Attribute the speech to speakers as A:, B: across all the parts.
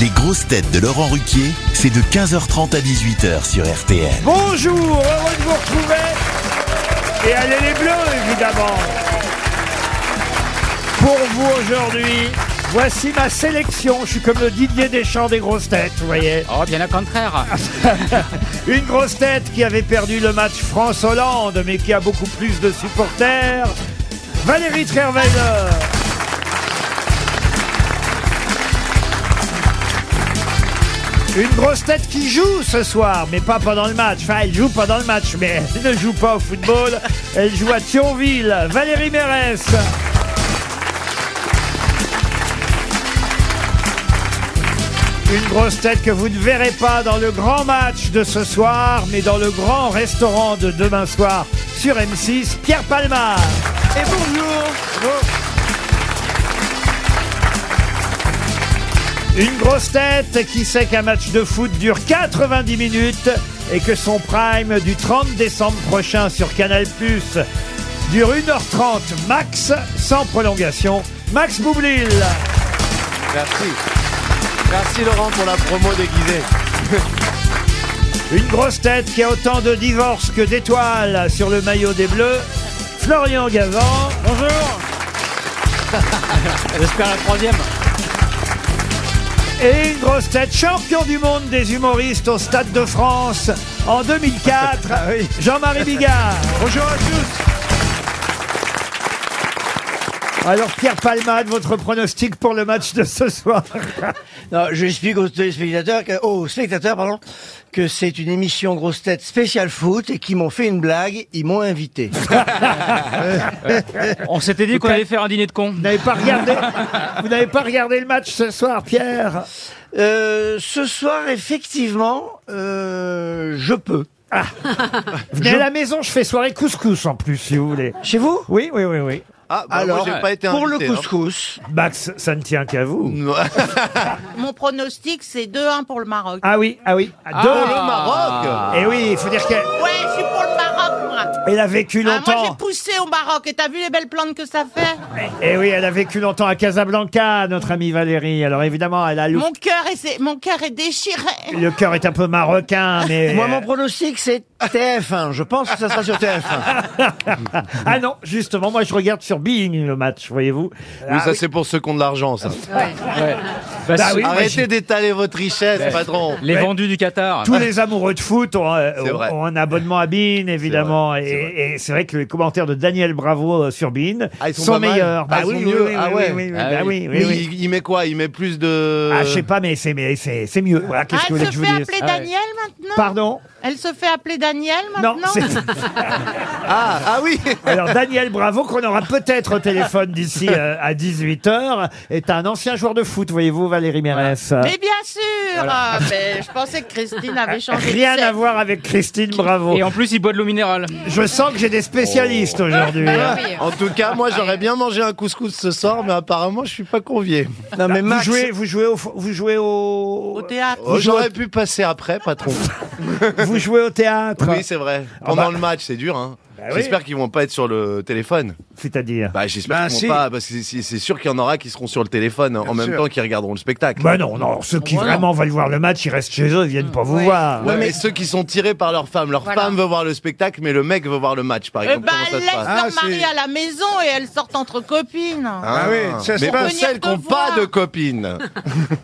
A: Les grosses têtes de Laurent Ruquier, c'est de 15h30 à 18h sur RTL.
B: Bonjour, heureux de vous retrouver. Et allez les bleus, évidemment. Pour vous aujourd'hui, voici ma sélection. Je suis comme le Didier Deschamps des grosses têtes, vous voyez.
C: Oh, bien au contraire.
B: Ah, Une grosse tête qui avait perdu le match France-Hollande, mais qui a beaucoup plus de supporters. Valérie Trierweiler. Une grosse tête qui joue ce soir, mais pas pendant le match. Enfin, elle joue pendant le match, mais elle ne joue pas au football. Elle joue à Thionville. Valérie Mérès. Une grosse tête que vous ne verrez pas dans le grand match de ce soir, mais dans le grand restaurant de demain soir sur M6, Pierre Palma. Et bonjour. Une grosse tête qui sait qu'un match de foot dure 90 minutes et que son prime du 30 décembre prochain sur Canal Plus dure 1h30 max, sans prolongation. Max Boublil.
D: Merci. Merci Laurent pour la promo déguisée.
B: Une grosse tête qui a autant de divorces que d'étoiles sur le maillot des Bleus, Florian Gavant. Bonjour.
C: J'espère la troisième.
B: Et une grosse tête, champion du monde des humoristes au Stade de France en 2004, Jean-Marie Bigard. Ah Bonjour à tous. Alors Pierre Palmade, votre pronostic pour le match de ce soir
E: Non, j'explique aux téléspectateurs, que, oh, aux spectateurs, pardon, que c'est une émission grosse tête spéciale foot et qu'ils m'ont fait une blague, ils m'ont invité.
C: On s'était Ah. dit qu'on allait faire un dîner de cons.
B: Vous n'avez pas regardé, vous n'avez pas regardé le match ce soir, Pierre
E: Euh, ce soir, effectivement, euh, je peux.
B: Ah, Venez à la maison, je fais soirée couscous en plus, si vous voulez.
E: Chez vous
B: Oui, oui, oui, oui.
D: Ah, bah,
E: Alors,
D: moi j'ai pas été
E: pour le
D: invité, hein.
E: couscous,
B: Max, ça ne tient qu'à vous.
D: Non.
F: Mon pronostic, c'est 2-1 pour le Maroc.
B: Ah oui, ah oui. Deux.
D: le Maroc
B: Et oui, il faut dire qu'elle
F: Ouais, je suis pour le Maroc, moi.
B: elle a vécu
F: Ah, moi, j'ai
B: longtemps.
F: poussé au Maroc. Et t'as vu les belles plantes que ça fait
B: Et Eh oui, elle a vécu longtemps à Casablanca, notre amie Valérie. Alors évidemment, elle a le,
F: Mon cœur est, c'est- mon cœur est déchiré.
B: le cœur est un peu marocain, mais
E: moi mon pronostic c'est TF1, je pense que ça sera sur TF1.
B: ah non, justement, moi je regarde sur Being le match, voyez-vous. Ah
D: Oui, ça c'est pour ceux qui ont de l'argent, ça.
C: Bah,
B: Bah
C: ce-
B: oui, moi,
D: Arrêtez d'étaler votre richesse, patron.
C: Bah, Les vendus du Qatar.
B: Tous les amoureux de foot ont, euh,
D: Ah, C'est
B: ont-
D: vrai.
B: ont un abonnement à Bean, évidemment.
D: vrai, c'est
B: et et c'est vrai que les commentaires de Daniel Bravo euh, sur Bean
D: Ah, ils sont
B: sont,
D: pas mal.
B: meilleurs. Bah
D: Ah, ils sont mieux. Ah ouais.
B: oui, oui,
C: Ah
B: bah
C: oui.
B: oui, oui,
D: Mais
B: oui.
D: il, il met quoi Il met plus de.
B: Ah, je sais pas, mais c'est mais c'est c'est mieux. Voilà,
F: Ah,
B: Qu'est-ce que vous
F: elle
B: voulez
F: se
B: que je vous
F: fait
B: dise
F: appeler
C: Ah ouais.
F: Daniel maintenant
B: Pardon
F: Elle se fait appeler Daniel
B: Non,
F: maintenant
B: c'est-
D: Ah, ah oui
B: alors Daniel Bravo, qu'on aura peut-être au téléphone d'ici euh, à 18h, est un ancien joueur de foot, voyez-vous, Valérie Mérès.
F: Mais bien sûr Ah, mais Je pensais que Christine
B: Ah,
F: avait changé Eh de
B: Rien
F: sexe.
B: à voir avec Christine Bravo.
C: Et en plus, il boit de l'eau minérale.
B: Je sens que j'ai des spécialistes
C: Oh.
B: aujourd'hui.
C: Bah
B: hein.
D: En tout cas,
C: Ah,
D: moi j'aurais bien mangé un couscous ce soir, mais apparemment je suis pas convié.
E: Non mais
B: Vous
E: Max,
B: jouez, vous jouez au, vous jouez
F: Au
B: au,
F: théâtre.
D: Oh, j'aurais pu passer après, patron.
B: vous jouez au théâtre.
D: Oui, c'est vrai. Pendant
B: bah.
D: le match, c'est dur. Hein.
B: oui.
D: J'espère qu'ils vont pas être sur le téléphone.
B: C'est-à-dire.
D: Bah, j'espère
E: Bah,
D: qu'ils vont
E: si.
D: pas, parce que c'est- c'est sûr qu'il y en aura qui seront sur le téléphone en même
E: sûr.
D: temps qu'ils regarderont le spectacle.
B: Bah non, non. Ceux qui
C: Voilà.
B: vraiment veulent voir le match, ils restent chez eux, ils viennent pas vous voir.
D: Ouais, mais ceux qui sont tirés par leur femme, leur femme veut voir le spectacle, mais le mec veut voir le match, par
F: Eh
D: exemple.
F: ben,
D: Comment
F: elle
D: ça se
F: laisse
D: passe
E: Ah,
F: leur mari
E: c'est-
F: à la maison et elles sortent entre copines.
D: Ah
G: oui, ça se
D: mais pour
G: passe.
D: celles qui n'ont
F: Venir te voir.
D: pas de copines.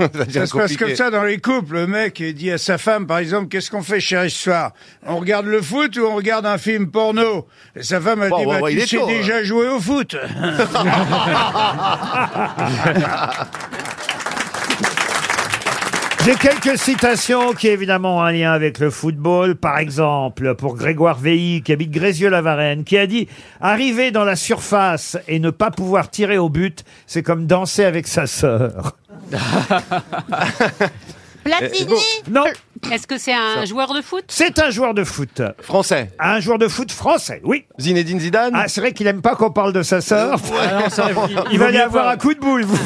D: ça devient
G: Ça se passe
D: compliqué.
G: comme ça dans les couples. Le mec il dit à sa femme, par exemple, qu'est-ce qu'on fait chérie ce soir On regarde le foot ou on regarde un film porno Et sa femme a
D: Bon,
G: dit,
D: bon,
G: bah,
D: bon, il
G: tu
D: est hein.
G: sais
D: chaud,
G: déjà jouer au foot.
B: J'ai quelques citations qui évidemment ont un lien avec le football. Par exemple, pour Grégoire Veilly, qui habite Grézieux-la-Varenne, qui a dit « Arriver dans la surface et ne pas pouvoir tirer au but, c'est comme danser avec sa sœur.
F: Platini
B: Non,
H: Euh, Est-ce que c'est un joueur de foot
B: C'est un joueur de foot.
D: Français.
B: Un joueur de foot français, oui.
D: Zinedine Zidane
B: Ah, c'est vrai qu'il aime pas qu'on parle de sa sœur.
C: Ah non, ça, il-
B: Il va
C: vaut
B: y
C: mieux
B: avoir
C: pas.
B: un coup de boule, vous.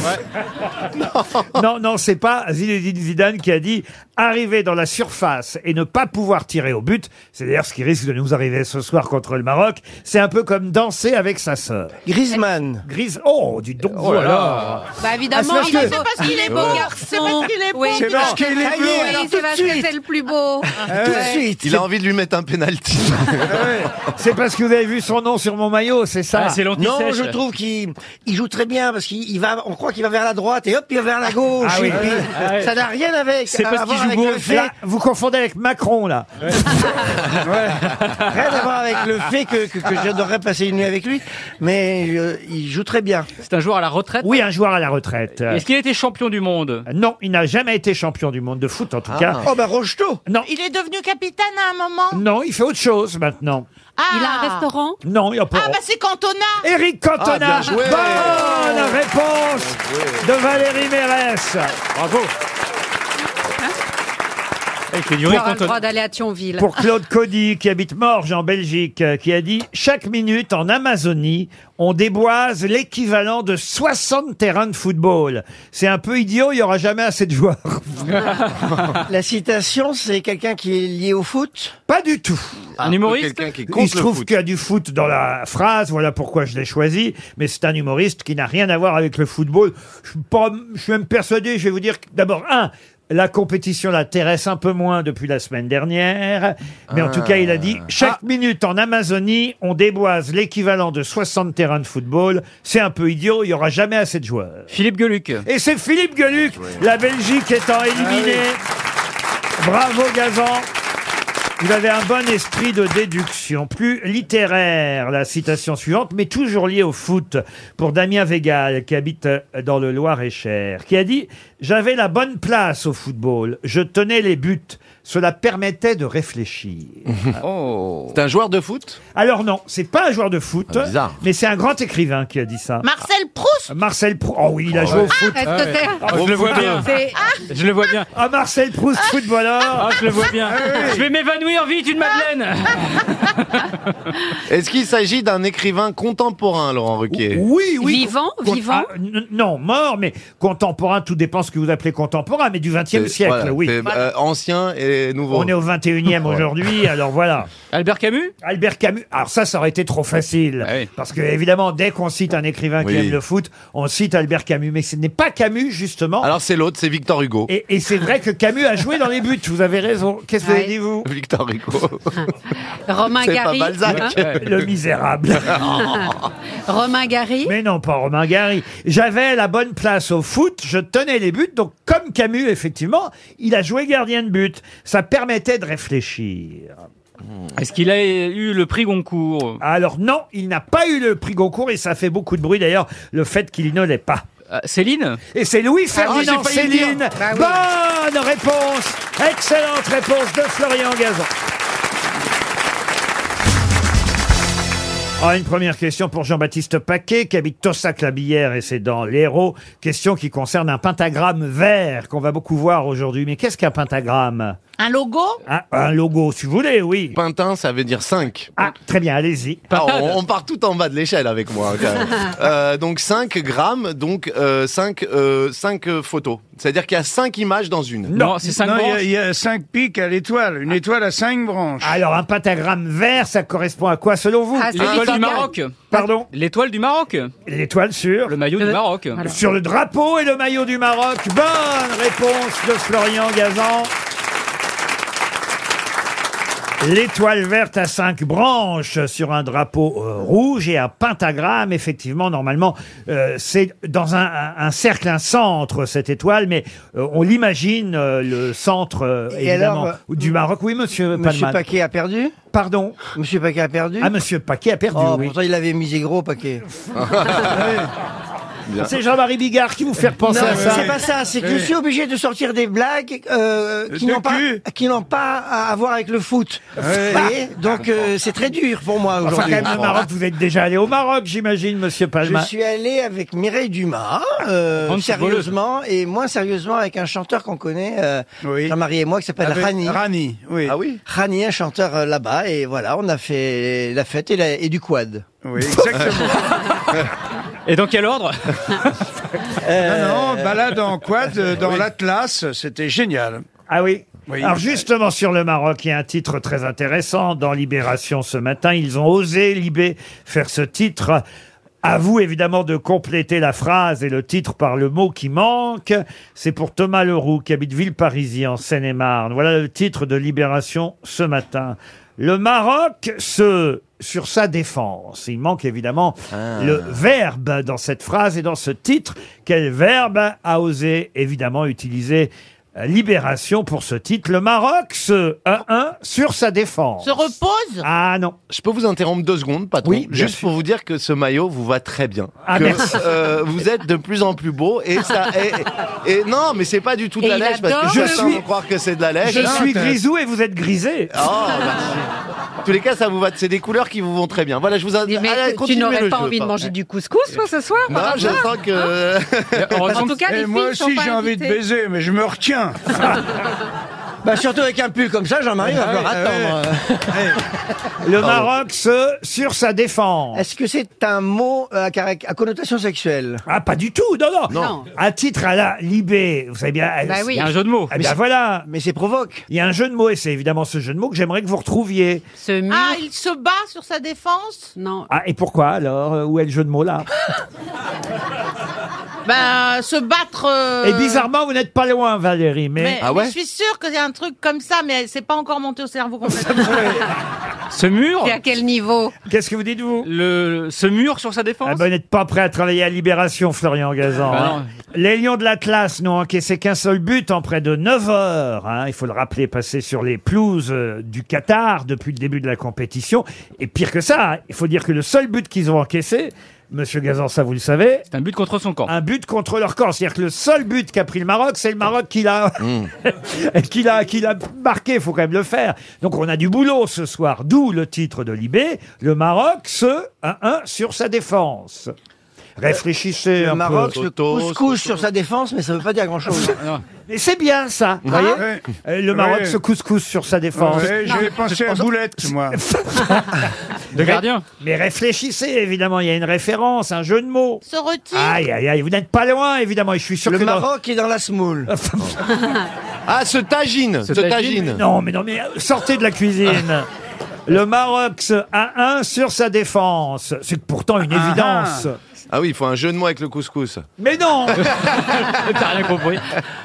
B: non, non, c'est pas Zinedine Zidane qui a dit arriver dans la surface et ne pas pouvoir tirer au but. C'est d'ailleurs ce qui risque de nous arriver ce soir contre le Maroc. C'est un peu comme danser avec sa sœur.
E: Griezmann.
B: Grise. Oh, du don.
H: Bah évidemment,
E: Ah, c'est
H: il est
E: parce
H: beau, il est beau
F: C'est parce
H: garçon.
F: qu'il est beau.
H: Oui,
G: C'est parce qu'il est
E: Ah, oui,
G: bleu.
H: Oui,
E: alors tout
H: c'est
E: de
H: parce que
E: suite.
H: c'est le plus beau.
B: Euh,
E: Tout de
H: Ouais.
E: suite.
D: Il a envie de lui mettre un penalty.
B: C'est parce que vous avez vu son nom sur mon maillot, c'est ça
C: Ah, c'est l'antisèche.
E: Non, je trouve qu'il il joue très bien parce qu'il il va, on croit qu'il va vers la droite et hop, il va vers la gauche.
B: Ah oui.
E: Et puis,
C: Ah ouais.
E: Ça n'a rien avec.
C: C'est
E: à
C: parce
E: voir
C: qu'il joue
E: avec
C: beau.
E: le fait-
B: Là, vous confondez avec Macron, là.
E: Rien à voir avec le fait que, que, que j'adorerais passer une nuit avec lui, mais euh, il joue très bien.
C: C'est un joueur à Oh, la retraite. hein.
B: Oui, un joueur à la retraite. Euh,
C: Est-ce qu'il a été champion du monde
B: Non, il n'a jamais été champion du monde de foot, en tout cas.
E: Oh bah Rocheteau
B: Non,
F: Il est devenu capitaine à un moment.
B: non, il fait autre chose maintenant.
F: Ah.
H: Il a un restaurant
B: Non, il n'y a pas.
F: Ah bah c'est Cantona.
B: Eric Cantona.
D: Ah, bien joué.
B: Bonne réponse de Valérie Mérès.
C: Bravo. Il fait du
H: On
C: riz
H: aura le
C: cantonais.
H: droit d'aller à Thionville.
B: Pour Claude Cody, qui habite Morges en Belgique, euh, qui a dit Chaque minute en Amazonie, on déboise l'équivalent de 60 terrains de football. C'est un peu idiot, il n'y aura jamais assez de joueurs.
E: La citation, c'est quelqu'un qui est lié au foot
B: Pas du tout.
D: Ah,
C: humoriste
D: Quelqu'un qui
B: Il
D: compte
B: se
D: le
B: trouve
D: foot.
B: qu'il y a du foot dans la phrase, voilà pourquoi je l'ai choisi, mais c'est un humoriste qui n'a rien à voir avec le football. Je suis, pas- je suis même persuadé, je vais vous dire, que, d'abord, un, la compétition l'intéresse un peu moins depuis la semaine dernière, mais en tout cas, il a dit,
D: Ah.
B: chaque minute en Amazonie, on déboise l'équivalent de 60 terrains de football, c'est un peu idiot, il n'y aura jamais assez de joueurs.
C: Philippe Gueluc.
B: Et c'est Philippe
D: Ah,
B: Gueluc, la Belgique étant éliminée. Bravo Gazan. Vous avez un bon esprit de déduction. Plus littéraire, la citation suivante, mais toujours liée au foot, pour Damien Végal, qui habite euh, dans le Loir-et-Cher, qui a dit « J'avais la bonne place au football. Je tenais les buts. Cela permettait de réfléchir. Ah.
C: Oh.
D: C'est un joueur de foot »
B: Alors non, c'est pas un joueur de foot,
D: Ah, bizarre.
B: mais c'est un grand écrivain qui a dit ça.
F: Marcel Proust.
B: Marcel Proust. Oh oui, il a joué au foot.
H: Est-ce que c'est-
C: Ah, je le vois bien.
H: c'est
C: Je le vois bien.
B: Ah, Marcel Proust, footballeur
C: bah, Ah, je le vois bien. Je vais m'évanouir vite, une Madeleine.
B: Ah,
D: Est-ce qu'il s'agit d'un écrivain contemporain, Laurent Ruquier
B: Oui, oui.
H: Vivant,
B: Con-
H: vivant.
B: ah, n- non, mort, mais contemporain, tout dépend ce que vous appelez contemporain, mais du XXe
D: C'est-
B: siècle,
D: voilà,
B: oui.
D: c'est, euh, ancien et nouveau.
B: On est au 21e aujourd'hui, alors voilà.
C: Albert Camus
B: Albert Camus, alors ça, ça aurait été trop facile.
C: Ah oui.
B: Parce que, évidemment, dès qu'on cite un écrivain qui
D: Oui.
B: aime le foot, on cite Albert Camus. Mais ce n'est pas Camus, justement.
D: Alors c'est l'autre, c'est Victor Hugo.
B: et et c'est vrai que Camus a joué dans les buts, vous avez raison. Qu'est-ce que vous
H: Ouais.
B: avez dit, vous
D: Victor Hugo.
H: Romain
D: C'est pas
H: Gary.
D: Balzac.
H: hein
B: Le misérable.
H: Romain Gary.
B: Mais non, pas Romain Gary. J'avais la bonne place au foot, je tenais les buts. Donc, comme Camus, effectivement, il a joué gardien de but. Ça permettait de réfléchir.
C: Est-ce qu'il a eu le prix Goncourt
B: Alors non, il n'a pas eu le prix Goncourt et ça fait beaucoup de bruit d'ailleurs, le fait qu'il ne l'ait pas.
C: Ah, Céline
B: Et c'est Louis Ferdinand
D: Ah j'ai failli le dire. Ah
B: Céline. Bonne réponse. Excellente réponse de Florian Gazan. Ah, une première question pour Jean-Baptiste Paquet, qui habite Tossac-la-Billière et c'est dans l'Hérault. Question qui concerne un pentagramme vert qu'on va beaucoup voir aujourd'hui. Mais qu'est-ce qu'un pentagramme
F: Un logo.
B: un, un logo, si vous voulez, oui.
D: Pintin, ça veut dire 5.
B: Ah, très bien, allez-y.
D: Ah, on, on part tout en bas de l'échelle avec moi. quand même. Euh, donc 5 grammes, donc euh, 5, photos. C'est-à-dire qu'il y a 5 images dans une.
C: Non, c'est 5
G: Non, il y a-
C: branches.
G: il y, a cinq pics à l'étoile. Une étoile à cinq branches.
B: Alors, un pentagramme vert, ça correspond à quoi selon vous
H: Ah, c'est
C: L'étoile du
H: Victor Gary.
C: Maroc.
B: Pardon
C: L'étoile du Maroc.
B: L'étoile sur Euh,
C: Le maillot du Maroc.
H: Voilà.
B: Sur le drapeau et le maillot du Maroc. Bonne réponse de Florian Gazan. L'étoile verte à cinq branches sur un drapeau euh, rouge et un pentagramme. Effectivement, normalement, euh, c'est dans un, un- un cercle, un centre, cette étoile, mais euh, on l'imagine, euh, le centre, euh,
E: Et
B: évidemment,
E: alors, euh,
B: du Maroc. Oui, monsieur,
E: Monsieur
B: Palman.
E: Paquet a perdu
B: Pardon.
E: Monsieur Paquet a perdu
B: Ah, monsieur Paquet a perdu,
E: Oh,
B: oui.
E: Ah pourtant il avait misé gros Paquet.
D: Bien.
B: C'est Jean-Marie Bigard qui vous fait
E: Non,
B: penser à ça.
E: c'est pas ça. C'est que je
G: Oui.
E: suis obligé de sortir des blagues euh, qui
G: De
E: n'ont pas,
G: cul.
E: qui n'ont pas à à voir avec le foot. Vous voyez donc euh, c'est très dur pour moi
B: Enfin, quand
E: aujourd'hui.
B: même, le Maroc, vous êtes déjà allé au Maroc, j'imagine, monsieur
E: Je
B: Palma.
E: suis allé avec Mireille Dumas, euh,
C: Grande
E: sérieusement, et moins sérieusement avec un chanteur qu'on connaît, euh,
G: Oui.
E: Jean-Marie et moi, qui s'appelle
G: Avec
E: Rani.
G: Rani, oui.
D: Ah oui
E: Rani, un chanteur euh, là-bas, et voilà, on a fait la fête et, la- et du quad.
G: Oui, exactement.
C: Et dans quel ordre
E: Euh,
G: Non, non, balade en quad euh, dans l'Atlas, c'était génial.
B: Ah oui
G: Oui.
B: Alors justement sur le Maroc, il y a un titre très intéressant dans Libération ce matin. Ils ont osé Libé faire ce titre. À vous évidemment de compléter la phrase et le titre par le mot qui manque. C'est pour Thomas Leroux qui habite Villeparisis en Seine-et-Marne. Voilà le titre de Libération ce matin. Le Maroc se sur sa défense. Il manque évidemment le verbe dans cette phrase et dans ce titre. Quel verbe a osé évidemment utiliser euh, Libération pour ce titre. Le Maroc se 1-1 sur sa défense.
F: Se repose
B: Ah non.
D: Je peux vous interrompre deux secondes, patron
B: Oui, bien
D: Juste pour vous dire que ce maillot vous va très bien.
B: Ah,
D: Que,
B: merci.
D: euh, vous êtes de plus en plus beau et ça. Et, et- non, mais c'est pas du tout de
H: Et
D: la
H: il
D: lèche parce
H: adore
D: que
B: le-
D: certains
B: Je suis-
D: vont croire que c'est de la lèche. Ah,
B: Je
D: Non,
B: suis
D: t'as-
B: grisou et vous êtes grisé.
D: Oh, merci. En tous les cas, ça vous va. C'est des couleurs qui vous vont très bien. Voilà, je vous
H: Mais
D: invite.
H: tu n'aurais pas envie de manger du couscous, toi, ce soir par
D: Non, je
H: hasard
D: sens que.
C: Heureusement
H: En tout cas,
B: Eh,
H: les
G: et
E: Euh,
G: moi
H: filles sont
G: aussi
H: pas
G: j'ai envie de
H: invitées.
G: baiser, mais je me retiens.
E: Bah, surtout avec un pull comme ça, Jean-Marie va
G: Ah
E: falloir
G: oui, ah
E: attendre.
B: Le
D: Ah,
B: Maroc se sur sa défense.
E: Est-ce que c'est un mot euh, à, carac- à connotation sexuelle
B: Ah pas du tout. Non non.
H: Non.
B: Un titre à la Libé. Vous savez bien. elle-
H: Bah oui.
C: Il y a un jeu de mots.
B: Eh bien voilà.
E: Mais c'est provoque.
B: Il y a un jeu de mots et c'est évidemment ce jeu de mots que j'aimerais que vous retrouviez.
H: Ce mur.
F: Ah, il se bat sur sa défense
H: Non.
B: Ah, et pourquoi alors Euh, Où est le jeu de mots là
F: Ben, se battre... euh,
B: Et bizarrement, vous n'êtes pas loin, Valérie, mais,
F: Mais,
D: Ah
F: mais
D: ouais
F: je suis sûre qu'il y a un truc comme ça, mais c'est pas encore monté au cerveau complètement.
C: Ce mur
H: Et à quel niveau
B: qu'est-ce que vous dites, vous
C: le, Ce mur sur sa défense
B: ah ben, Vous n'êtes pas prêt à travailler à Libération, Florian Gazan.
C: Bah
B: hein.
C: non.
B: Les Lions de l'Atlas n'ont encaissé qu'un seul but en près de 9 heures. hein. Il faut le rappeler, passé sur les pelouses euh, du Qatar depuis le début de la compétition. Et pire que ça, hein, il faut dire que le seul but qu'ils ont encaissé, Monsieur Gazan, ça vous le savez,
C: C'est un but contre son camp.
B: un but contre leur camp. C'est-à-dire que le seul but qu'a pris le Maroc, c'est le Maroc qui l'a
E: Mm.
B: qui l'a qui l'a marqué. Faut quand même le faire. Donc on a du boulot ce soir. D'où le titre de Libé. Le Maroc se 1-1 sur sa défense. Réfléchissez
E: Le
B: un
E: Maroc se
D: Toto,
E: couscous sur sa défense, mais ça veut pas dire grand-chose.
D: Ah,
E: Ah
B: peu. Et c'est bien ça. vous voyez
G: Ouais.
C: Ah.
B: Euh, le Maroc
G: Ouais.
B: se couscous sur sa défense.
G: Ouais, J'avais pensé à Boulette, moi. Bah
C: De gardien
B: Mais réfléchissez évidemment. Il y a une référence, un jeu de mots.
F: se retire.
B: Aïe aïe aïe. Vous n'êtes pas loin évidemment. Et je suis sûr
E: Le
B: que dans-
E: Maroc est dans la smoule.
D: Ah, ce tagine Ce, tagine,
B: Non, mais non, mais euh, sortez de la cuisine. Le Maroc se- a 1 sur sa défense. C'est pourtant une
C: ah.
B: évidence.
D: Ah oui, il faut un jeu de mots avec le couscous.
B: Mais non
C: T'as rien compris.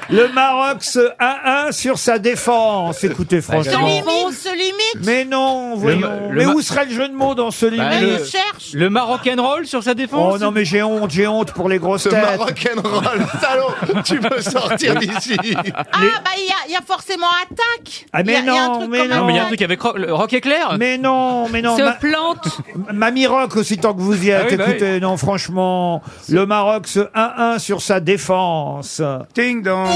B: Le Maroc se a 1 sur sa défense. Écoutez,
F: se
B: franchement.
F: limite, se limite.
B: Mais non, voyons.
C: le
B: mais
C: Ma-
B: où serait le jeu de mots dans ce livre
C: Bah,
F: Mais
C: le-
F: il cherche.
C: Le Marocain roll sur sa défense
B: Oh non, mais j'ai honte, j'ai honte pour les grosses
D: Ce
B: têtes.
D: roll, salaud Tu peux sortir d'ici
F: Ah, bah, il y a, il y a forcément attaque.
B: Ah, mais
F: Il y a- il y a un
B: non,
F: truc
B: mais
F: comme
B: non.
C: Non, mais il y a un
F: attaque.
C: truc avec Ro- le Rock Éclair
B: Mais non, mais non.
H: Se
B: ma-
H: plante.
B: Mamie Rock aussi tant que vous y êtes.
C: Ah oui, bah oui.
B: Écoutez, non, franchement, le Maroc se 1-1 sur sa défense.
G: Ting dong.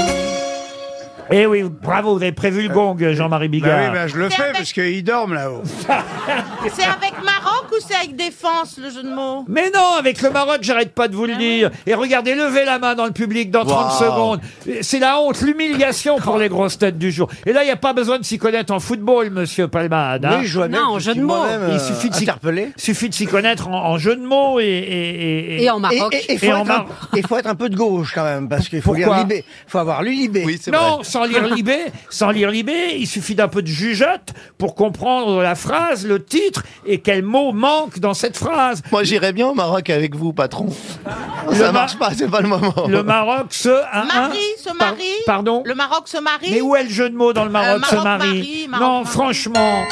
B: Eh oui, bravo, vous avez prévu le gong, Jean-Marie
G: Bah oui,
B: Bigard.
G: bah, je le fais parce qu'ils dorment là-haut.
F: C'est avec Maroc ou c'est avec défense, le jeu de mots
B: Mais non, avec le Maroc, j'arrête pas de vous
H: Ah
B: le dire. Et regardez, levez la main dans le public dans 30
D: Wow.
B: secondes. C'est la honte, l'humiliation pour les grosses têtes du jour. Et là, il n'y a pas besoin de s'y connaître en football, monsieur Palmade. hein.
E: Oui, je vois bien
H: Non,
E: que
H: jeu
E: suis
H: de mots.
E: moi-même,
B: Il
E: euh,
B: suffit de s'y-
E: interpellé.
B: Suffit de s'y connaître en, en jeu de mots et... et- et-
H: Et en Maroc.
E: Et, et- et faut
B: Et en
E: être un,
B: Maroc.
E: et faut être un peu de gauche quand même, parce qu'il faut lire
B: Pourquoi
E: Libé. faut avoir lu Libé.
D: Oui, c'est
B: Non,
D: vrai.
B: sans lire Libé, sans lire Libé, il suffit d'un peu de jugeote pour comprendre la phrase, le titre et quel mot manque dans cette phrase.
D: Moi, j'irais bien au Maroc avec vous, patron.
B: Le
D: Ça
B: ma-
D: marche pas, c'est pas le moment.
B: Le Maroc se... un- un-
F: Marie se
B: Par-
F: marie.
B: Pardon
F: Le Maroc se marie.
B: Mais où est le jeu de mots dans le Maroc,
F: Euh, Maroc,
B: ce mari
F: Marie, Maroc,
B: Non,
F: Marie.
B: franchement.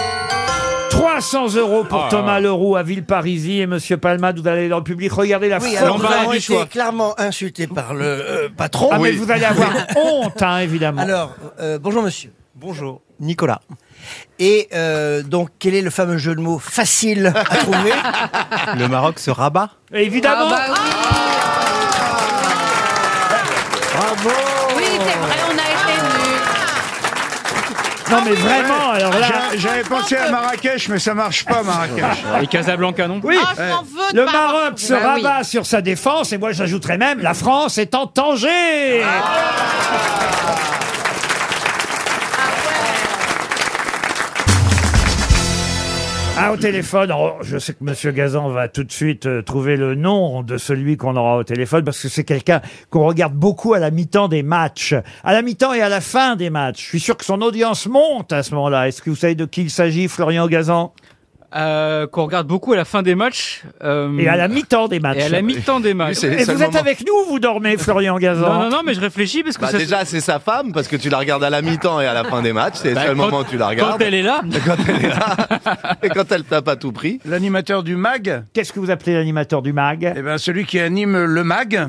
B: 300 euros
C: Ah.
B: pour Thomas Leroux à Villeparisis et Monsieur Palmade, vous allez dans le public. Regardez la
E: Oui,
B: photo.
E: alors nous
C: l'embarras
E: avons
C: du
E: été
C: choix.
E: clairement insultés par le euh, patron.
B: Ah, mais vous allez avoir honte, hein, évidemment.
E: Alors, euh, bonjour monsieur. Bonjour. Nicolas. Et euh, donc, quel est le fameux jeu de mots facile à trouver
I: Le Maroc se rabat
B: évidemment.
H: Ah bah oui.
B: Bravo
J: Oui, c'est vrai, on a été nuls.
B: Non mais vraiment, alors là...
G: J'a- J'avais pensé à Marrakech, mais ça marche pas, Marrakech.
C: Et Casablanca non
B: Oui,
K: Ah, je m'en veux de
B: le
K: pas avoir
B: Maroc se
K: trouvé.
J: Bah oui.
B: rabat sur sa défense et moi j'ajouterais même la France est en danger. Ah, au téléphone, alors, je sais que Monsieur Gazan va tout de suite euh, trouver le nom de celui qu'on aura au téléphone parce que c'est quelqu'un qu'on regarde beaucoup à la mi-temps des matchs, à la mi-temps et à la fin des matchs. Je suis sûr que son audience monte à ce moment-là. Est-ce que vous savez de qui il s'agit, Florian Gazan
C: Euh, Qu'on regarde beaucoup à la fin des matchs. euh,
B: Et à la mi-temps des matchs.
C: et à la mi-temps des matchs.
D: c'est-
B: Et
D: seul
B: vous êtes
D: moment.
B: avec nous ou vous dormez, Florian Gazan
C: Non, non, non, mais je réfléchis parce que
D: Bah,
C: ça se-
D: déjà, c'est sa femme, parce que tu la regardes à la mi-temps et à la fin des matchs. C'est le
C: Bah,
D: seul
C: quand-
D: moment où tu la regardes.
C: Quand elle est là,
D: Et quand elle tape à tout prix.
G: L'animateur du MAG,
B: Qu'est-ce que vous appelez l'animateur du MAG
G: eh ben, celui qui anime le MAG,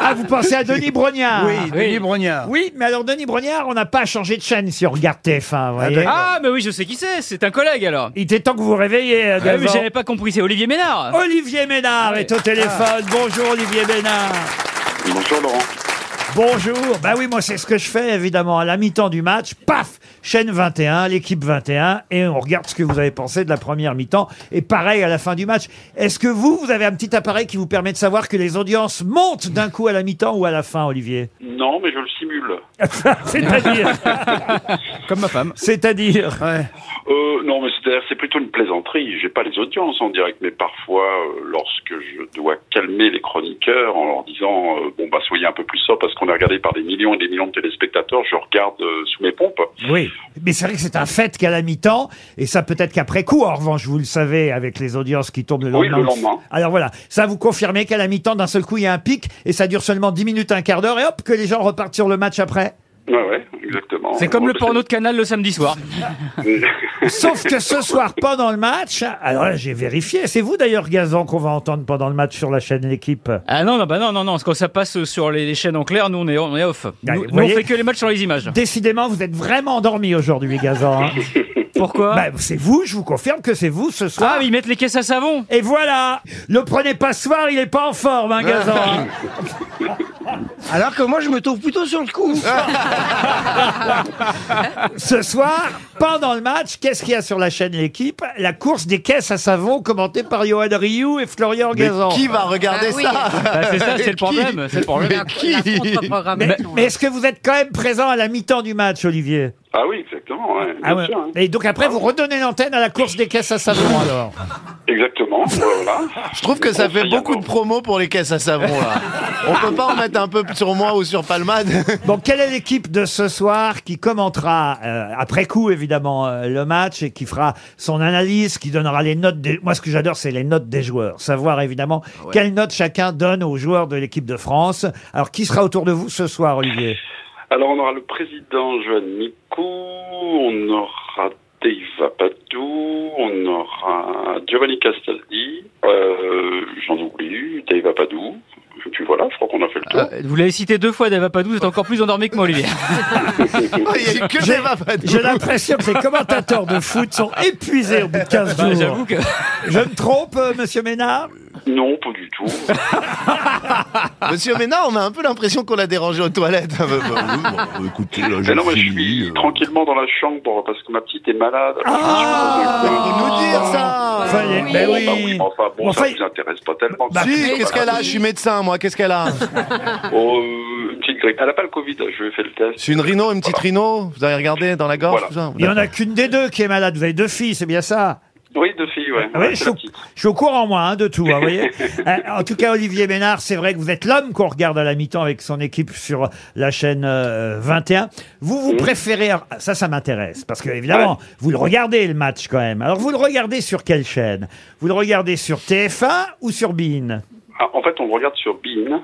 B: Ah, vous pensez à Denis Brognard Ah,
G: oui, Denis Brognard.
B: Oui, mais alors Denis Brognard, on n'a pas changé de chaîne si on regarde TF1, vous voyez.
C: ah, mais oui, je sais qui c'est. C'est un collègue alors.
B: Il était temps que vous vous réveilliez, euh,
C: Ah oui, mais
B: Gazan.
C: j'avais pas compris. C'est Olivier Ménard. Ah.
B: Olivier Ménard est au téléphone. Bonjour Olivier Ménard. Bonjour Laurent. Bonjour. Bah oui, moi c'est ce que je fais évidemment à la mi-temps du match. Paf, chaîne 21, l'équipe 21 et on regarde ce que vous avez pensé de la première mi-temps et pareil à la fin du match. Est-ce que vous vous avez un petit appareil qui vous permet de savoir que les audiences montent d'un coup à la mi-temps ou à la fin Olivier
L: Non, mais je le simule.
B: C'est-à-dire
C: Comme ma femme.
B: C'est-à-dire
G: Ouais.
L: Euh, non, mais c'est-à-dire, c'est plutôt une plaisanterie. J'ai pas les audiences en direct, mais parfois, euh, lorsque je dois calmer les chroniqueurs en leur disant, euh, bon bah soyez un peu plus sobre parce qu'on est regardé par des millions et des millions de téléspectateurs, je regarde euh, sous mes pompes.
B: Oui, mais c'est vrai que c'est un fait qu'à la mi-temps, et ça peut-être qu'après coup, en revanche, vous le savez, avec les audiences qui tombent le
L: Oui,
B: lendemain.
L: le lendemain.
B: Alors voilà, ça vous confirmez qu'à la mi-temps, d'un seul coup, il y a un pic, et ça dure seulement 10 minutes, un quart d'heure, et hop, que les gens repartent sur le match après.
D: Ah
L: Ouais, ouais, exactement.
C: C'est comme
L: Bon,
C: le
D: bah,
L: je
C: porno de Canal le samedi soir.
L: sais-
B: Sauf que ce soir, pendant le match, alors là, j'ai vérifié, c'est vous d'ailleurs, Gazan, qu'on va entendre pendant le match sur la chaîne L'équipe.
C: Ah non, non, bah non, non, non. parce que Quand ça passe sur les, les chaînes en clair, nous on est, on est off. Nous,
B: Bah, vous
C: nous, on
B: voyez
C: fait que les matchs sur les images.
B: Décidément, vous êtes vraiment endormi aujourd'hui, Gazan. hein.
C: Pourquoi
B: Bah, c'est vous, je vous confirme que c'est vous ce soir.
C: Ah, mais ils mettent les caisses à savon.
B: Et voilà Le prenez pas ce soir, il est pas en forme, hein, Gazan. hein.
M: Alors que moi, je me trouve plutôt sur le coup.
B: Ce soir, pendant le match, qu'est-ce qu'il y a sur la chaîne L'équipe La course des caisses à savon commentée par Johan Rioux et Florian
D: Mais
B: Gazan.
D: qui va regarder
J: Ah oui.
D: ça
C: Bah, c'est ça, c'est le
D: Qui
C: problème. C'est le problème.
J: La- la
B: Mais,
J: contre-programmation.
B: mais est-ce que vous êtes quand même présent à la mi-temps du match, Olivier
L: ah oui, exactement. ouais, bien sûr, hein.
B: Ah Et donc après, vous redonnez l'antenne à la course des caisses à savon, alors
L: Exactement. Voilà.
D: Je trouve que ça
L: Bon, ça
D: fait
L: y est,
D: beaucoup de
L: bon.
D: promos pour les caisses à savon, là. On peut pas en mettre un peu sur moi ou sur Palmade
B: Bon, quelle est l'équipe de ce soir qui commentera, euh, après coup évidemment, euh, le match et qui fera son analyse, qui donnera les notes des... Moi, ce que j'adore, c'est les notes des joueurs. Savoir évidemment quelles notes chacun donne aux joueurs de l'équipe de France. Alors, qui sera autour de vous ce soir, Olivier
L: Alors, on aura le président Johan Micou, on aura Dave Apadou, on aura Giovanni Castaldi, euh, j'en oublie, Dave Apadou, et puis voilà, je crois qu'on a fait le tour.
C: Euh, Vous l'avez cité deux fois, Dave Padou, vous êtes encore plus endormi que moi, Olivier.
D: Il y a eu que des vapadous.
B: J'ai l'impression que les commentateurs de foot sont épuisés au bout de 15
C: Bah,
B: jours.
C: J'avoue que.
B: Je me trompe, euh, monsieur Ménard
L: Non, pas du tout.
D: Monsieur Ménard, on a un peu l'impression qu'on l'a dérangé aux toilettes.
L: Mais non, mais je suis tranquillement dans la chambre parce que ma petite est malade.
D: Pour Ah, nous dire ça
B: Fallait-
J: oui.
B: Ben
L: Bon,
B: oui.
L: bah oui, mais enfin, bon,
B: Enfin,
L: ça vous intéresse pas tellement.
B: bah,
D: Ah. Si, qu'est-ce qu'elle a
L: Voilà.
D: Je suis médecin, moi, qu'est-ce qu'elle a
L: Oh, euh, une petite grecque. Elle a pas le Covid, je vais faire le
D: Je
L: test.
D: suis une rhino, une petite rhino, vous avez regardé dans la gorge,
L: Voilà.
D: tout ça
B: Il n'y en a qu'une des deux qui est malade. Vous avez deux filles, c'est bien ça
L: Oui, deux filles, ouais.
B: Ah
L: Ouais,
B: oui, je,
L: c'est
B: suis
L: la
B: au,
L: petite.
B: je suis au courant, moi, hein, de tout. hein, vous voyez Euh, en tout cas, Olivier Ménard, c'est vrai que vous êtes l'homme qu'on regarde à la mi-temps avec son équipe sur la chaîne euh, 21. Vous, vous préférez... ah, Ça, ça m'intéresse. Parce que, évidemment, vous le regardez, le match, quand même. Alors, vous le regardez sur quelle chaîne Vous le regardez sur TF1 ou sur BIN
L: Ah, en fait, on regarde sur Bean.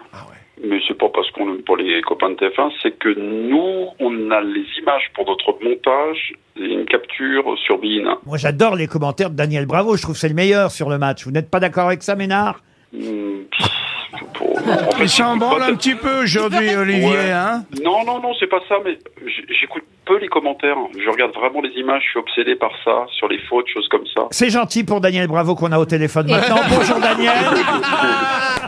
L: Mais c'est pas parce qu'on aime pas les copains de TF1, c'est que nous, on a les images pour notre montage et une capture sur Bean.
B: Moi, j'adore les commentaires de Daniel Bravo. Je trouve que c'est le meilleur sur le match. Vous n'êtes pas d'accord avec ça, Ménard
L: Hmm, pff, pour- en fait,
G: Il s'en branle Oh, un petit peu aujourd'hui, Olivier,
L: Ouais.
G: hein
L: Non, non, non, c'est pas ça, mais j- j'écoute peu les commentaires. Je regarde vraiment les images, je suis obsédé par ça, sur les fautes, choses comme ça.
B: C'est gentil pour Daniel Bravo qu'on a au téléphone maintenant. Bonjour, Daniel.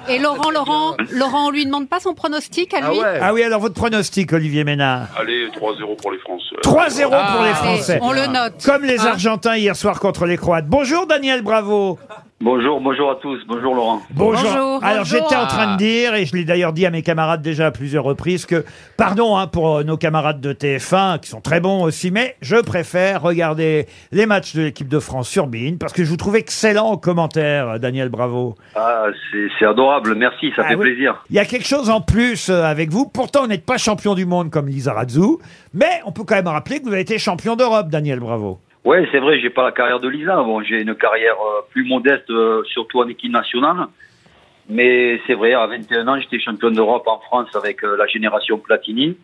H: Et Laurent, Laurent, Laurent, on lui demande pas son pronostic à lui
B: Ah oui, alors votre pronostic, Olivier Ménard
I: Allez, 3-0 pour les Français.
B: 3-0 pour les
H: Ah, Allez,
B: Français.
H: On le note.
B: Comme les
H: Hein
B: Argentins hier soir contre les Croates. Bonjour Daniel Bravo.
N: Bonjour, bonjour à tous. Bonjour Laurent.
H: Bonjour.
B: Alors
H: Bonjour. Ah.
B: j'étais en train de dire, et je l'ai d'ailleurs dit à mes camarades déjà à plusieurs reprises, que pardon hein, pour euh, nos camarades de TF1 qui sont très bons aussi, mais je préfère regarder les matchs de l'équipe de France sur Bein parce que je vous trouve excellent en commentaire, euh, Daniel Bravo.
N: Ah, c'est c'est adorable. Merci, ça
B: Ah
N: fait
B: oui.
N: plaisir.
B: Il y a quelque chose en plus euh, avec vous. Pourtant, vous n'êtes pas champion du monde comme Lisa Razou, mais on peut quand même rappeler que vous avez été champion d'Europe, Daniel Bravo.
N: Ouais, c'est vrai, j'ai pas la carrière de Lisa. Bon, j'ai une carrière euh, plus modeste, euh, surtout en équipe nationale. Mais c'est vrai, à 21 ans, j'étais champion d'Europe en France avec euh, la génération Platini.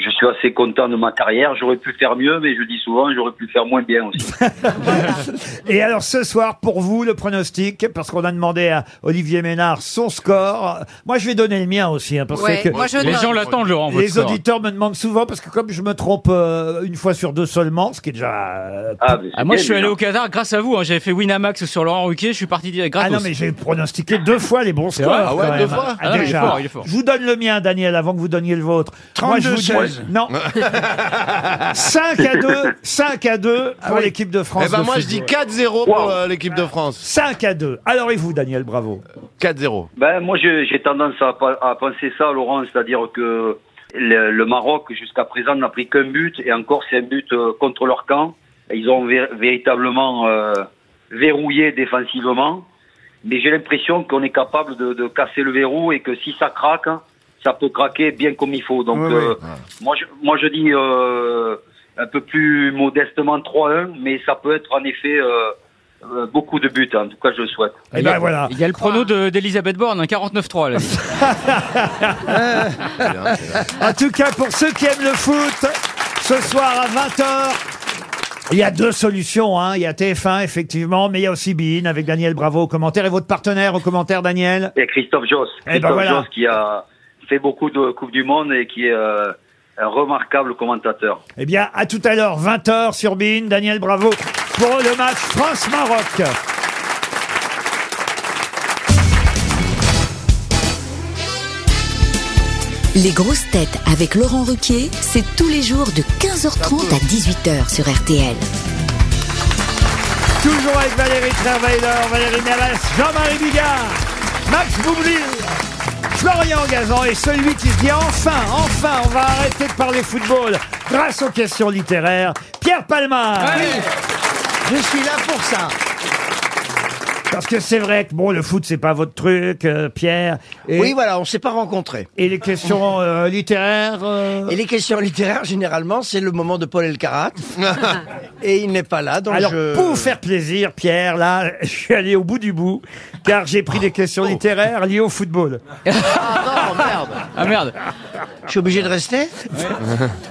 N: Je suis assez content de ma carrière. J'aurais pu faire mieux, mais je dis souvent, j'aurais pu faire moins bien aussi.
B: Et alors ce soir, pour vous, le pronostic, parce qu'on a demandé à Olivier Ménard son score. Moi, je vais donner le mien aussi, hein, parce
H: Ouais,
B: que
H: moi, je
C: Les
H: note.
C: gens l'attendent, Laurent. votre
B: les
C: score.
B: auditeurs me demandent souvent, parce que comme je me trompe euh, une fois sur deux seulement, ce qui est déjà... euh,
N: Ah, mais c'est
C: Ah, moi,
N: bien,
C: je suis allé
N: déjà.
C: au Qatar grâce à vous. hein. J'avais fait Winamax sur Laurent Ruquier. Je suis parti direct grâce
B: Ah non, mais j'ai pronostiqué deux fois les bons scores.
C: vrai
D: Ah ouais,
B: quand
D: deux
B: même.
D: fois
C: Ah non, il est
B: déjà.
C: fort, il est fort.
B: Je vous donne le mien, Daniel, avant que vous donniez le vôtre. Moi, je vous dis-
G: 32-16.
B: Non. 5 à 2, 5 à 2 pour l'équipe de France.
D: Eh ben
B: de
D: moi je dis
B: football.
D: 4-0 pour euh, l'équipe de France.
B: 5 à 2. Alors et vous, Daniel, bravo.
D: 4-0.
N: Ben, moi, je- j'ai tendance à, pa- à penser ça, Laurent, c'est-à-dire que le, le Maroc, jusqu'à présent, n'a pris qu'un but, et encore, c'est un but euh, contre leur camp. Ils ont vé- véritablement euh, verrouillé défensivement, mais j'ai l'impression qu'on est capable de, de casser le verrou et que si ça craque, ça peut craquer bien comme il faut. Donc,
G: Oui, oui.
N: euh, moi, je, moi, je dis euh, un peu plus modestement 3-1, mais ça peut être en effet euh, euh, beaucoup de buts, en tout cas, je le souhaite.
C: Eh
B: Et ben voilà.
C: Il y a le prono de- d'Elisabeth Borne, hein, un 49-3. là.
B: En tout cas, pour ceux qui aiment le foot, ce soir à 20h, il y a deux solutions. Hein. Il y a TF1, effectivement, mais il y a aussi BIN avec Daniel Bravo au commentaire. Et votre partenaire au commentaire, Daniel
N: Et Christophe Joss.
B: Eh ben
N: Christophe
B: voilà.
N: Josse qui a fait beaucoup de Coupe du Monde et qui est euh, un remarquable commentateur.
B: Eh bien, à tout à l'heure, 20h sur BIN. Daniel Bravo pour le match France-Maroc.
O: Les grosses têtes avec Laurent Ruquier, c'est tous les jours de 15h30 à 18h sur RTL.
B: Toujours avec Valérie Trierweiler, Valérie Mérès, Jean-Marie Bigard, Max Boublil, Florian Gazan et celui qui se dit enfin, enfin, on va arrêter de parler football grâce aux questions littéraires, Pierre Palmar.
E: Je suis là pour ça.
B: Parce que c'est vrai que bon, le foot, c'est pas votre truc, euh, Pierre. Et,
E: Oui, voilà, on s'est pas rencontrés.
B: et les questions euh, littéraires. euh,
E: Et les questions littéraires, généralement, c'est le moment de Paul Elkarat. et il n'est pas là, donc
B: Alors,
E: je...
B: pour vous faire plaisir, Pierre, là, je suis allé au bout du bout, car j'ai pris des questions
E: Oh.
B: littéraires liées au football.
C: Ah merde.
E: Je suis obligé de rester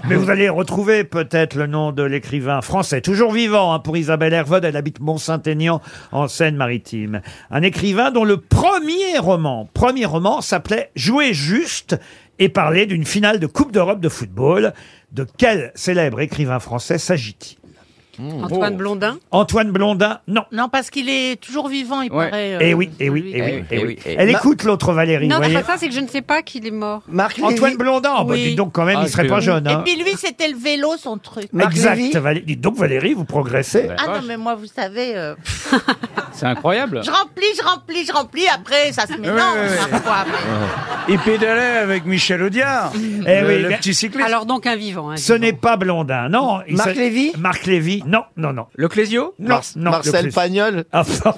B: Mais vous allez retrouver peut-être le nom de l'écrivain français, toujours vivant hein, pour Isabelle Hervode, elle habite Mont-Saint-Aignan en Seine-Maritime. Un écrivain dont le premier roman, premier roman s'appelait Jouer juste et parlait d'une finale de Coupe d'Europe de football. De quel célèbre écrivain français s'agit-il
H: Antoine Blondin.
B: Antoine Blondin Oh. Non.
F: Non, parce qu'il est toujours vivant, il
C: Ouais.
F: paraît. euh,
B: Eh oui, eh oui,
F: lui.
B: eh oui, eh
C: Eh
B: oui.
C: oui, eh oui.
B: Elle
E: Ma-
B: écoute l'autre Valérie,
H: Non,
B: vous
H: c'est
B: voyez.
H: pas ça, c'est que je ne sais pas qu'il est mort.
E: Marc Lévy.
B: Antoine Blondin, oh, bah,
F: Oui.
B: dites donc quand même,
C: Ah,
B: il serait pas
C: excusez-moi.
B: jeune.
F: Et
B: hein.
F: puis lui, c'était le vélo, son truc.
E: Marc
B: Exact,
E: Lévy.
B: Valérie. Dites donc Valérie, vous
D: Ben,
B: progressez.
F: Ah non, mais moi, vous savez, euh,
C: C'est incroyable.
F: je remplis, je remplis, je remplis, après, ça se mélange
G: ouais, ouais.
F: parfois.
G: Il pédalait avec Michel Audiard,
B: Eh
G: le,
B: oui,
G: le
B: mais-
G: petit cycliste.
H: Alors donc un vivant. hein, un
B: Ce
H: vivant.
B: n'est pas Blondin, non. il
E: Marc
B: s'a-
E: Lévy
B: Marc Lévy, non, non, non.
C: Le Clésio
B: Non,
D: Mar-
B: non,
D: Marcel
B: le plus.
D: Pagnol.
B: Ah, pardon.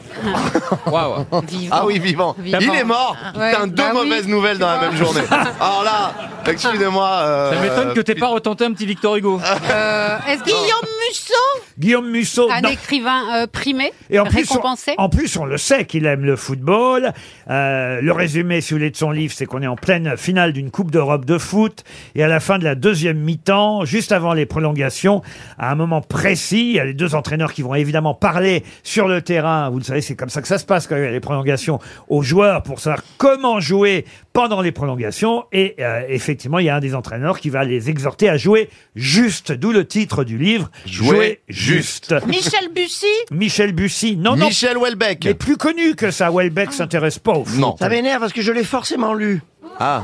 C: Waouh.
H: Vivant.
D: Ah oui, vivant.
H: Vivant.
D: Il est mort.
H: Ouais.
D: Putain, deux
H: Bah oui.
D: mauvaises nouvelles dans la même journée. Alors là, excusez-moi. euh,
C: Ça m'étonne que t'aies pas retenté un petit Victor Hugo.
H: Euh, Est-ce qu'il y a
F: Guillaume Musso
B: Guillaume Musso,
H: un
B: non.
H: écrivain euh, primé,
B: Et en plus, on,
H: récompensé
B: en plus, on le sait qu'il aime le football. Euh, le résumé, si vous voulez, de son livre, c'est qu'on est en pleine finale d'une Coupe d'Europe de foot. Et à la fin de la deuxième mi-temps, juste avant les prolongations, à un moment précis, samedi. Il y a les deux entraîneurs qui vont évidemment parler sur le terrain. Vous le savez, c'est comme ça que ça se passe quand il y a les prolongations aux joueurs pour savoir comment jouer pendant les prolongations. Et euh, effectivement, il y a un des entraîneurs qui va les exhorter à jouer juste, d'où le titre du livre.
D: Jouer juste.
F: Michel Bussy
B: Michel Bussy, non, non.
D: Michel Houellebecq.
B: Mais plus connu que ça,
H: Ah.
B: Houellebecq s'intéresse pas au foot.
D: Non.
E: Ça m'énerve parce que je l'ai forcément lu,
D: Ah,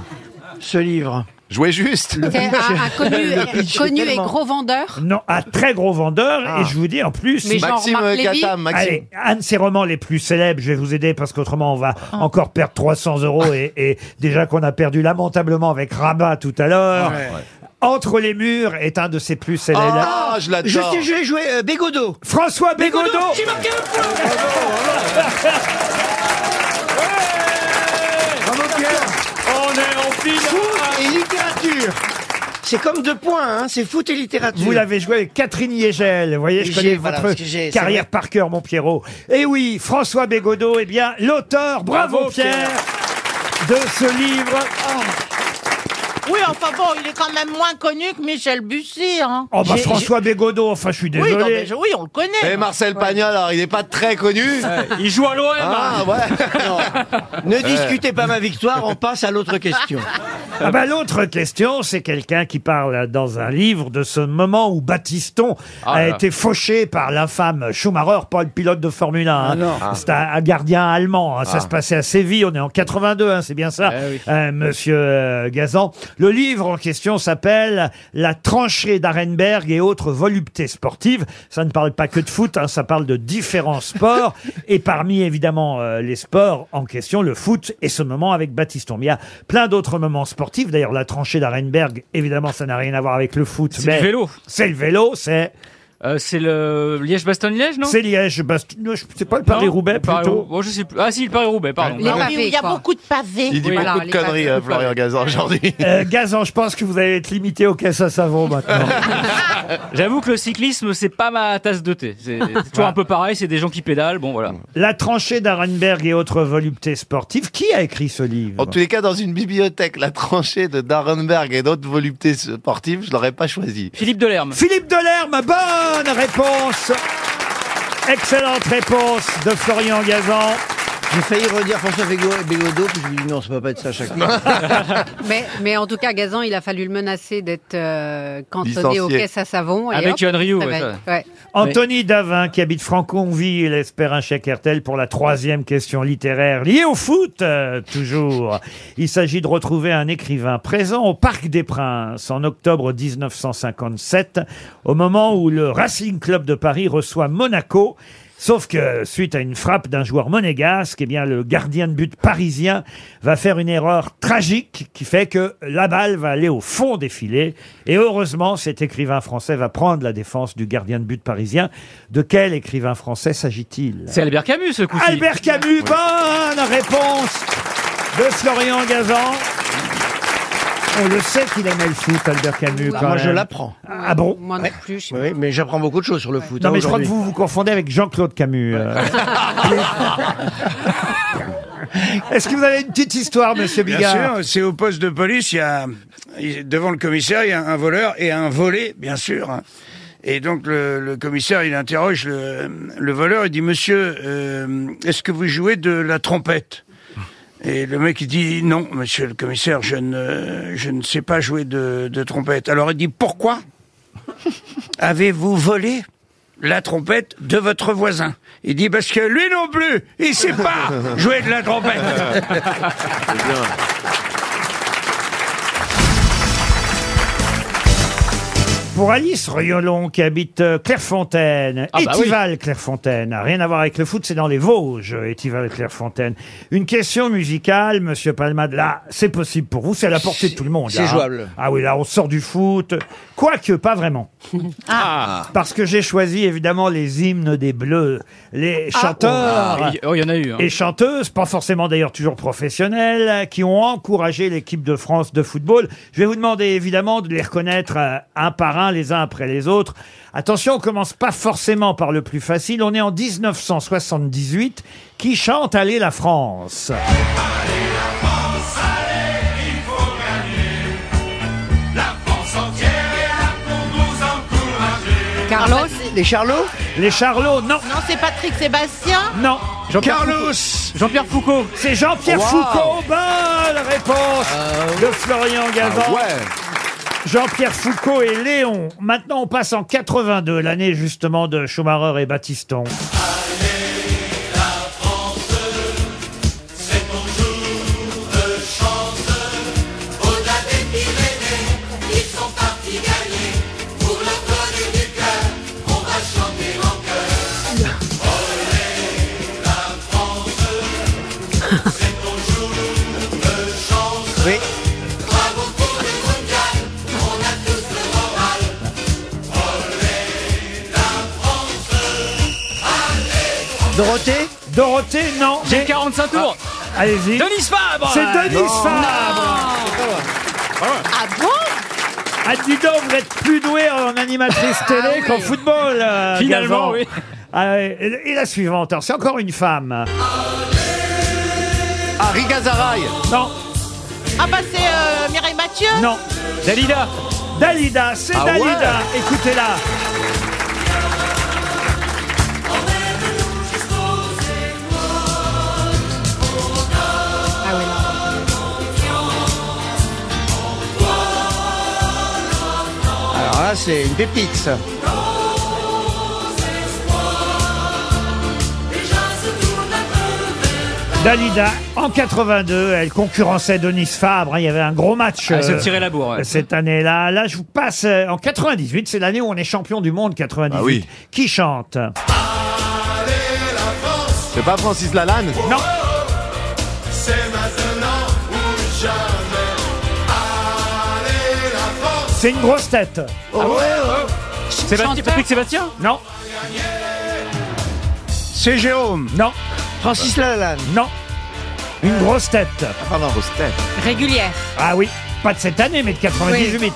E: ce livre.
D: jouer juste.
H: C'est un, un connu,
E: Le pitch est
H: connu et
E: tellement-
H: gros vendeur.
B: Non, un très gros vendeur,
D: Ah.
B: et je vous dis en plus...
H: Ah. Mais genre
D: Maxime
H: Marc
D: euh,
H: Lévy
D: Katam, Maxime.
B: Allez, un de ses romans les plus célèbres, je vais vous aider parce qu'autrement on va
H: Ah.
B: encore perdre 300 euros et, et déjà qu'on a perdu lamentablement avec Rabat tout à l'heure. Entre les murs est un de ses plus célèbres.
D: Ah, je
E: Je,
D: l'adore.
E: sais, je l'ai joué euh, Bégodeau.
B: François Bégodeau
E: J'ai marqué le point
B: Oh,
C: On est en
E: Foot et littérature. C'est comme deux points, hein, c'est foot et littérature.
B: Vous l'avez joué avec Catherine Yegel. Vous voyez, je
E: Yegel,
B: connais
E: voilà,
B: votre
E: parce que j'ai- c'est
B: carrière
E: vrai.
B: par cœur, mon Pierrot. Et oui, François Bégodeau, eh bien, l'auteur, bravo,
G: Bravo,
B: Pierre,
G: Pierre.
B: de ce livre.
F: Oui, enfin bon, il est quand même moins connu que Michel Bussy. Hein.
B: Oh, bah,
E: J'ai-
B: François Bégodeau, enfin, je suis
F: Oui, non,
B: désolé.
F: mais je- Eh, oui, on le connaît.
D: Et Marcel Pagnol, alors il n'est pas très connu.
C: Il joue à l'OM.
D: Ah ouais.
E: Ne discutez pas ma victoire, on passe à l'autre question.
B: Ah bah, l'autre question, c'est quelqu'un qui parle dans un livre de ce moment où Batiston a été fauché par l'infâme Schumacher, pas le pilote de Formule 1. hein.
G: non.
B: C'est un, un gardien allemand. hein.
C: Ah.
B: Ça se passait à Séville. On est en 82, hein, c'est bien ça,
C: Eh
B: euh, monsieur euh, Gazan. Le livre en question s'appelle La tranchée d'Arenberg et autres voluptés sportives. Ça ne parle pas que de foot, hein, ça parle de différents sports. Et parmi évidemment euh, les sports en question, le foot et ce moment avec Batiston. Mais il y a plein d'autres moments sportifs. D'ailleurs, la tranchée d'Arenberg, évidemment, ça n'a rien à voir avec le foot.
C: C'est
B: mais
C: du vélo.
B: C'est le vélo, c'est
C: Euh, c'est le Liège-Bastogne-Liège, non
B: c'est Liège, Bast- non, je- c'est pas le Paris-Roubaix
C: Non, le Paris-
B: plutôt.
C: Bon, je sais plus. Ah si, le Paris-Roubaix, pardon.
H: Les
F: Oui,
H: pavés,
F: il y a
H: quoi.
F: beaucoup de pavés.
D: Il dit
H: Oui, alors,
D: beaucoup
H: les
D: de conneries,
H: pattes-
D: euh, Florian Gazan, aujourd'hui.
B: Euh, Gazan, je pense que vous allez être limité au caisse à savon maintenant.
C: J'avoue que le cyclisme, c'est pas ma tasse de thé. C'est c'est toujours un peu pareil, c'est des gens qui pédalent, bon voilà.
B: La tranchée d'Arenberg et autres voluptés sportives. Qui a écrit ce livre
D: En tous les cas, dans une bibliothèque, la tranchée de Darenberg et d'autres voluptés sportives, je l'aurais pas choisi.
C: Philippe Delerme.
B: Philippe Delerme, bonne réponse Excellente réponse de Florian Gazan.
E: J'ai failli redire François Bégo- Bégodeau, puis je me dis non, ça peut pas être ça à chaque fois.
H: Mais, mais en tout cas, Gazan, il a fallu le menacer d'être euh, cantonné
D: Licencié.
H: aux caisses à savon. Et
C: Avec
H: hop,
C: Yoann Rioux,
H: ça va
C: ouais, ça.
H: être- ouais.
B: Anthony Davin, qui habite Franconville, espère un chèque RTL pour la troisième question littéraire liée au foot, euh, toujours. Il s'agit de retrouver un écrivain présent au Parc des Princes en octobre 1957, au moment où le Racing Club de Paris reçoit Monaco. Sauf que, suite à une frappe d'un joueur monégasque, eh bien, le gardien de but parisien va faire une erreur tragique qui fait que la balle va aller au fond des filets. Et heureusement, cet écrivain français va prendre la défense du gardien de but parisien. De quel écrivain français s'agit-il
C: C'est Albert Camus, ce coup-ci.
B: Albert Camus, bonne réponse de Florian Gazan. On le sait qu'il aimait le foot, Albert Camus. quand
E: Moi, je
B: même.
E: l'apprends.
B: Ah bon
H: Moi non plus, je sais
E: Oui, mais j'apprends beaucoup de choses sur le foot.
B: non,
E: hein,
B: mais je crois que
E: aujourd'hui.
B: vous vous confondez avec Jean-Claude Camus. euh. Est-ce que vous avez une petite histoire, monsieur
G: Bien
B: Bigard
G: sûr, c'est au poste de police, il y a, il- devant le commissaire, il y a un voleur et un volé, bien sûr. hein. Et donc le, le commissaire, il interroge le, le voleur, il dit, monsieur, euh, est-ce que vous jouez de la trompette et le mec il dit non, monsieur le commissaire, je ne, je ne sais pas jouer de, de trompette. Alors il dit pourquoi avez-vous volé la trompette de votre voisin Il dit parce que lui non plus, il sait pas jouer de la trompette.
B: Pour Alice Riolon, qui habite euh, Clairefontaine,
C: Ah bah
B: Étival Clairefontaine, rien à voir avec le foot, c'est dans les Vosges, euh, Étival Clairefontaine. Une question musicale, monsieur Palmade, là, c'est possible pour vous, c'est à la portée de tout le monde.
E: c'est
B: là, hein.
E: jouable.
B: Ah oui, là, on sort du foot, quoique pas vraiment.
C: Ah.
B: Parce que j'ai choisi évidemment les hymnes des Bleus, les chanteurs.
C: Ah, il Ah, oh, il y en a eu. hein.
B: Et chanteuses, pas forcément d'ailleurs toujours professionnelles, qui ont encouragé l'équipe de France de football. Je vais vous demander évidemment de les reconnaître euh, un par un, les uns après les autres. Attention, on commence pas forcément par le plus facile. On est en 1978. Qui chante Allez la France
H: Carlos,
E: Les Charlots
B: Les Charlots, non.
F: Non, c'est Patrick Sébastien
B: Non.
F: Jean-Pierre
B: Carlos Jean-Pierre Foucault C'est Jean-Pierre
F: Wow.
B: Foucault Bonne réponse de Florian Gazan
D: Ah ouais.
B: Jean-Pierre Foucault et Léon. Maintenant, on passe en 82, l'année justement de Schumacher et Battiston.
P: C'est ton jour de chance. Au-delà des Pyrénées, ils sont partis gagner. Pour la folie du cœur, on va chanter en cœur. Olé, la France. C'est ton jour de chance.
E: Oui.
P: Bravo pour le mondial, on a tous le moral. Olé, la France.
B: Dorothée Dorothée, non. Ah,
C: J'ai 45 tours.
B: Allez-y.
C: Denis Fabre
B: C'est Denis
C: Non.
B: Fabre
F: Ah bon
B: Ah, dis donc, vous êtes plus doué en animatrice télé qu'en football euh,
C: Finalement,
B: Gazan.
C: oui.
B: Ah, et, et la suivante, alors c'est encore une femme.
D: Harry Gazaray
B: Non,
F: Ah bah c'est euh, Mireille Mathieu
B: non. Dalida Dalida, c'est
P: Ah
B: Dalida
P: ouais.
B: Écoutez-la
E: Alors là, c'est une pépite, ça.
B: Dalida, en 82, elle concurrençait Denis Fabre. hein, Il y avait un gros match. euh,
C: Ah, elle se tirait la bourre, ouais.
B: Cette année-là. Là, je vous passe euh, en 98. C'est l'année où on est champion du monde, 98. Qui chante
D: C'est pas Francis Lalanne
B: Non.
P: C'est maintenant ou jamais. Allez, la France.
B: C'est une grosse tête.
C: Sébastien, Patrick Sébastien
B: Non.
G: C'est Jérôme.
B: Non.
E: Francis Lalanne.
B: Non. Une grosse tête.
D: pardon. Grosse tête.
H: Régulière.
B: Ah oui. Pas de cette année, mais de 98.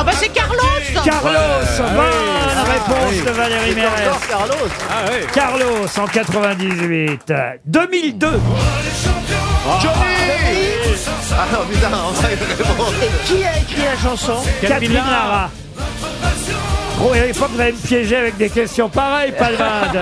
F: Ah bah c'est Carlos
B: Carlos, bonne
F: Ah,
B: réponse
F: oui.
B: de Valérie
F: Et
B: Mérès.
F: encore
D: Carlos.
F: Ah
B: Carlos en 98. 2002.
D: Johnny Ah non, putain, on va y répondre.
E: Qui a écrit la chanson
B: Catherine Lara. Oh, et à l'époque, vous allez me piéger avec des questions pareilles, Palmade.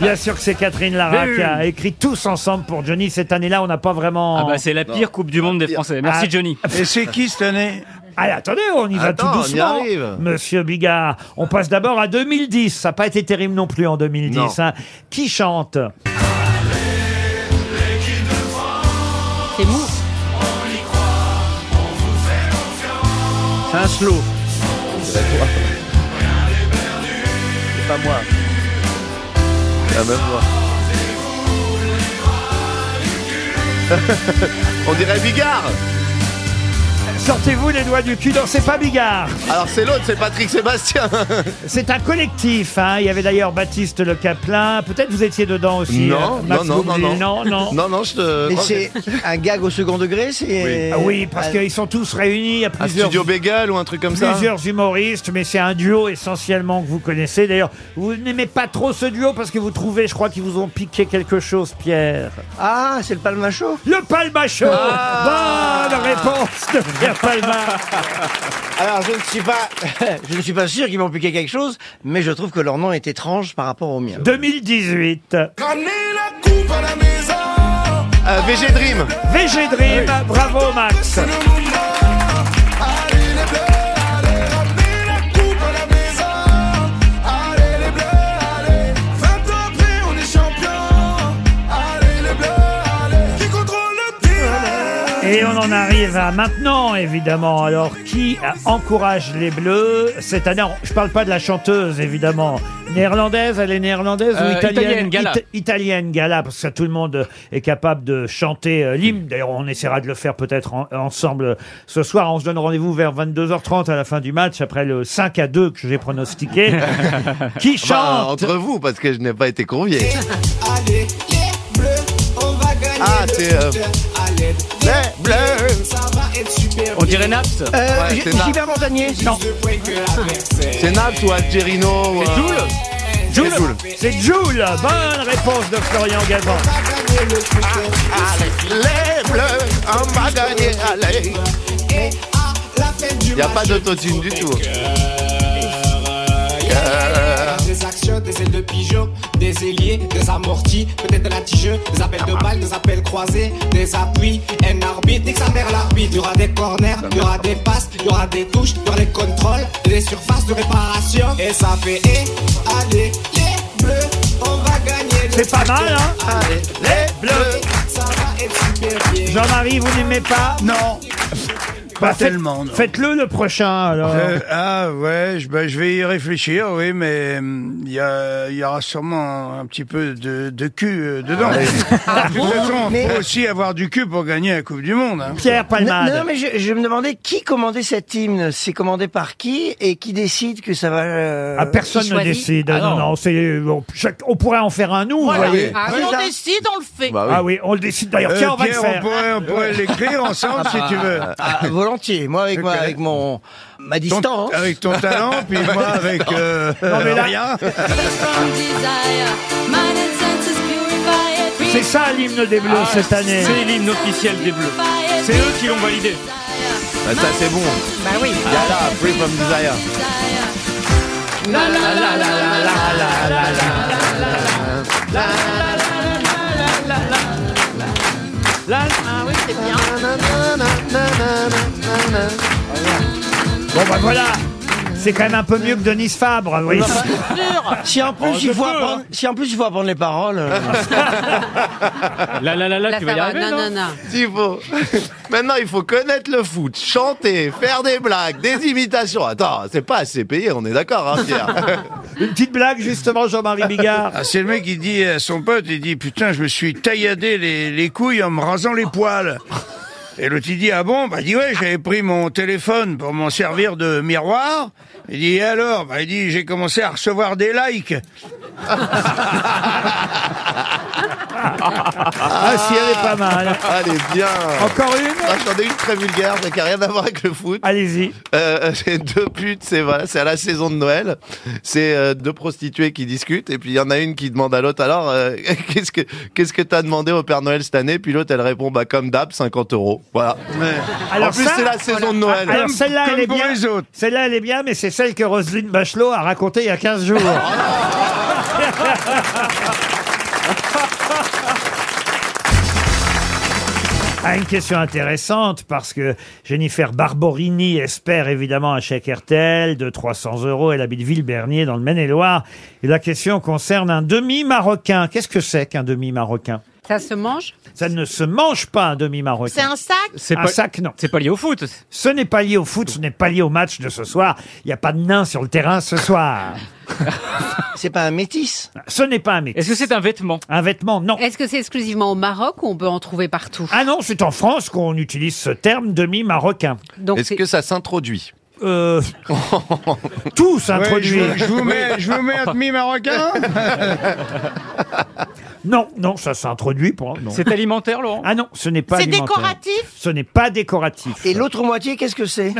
B: Bien sûr que c'est Catherine Lara
C: Mais oui.
B: qui a écrit Tous ensemble pour Johnny. Cette année-là, on n'a pas vraiment.
C: Ah bah c'est la pire Coupe du Monde des Français. Merci
B: Ah.
C: Johnny.
G: Et c'est qui cette année
B: Allez, attendez, on y va
D: Attends,
B: tout
D: on y
B: doucement.
D: arrive.
B: Monsieur Bigard, on passe d'abord à 2010. Ça n'a pas été terrible non plus en 2010.
D: Non.
B: hein. Qui chante
H: C'est mou.
G: C'est un slow. C'est pas moi.
D: La même voix. on dirait Bigard
B: Sortez-vous les doigts du cul. Non, c'est pas Bigard.
D: Alors c'est l'autre, c'est Patrick Sébastien
B: C'est un collectif. hein. Il y avait d'ailleurs Baptiste Le Caplin. Peut-être vous étiez dedans aussi.
D: Non,
B: euh, Max
D: non, non, non,
B: Boublil.
D: non.
B: non,
D: Non, non, je te...
E: Mais
D: Oh,
E: c'est un gag au second degré, c'est...
B: Ah oui, parce qu'ils sont tous réunis à
D: Un
B: plusieurs
D: studio bagel ou un truc comme ça
B: plusieurs humoristes, mais c'est un duo essentiellement que vous connaissez. D'ailleurs, vous n'aimez pas trop ce duo parce que vous trouvez, je crois, qu'ils vous ont piqué quelque chose, Pierre.
E: Ah, c'est le palmacho
B: Le Palmachot
E: Ah.
B: Bonne réponse de Pierre Palma
E: Alors, je ne suis pas, je ne suis pas sûr qu'ils m'ont piqué quelque chose, mais je trouve que leur nom est étrange par rapport au mien.
B: 2018,
P: Ramenez la coupe à la maison.
D: Euh, VG Dream
B: VG Dream, bravo Max
P: Allez les bleus, allez, ramenez la coupe à la maison. Allez les bleus, allez. 20 ans après, on est champion. Allez les bleus, allez. Qui contrôle le tir
B: Et on en arrive à maintenant, évidemment. Alors, qui encourage les Bleus cette année alors, Je parle pas de la chanteuse, évidemment. Néerlandaise, elle est néerlandaise
C: Euh,
B: ou italienne
C: italienne, Gala.
B: It- italienne, Gala, parce que tout le monde euh, est capable de chanter euh, l'hymne. D'ailleurs, on essaiera de le faire peut-être en- ensemble euh, ce soir. On se donne rendez-vous vers 22h30 à la fin du match, après le 5 à 2 que j'ai pronostiqué. qui
D: Bah,
B: chante
D: Entre vous, parce que je n'ai pas été convié.
P: Allez les bleus, on va gagner.
D: Ah,
P: le
D: c'est, euh,
P: mondial. Allez
D: les bleus.
P: Ça va être super.
C: On dirait Naps
E: Euh,
D: Ouais,
E: J-
D: c'est ça.
E: Gilbert Montagnier
B: Non,
P: Deux points que l'adversaire.
D: C'est Naps ou Algerino ou, euh,
B: Joule.
D: Joule.
B: C'est Joule Bonne réponse de Florian Gazan.
P: On va gagner le futur.
D: Les bleus, on va gagner, allez
P: Et à la fin du
D: Y a pas
P: match,
D: d'autotune du tout.
P: Allez,
Q: des actions, des ailes de pigeon, des ailiers, des amortis, peut-être de la tigeux, des appels de balles, des appels croisés, des appuis, un arbitre, nique sa mère l'arbitre. Il y aura des corners, il y aura des passes, il y aura des touches, il y aura des contrôles, des surfaces de réparation. Et ça fait, et allez, les bleus, on va gagner. le
B: C'est pas mal, hein
Q: Allez, les bleus, ça va être super bien.
B: Jean-Marie, vous n'aimez pas
G: Non. Pas tellement, non.
B: Bah, Faites-le le prochain, alors.
G: Euh, ah ouais, je, bah, je vais y réfléchir, oui, mais hum, il y, a- il y aura sûrement un petit peu de, de cul euh, dedans. Ah, de toute façon,
E: Ah, Mais-
G: faut aussi avoir du cul pour gagner la Coupe du Monde. hein.
E: Non, non, mais je, je me demandais qui commandait cet hymne. C'est commandé par qui et qui décide que ça va. euh,
B: Ah, personne
E: qui
B: ne
E: choisit Ah,
B: décide.
D: Ah
B: non, non, c'est- euh, on, chaque- on pourrait en faire un nous, vous
F: Voilà.
B: voyez.
F: Si on décide, on le fait.
B: Ah oui, on le décide d'ailleurs.
G: Euh,
B: Tiens, on va
G: Pierre,
B: le faire.
G: on pourrait- on pourrait l'écrire ensemble, si tu veux.
E: Ah, volontiers. Moi, avec, moi, avec mon, ma distance.
G: avec ton talent, puis moi, avec, euh,
E: Non, mais là-
G: rien.
B: C'est ça l'hymne des Bleus
E: Ah.
B: cette année.
C: Ah, C'est l'hymne officiel des Bleus. C'est eux qui l'ont validé.
D: Bah, ça, c'est bon.
H: Bah oui.
D: Yala, Free from Desire.
F: Là, ah oui, c'est bien.
B: Bon, bah voilà. C'est quand même un peu mieux que Denis Fabre, vous voyez.
E: Si en plus,
B: Oh, je
E: il faut
B: peux,
E: apprendre, si en plus il faut apprendre les paroles. euh,
C: La la la la,
H: Là,
C: tu
H: ça
C: vas y
H: va.
C: arriver,
H: non,
C: non
H: non, non.
D: Il faut- Maintenant, il faut connaître le foot, chanter, faire des blagues, des imitations. Attends, c'est pas assez payé, on est d'accord, hein, Pierre
B: Une petite blague, justement, Jean-Marie Bigard.
G: Ah, c'est le mec qui dit à son pote, il dit putain, je me suis tailladé les, les couilles en me rasant les poils. Et l'autre il dit ah bon bah il dit ouais j'avais pris mon téléphone pour m'en servir de miroir. Il dit et alors bah il dit j'ai commencé à recevoir des likes.
B: Ah, si, elle est pas mal.
D: Allez, bien.
B: Encore une
D: Attendez, une très vulgaire, mais qui n'a rien à voir avec le foot.
B: Allez-y.
D: Euh, c'est deux putes, c'est voilà, c'est à la saison de Noël. C'est euh, deux prostituées qui discutent, et puis il y en a une qui demande à l'autre alors euh, qu'est-ce que qu'est-ce que t'as demandé au Père Noël cette année Puis l'autre elle répond bah comme d'hab 50 euros. Voilà. en plus
B: ça-
D: c'est la saison de Noël.
B: Alors celle-là, elle est
G: pour
B: bien. Celle-là, elle est bien, mais c'est celle que Roselyne Bachelot a racontée il y a 15 jours. Ah, une question intéressante parce que Jennifer Barborini espère évidemment un chèque RTL de 300 euros. Elle habite Villebernier dans le Maine-et-Loire. Et la question concerne un demi-marocain. Qu'est-ce que c'est qu'un demi-marocain
H: Ça se mange Ah,
B: Ça ne se mange pas un demi-marocain.
F: C'est un sac
B: C'est un sac, non.
C: C'est pas lié au foot.
B: Ce n'est pas lié au foot, ce n'est pas lié au match de ce soir. Il n'y a pas de nain sur le terrain ce soir.
E: c'est pas un métis.
B: Ce n'est pas un métier.
C: Est-ce que c'est un vêtement
B: Un vêtement, non.
H: Est-ce que c'est exclusivement au Maroc ou on peut en trouver partout
B: Ah non, c'est en France qu'on utilise ce terme demi-marocain.
H: Donc
D: Est-ce
H: c'est-
D: que ça s'introduit
B: Euh, tout
G: Ouais,
B: s'introduit.
G: je, je vous mets je vous mets un demi marocain.
B: Non, non, ça s'introduit pas. non.
C: C'est alimentaire, Laurent
B: Ah non, ce n'est pas
F: C'est
B: alimentaire.
F: décoratif
B: Ce n'est pas décoratif.
E: Et l'autre moitié, qu'est-ce que c'est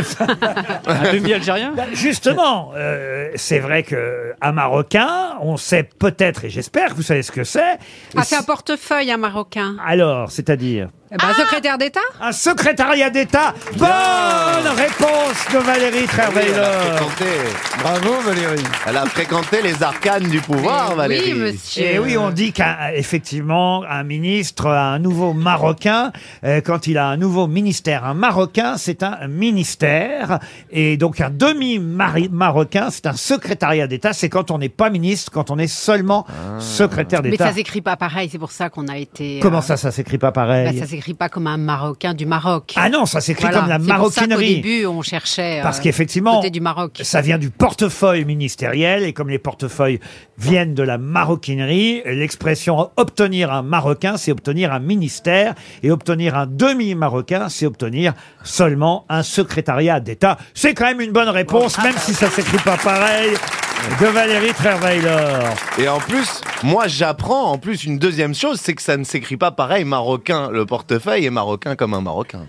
C: Un demi-algérien
B: Bah, Justement, euh, c'est vrai que un Marocain, on sait peut-être, et j'espère que vous savez ce que c'est.
H: Ah, c'est un portefeuille, un Marocain.
B: Alors, c'est-à-dire
H: Eh ben, secrétaire d'État
B: Un secrétariat d'État. Bonne réponse de Valérie
D: Ah elle, a
B: Trierweiler.
D: fréquenté,
G: Bravo Valérie.
D: elle a fréquenté les arcanes du pouvoir, Valérie.
H: Eh Oui, monsieur.
B: Et Eh oui, on dit qu'effectivement, un ministre, un nouveau Marocain, euh, quand il a un nouveau ministère, un Marocain, c'est un ministère. Et donc, un demi-Marocain, c'est un secrétariat d'État. C'est quand on n'est pas ministre, quand on est seulement
D: Ah.
B: secrétaire
H: Mais
B: d'État.
H: ça s'écrit pas pareil, c'est pour ça qu'on a été.
B: Comment
H: euh,
B: ça, ça s'écrit pas
H: bah,
B: pareil
H: Ça s'écrit pas comme un Marocain du Maroc.
B: Ah non, ça s'écrit
H: Voilà.
B: comme la
H: C'est pour ça qu'au
B: maroquinerie.
H: début, on cherchait. euh,
B: Parce qu'effectivement,
H: Côté du Maroc.
B: Ça vient du portefeuille ministériel et comme les portefeuilles viennent de la maroquinerie, l'expression obtenir un marocain, c'est obtenir un ministère et obtenir un demi-marocain, c'est obtenir seulement un secrétariat d'État. C'est quand même une bonne réponse, même si ça s'écrit pas pareil. De Valérie Trerweiler.
D: Et en plus, moi j'apprends en plus une deuxième chose, c'est que ça ne s'écrit pas pareil marocain. Le portefeuille est marocain comme un marocain.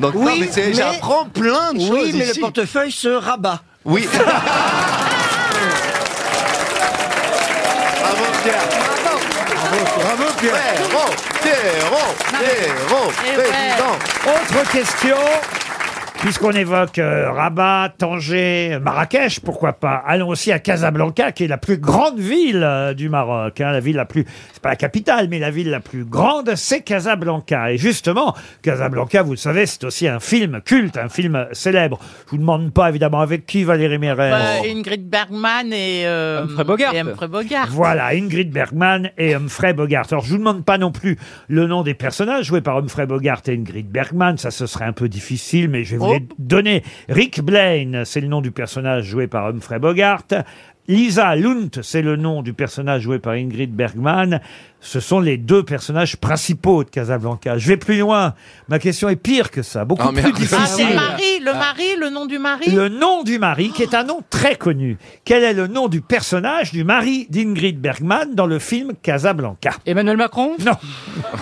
D: Donc non, mais c'est-
E: mais-
D: j'apprends plein de choses
E: Oui, mais
D: ici.
E: le portefeuille se rabat.
D: Oui. Bravo Pierre.
G: Bravo Pierre.
D: Pierrot, Pierrot, Pierrot,
F: Eh ouais.
D: président.
B: Autre question. Puisqu'on évoque euh, Rabat, Tanger, Marrakech, pourquoi pas. Allons aussi à Casablanca, qui est la plus grande ville euh, du Maroc. hein, la ville la plus, c'est pas la capitale, mais la ville la plus grande, c'est Casablanca. Et justement, Casablanca, vous le savez, c'est aussi un film culte, un film célèbre. Je vous demande pas évidemment avec qui Valérie Mérès.
F: Bah, Ingrid Bergman et euh, et Humphrey Bogart.
B: Voilà, Ingrid Bergman et Humphrey Bogart. Alors, je vous demande pas non plus le nom des personnages joués par Humphrey Bogart et Ingrid Bergman. Ça, ce serait un peu difficile, mais je vais vous
F: Oh.
B: les donner. Rick Blaine, c'est le nom du personnage joué par Humphrey Bogart. Lisa Lunt, c'est le nom du personnage joué par Ingrid Bergman. Ce sont les deux personnages principaux de Casablanca. Je vais plus loin. Ma question est pire que ça, beaucoup plus
F: Ah, c'est le
B: difficile.
F: mari, le mari, le nom du mari.
B: Le nom du mari, qui est un nom très connu. Quel est le nom du personnage du mari d'Ingrid Bergman dans le film Casablanca Emmanuel Macron Non.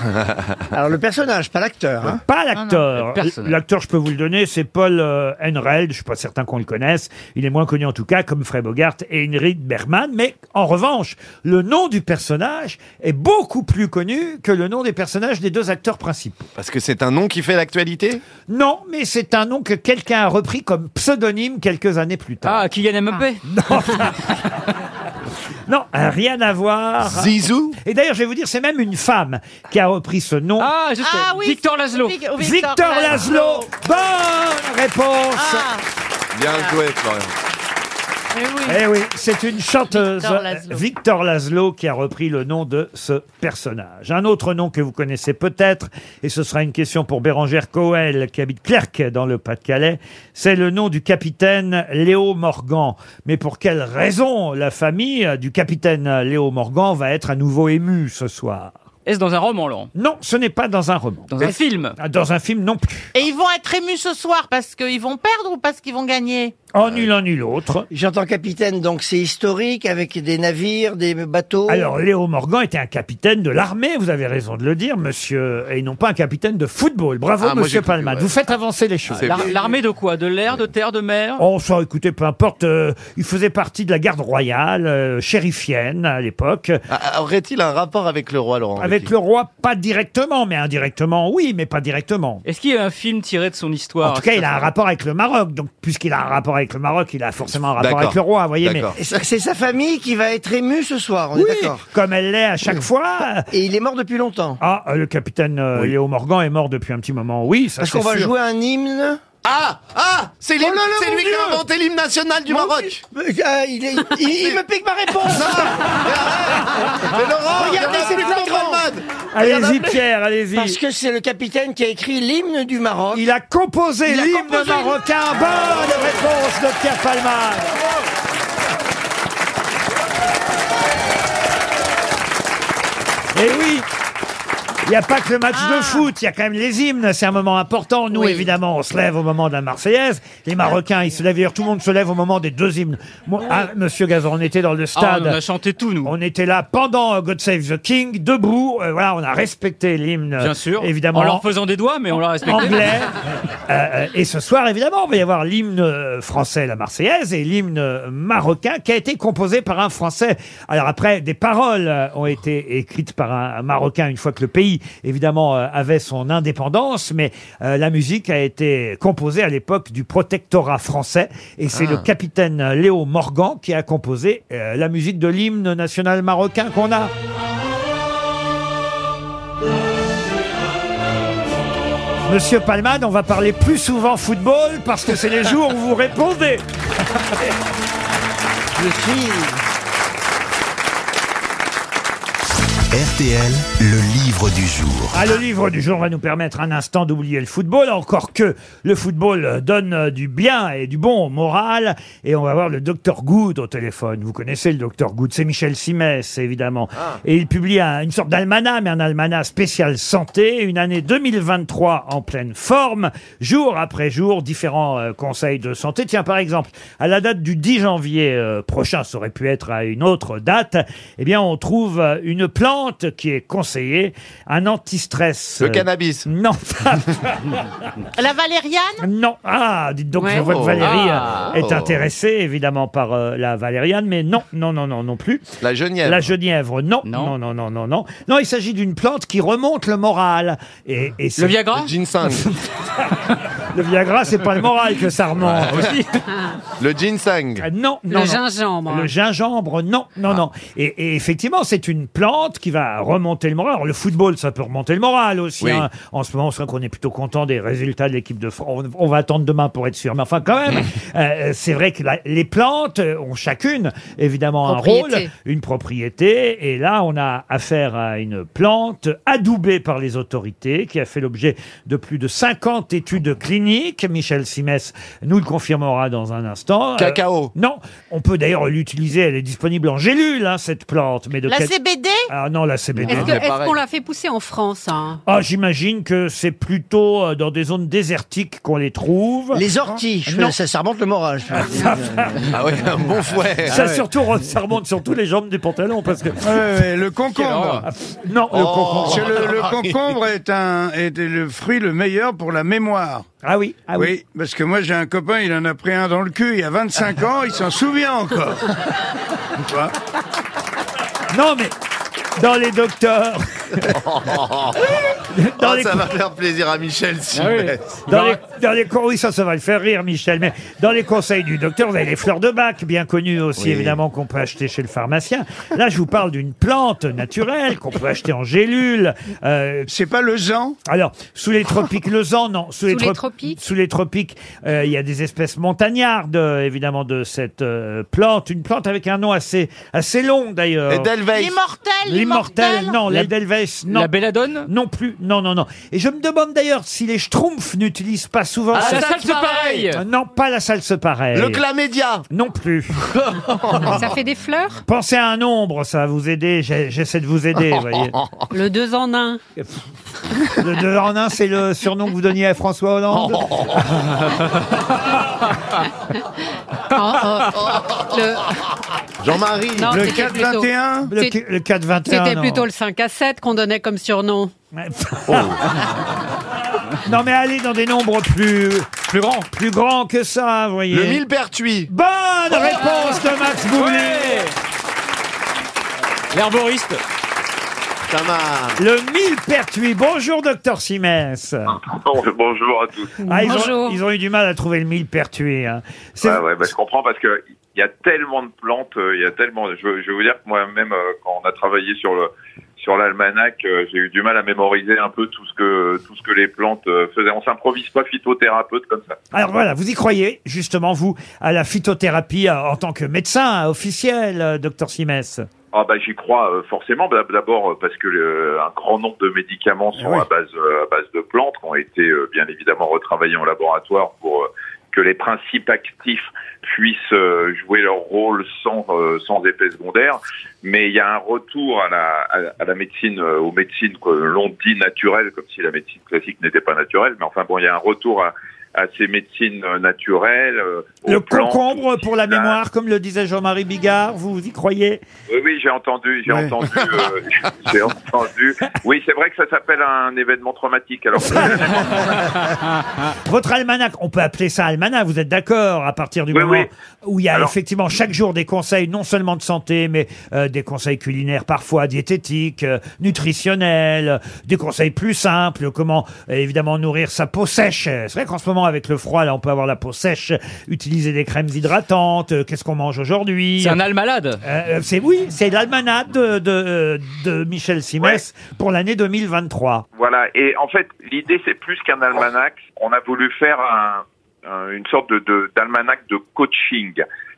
B: Alors le personnage, pas l'acteur. hein. Pas
E: Non, non, le
B: l'acteur.
E: personnage.
B: L'acteur, je peux vous le donner, c'est Paul euh, Enreld. Je suis pas certain qu'on le connaisse. Il est moins connu en tout cas, comme Fred Bogart et Ingrid Bergman. Mais en revanche, le nom du personnage est beaucoup plus connu que le nom des personnages des deux acteurs principaux.
D: Parce que c'est un nom qui fait l'actualité
B: Non, mais c'est un nom que quelqu'un a repris comme pseudonyme quelques années plus tard. Ah, Kylian Mbappé Non, non, rien à voir.
D: Zizou
B: Et d'ailleurs, je vais vous dire, c'est même une femme qui a repris ce nom.
C: Ah, je sais.
F: Ah oui,
C: Victor Laszlo.
F: Vic-
B: Victor Laszlo.
F: Laszlo. Ah.
B: Bonne réponse
D: Bien joué, Florian.
F: Eh oui.
B: Eh oui, c'est une chanteuse,
F: Victor Laszlo.
B: Victor Laszlo, qui a repris le nom de ce personnage. Un autre nom que vous connaissez peut-être, et ce sera une question pour Bérangère Coel, qui habite Clerc dans le Pas-de-Calais, c'est le nom du capitaine Léo Morgan. Mais pour quelle raison la famille du capitaine Léo Morgan va être à nouveau émue ce soir
C: Est-ce dans un roman, Laurent
B: Non, ce n'est pas dans un roman.
C: Dans un film
B: Ah, Dans un film non plus.
F: Et ils vont être émus ce soir parce qu'ils vont perdre ou parce qu'ils vont gagner
B: En nul en nul autre.
E: J'entends capitaine, donc c'est historique avec des navires, des bateaux.
B: Alors, Léo Morgan était un capitaine de l'armée, vous avez raison de le dire, monsieur, et non pas un capitaine de football. Bravo,
C: Ah, moi, j'ai
B: monsieur
C: cru,
B: Palman.
C: ouais.
B: Vous faites avancer les choses.
C: L'ar- L'armée de quoi De l'air, de terre, de mer
B: Oh, ça, écoutez, peu importe. euh, il faisait partie de la garde royale, euh, shérifienne à l'époque.
C: Ah,
D: Aurait-il un rapport avec le roi, Laurent
B: Avec le roi, pas directement, mais indirectement, oui, mais pas directement.
C: Est-ce qu'il y a un film tiré de son histoire
B: En tout cas, il a un rapport avec le Maroc. Donc, puisqu'il a un rapport avec le Maroc, il a forcément un rapport
C: D'accord.
B: avec le roi, vous voyez. Mais...
C: D'accord.
E: Et ça- C'est sa famille qui va être émue ce soir, on
B: Oui,
E: est d'accord.
B: comme elle l'est à chaque fois.
E: Et il est mort depuis longtemps.
B: Ah, euh, le capitaine euh, Léo Morgan est mort depuis un petit moment. Oui, ça
E: Parce
B: c'est
E: qu'on va
B: sûr.
E: jouer un hymne. Oh
D: Ah Ah C'est l'hymne-
E: là là,
D: c'est
E: mon
D: lui qui a
E: Dieu
D: inventé l'hymne national du
E: Mon
D: Maroc
E: Dieu, euh, ah, il, est- il- il me pique ma réponse
D: Mais Laurent,
E: Regardez,
D: il y en a
E: c'est
D: plus
E: flagrant.
D: que Goldman.
B: Allez-y, Pierre, allez-y.
E: Parce que c'est le capitaine qui a écrit l'hymne du Maroc.
B: Il a composé
E: Il a
B: l'hymne
E: composé
B: marocain. Bonne réponse de Pierre Palman. Et oui il n'y a pas que le match
E: Ah.
B: de foot, il y a quand même les hymnes, c'est un moment important. Nous, évidemment, on se lève au moment de la Marseillaise. Les Marocains, ils se lèvent, d'ailleurs, tout le monde se lève au moment des deux hymnes. Moi, ah, monsieur Gazan, on était dans le stade.
C: Ah, on a chanté tout, nous.
B: On était là pendant euh, God Save the King, debout. Euh, voilà, on a respecté l'hymne.
C: Bien sûr.
B: Évidemment.
C: En leur faisant des doigts, mais on leur respectait.
B: Anglais. Euh, et ce soir, évidemment, il va y avoir l'hymne euh, français, la Marseillaise, et l'hymne euh, marocain qui a été composé par un Français. Alors après, des paroles euh, ont été écrites par un, un Marocain une fois que le pays, évidemment, euh, avait son indépendance, mais euh, la musique a été composée à l'époque du protectorat français, et c'est
D: Ah.
B: le capitaine euh, Léo Morgan qui a composé euh, la musique de l'hymne national marocain qu'on a. Monsieur Palman, on va parler plus souvent football parce que c'est les jours où vous répondez.
E: Je suis...
A: RTL, le livre du jour.
B: Ah, le livre du jour va nous permettre un instant d'oublier le football, encore que le football donne euh, du bien et du bon au moral. Et on va voir le docteur Good au téléphone. Vous connaissez le docteur Good, c'est Michel Simès, évidemment. Et il publie un- une sorte d'almanach, mais un almanach spécial santé, une année 2023 en pleine forme, jour après jour, différents euh, conseils de santé. Tiens, par exemple, à la date du 10 janvier euh, prochain, ça aurait pu être à une autre date, eh bien, on trouve euh, une plante qui est conseillée, un antistress.
D: Le
B: euh,
D: cannabis.
B: Non.
F: La Valériane
B: non. Ah, dites donc,
F: Ouais.
B: je vois que
D: Oh.
B: Valérie euh,
D: Ah.
B: est
D: Oh.
B: intéressée, évidemment, par euh, la valériane, mais non, non, non, non, non plus.
D: La genièvre.
B: La genièvre, non. Non, non, non, non, non. Non, il s'agit d'une plante qui remonte le moral. Et, et c'est-
D: Le ginseng.
B: Le Viagra, c'est pas le moral que ça remonte.
D: Ouais. Le ginseng.
B: Ah, Non, non,
D: Le
B: non.
D: gingembre.
B: Le gingembre, non, non, non. Et, et effectivement, c'est une plante qui va remonter le moral. Alors, le football, ça peut remonter le moral aussi.
D: Oui.
B: hein. En ce moment, on se qu'on est plutôt content des résultats de l'équipe de France. On, on va attendre demain pour être sûr. Mais enfin, quand même, euh, c'est vrai que la- les plantes euh, ont chacune, évidemment, un
R: Propriété.
B: rôle une propriété. Et là, on a affaire à une plante adoubée par les autorités qui a fait l'objet de plus de 50 études cliniques. Michel Simès nous le confirmera dans un instant. Cacao. non, on peut d'ailleurs l'utiliser. Elle est disponible en gélule, hein, cette plante. Mais de
H: La
B: quel-
H: CBD
B: Ah non, la CBD.
H: Est-ce que- est-ce qu'on l'a fait pousser en France hein
B: Ah, j'imagine que c'est plutôt euh, dans des zones désertiques qu'on les trouve.
E: Les orties, je-
B: Non.
E: ça, ça remonte le moral.
D: Ah ouais, un bon fouet.
B: Ça,
D: Ah ouais.
B: surtout, re- ça remonte surtout les jambes du pantalon parce que.
G: le concombre.
B: Non, le concombre.
G: Monsieur, Oh. le,
E: Ah,
G: le concombre est, un, est le fruit le meilleur pour la mémoire.
B: Ah oui, ah oui.
G: parce que moi j'ai un copain, il en a pris un dans le cul il y a 25 ans, il s'en souvient encore. Tu vois
B: Non, mais dans les docteurs.
D: Oh, ça va faire plaisir à Michel
E: Ah
D: si
B: Ah Dans les, dans les cours- oui, ça, ça va le faire rire, Michel. Mais dans les conseils du docteur, vous avez les fleurs de bac, bien connues aussi,
D: Oui.
B: évidemment, qu'on peut acheter chez le pharmacien. Là, je vous parle d'une plante naturelle qu'on peut acheter en gélule. euh,
G: C'est pas le zan
B: Alors, sous les tropiques, le zan, non. Sous,
H: Sous les
B: trop-
H: tropiques
B: Sous les tropiques, euh, il y a des espèces montagnardes, euh, évidemment, de cette euh, plante. Une plante avec un nom assez, assez long, d'ailleurs.
F: Edelweiss. L'immortel,
B: L'immortel,
F: l'immortel.
B: non.
F: La-
B: L'Edelweiss, non.
F: la
B: belladone Non plus. Non, non, non. Et je me demande d'ailleurs si les Schtroumpfs n'utilisent pas souvent
D: Ah, la
B: cette-
D: salse pareille.
B: Euh, Non, pas la salse pareille.
D: Le clamédia.
B: Non plus.
H: Ça fait des fleurs
B: Pensez à un nombre, ça va vous aider. J'ai- J'essaie de vous aider, vous voyez.
H: Le deux en un.
B: Le deux en un, c'est le surnom que vous donniez à François Hollande.
H: Oh,
D: Jean-Marie.
H: oh. Non, c'était plutôt-
B: Le,
H: c'est-
B: le 421.
H: C'était
B: non.
H: plutôt le 5 à 7 qu'on donnait comme surnom.
B: Non, mais allez dans des nombres plus. Plus grands. Plus grands que ça, vous voyez.
D: Le millepertuis.
B: Bonne réponse de Max Boublil.
D: L'herboriste. Ça m'a.
B: Le millepertuis. Bonjour, docteur Simès.
S: Bonjour à tous.
B: Ah, ils, ont, ils ont eu du mal à trouver le millepertuis. hein. C'est-
S: Ouais, ouais, bah, je comprends parce que il y a tellement de plantes, euh, il y a tellement. Je, veux- je veux vous dire que moi-même, euh, quand on a travaillé sur le sur l'almanach, euh, j'ai eu du mal à mémoriser un peu tout ce que tout ce que les plantes euh, faisaient. On s'improvise pas phytothérapeute comme ça.
B: Alors voilà, vous y croyez, justement, vous, à la phytothérapie euh, en tant que médecin euh, officiel, euh, docteur Simès.
S: Ah bah j'y crois euh, forcément. D'ab- D'abord euh, parce que euh, un grand nombre de médicaments sont à base euh, à base de plantes qui ont été euh, bien évidemment retravaillés en laboratoire pour euh, que les principes actifs puissent euh, jouer leur rôle sans euh, sans effet secondaire. Mais il y a un retour à la à, à la médecine euh, aux médecines que l'on dit naturelles comme si la médecine classique n'était pas naturelle. Mais enfin bon, il y a un retour à à ces médecines euh, naturelles. euh, aux
B: Le
S: plantes,
B: concombre pour la mémoire, comme le disait Jean-Marie Bigard, vous, vous y croyez
S: Oui, oui, j'ai entendu, j'ai
B: Ouais.
S: entendu, euh, j'ai entendu. Oui, c'est vrai que ça s'appelle un événement traumatique. Alors, que-
B: Votre almanach, on peut appeler ça almanach, vous êtes d'accord, à partir du
S: Oui,
B: moment
S: oui.
B: où il y a
S: Alors-
B: effectivement chaque jour des conseils, non seulement de santé, mais euh, des conseils culinaires parfois, diététiques, euh, nutritionnels, euh, des conseils plus simples, comment euh, évidemment nourrir sa peau sèche. Euh, C'est vrai qu'en ce moment, avec le froid, là, on peut avoir la peau sèche, utiliser des crèmes hydratantes, euh, qu'est-ce qu'on mange aujourd'hui
C: C'est un almalade.
B: Euh, c'est oui, c'est l'almanach de, de, de Michel Simès pour l'année 2023.
S: voilà. Et en fait, l'idée, c'est plus qu'un almanach. On a voulu faire un, un- une sorte de, de- d'almanach de coaching.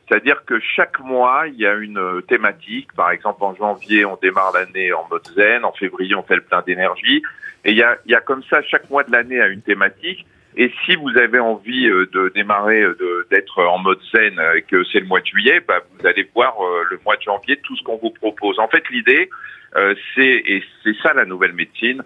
S: C'est-à-dire que chaque mois, il y a une euh, thématique. Par exemple, en janvier, on démarre l'année en mode zen. En février, on fait le plein d'énergie. Et il y a, il y a comme ça, chaque mois de l'année, à une thématique. Et si vous avez envie euh, de démarrer, euh, de- d'être en mode zen, euh, et que c'est le mois de juillet, bah, vous allez voir euh, le mois de janvier tout ce qu'on vous propose. En fait, l'idée, euh, c'est et c'est ça la nouvelle médecine,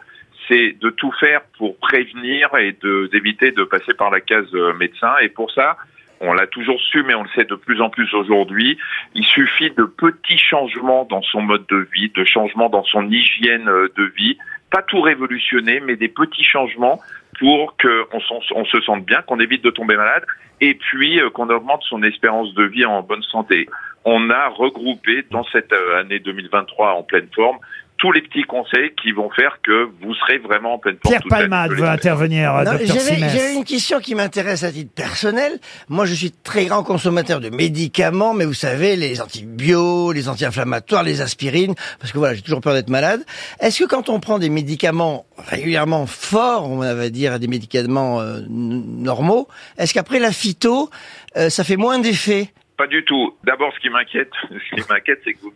S: c'est de tout faire pour prévenir et de- d'éviter de, passer par la case euh, médecin. Et pour ça, on l'a toujours su, mais on le sait de plus en plus aujourd'hui, il suffit de petits changements dans son mode de vie, de changements dans son hygiène euh, de vie, pas tout révolutionner, mais des petits changements pour qu'on on se sente bien, qu'on évite de tomber malade, et puis euh, qu'on augmente son espérance de vie en bonne santé. On a regroupé dans cette euh, année 2023 en pleine forme tous les petits conseils qui vont faire que vous serez vraiment en pleine forme.
B: Pierre
S: toute l'année.
B: Palmade veut intervenir,
E: Non,
B: Ah, docteur
E: J'avais
B: Simès.
E: j'avais une question qui m'intéresse à titre personnel. Moi, je suis très grand consommateur de médicaments, mais vous savez, les antibiotiques, les anti-inflammatoires, les aspirines, parce que voilà, j'ai toujours peur d'être malade. Est-ce que quand on prend des médicaments régulièrement forts, on va dire des médicaments euh, n- normaux, est-ce qu'après la phyto, euh, ça fait moins d'effet
S: Pas du tout. D'abord, ce qui m'inquiète, ce qui m'inquiète, c'est que vous,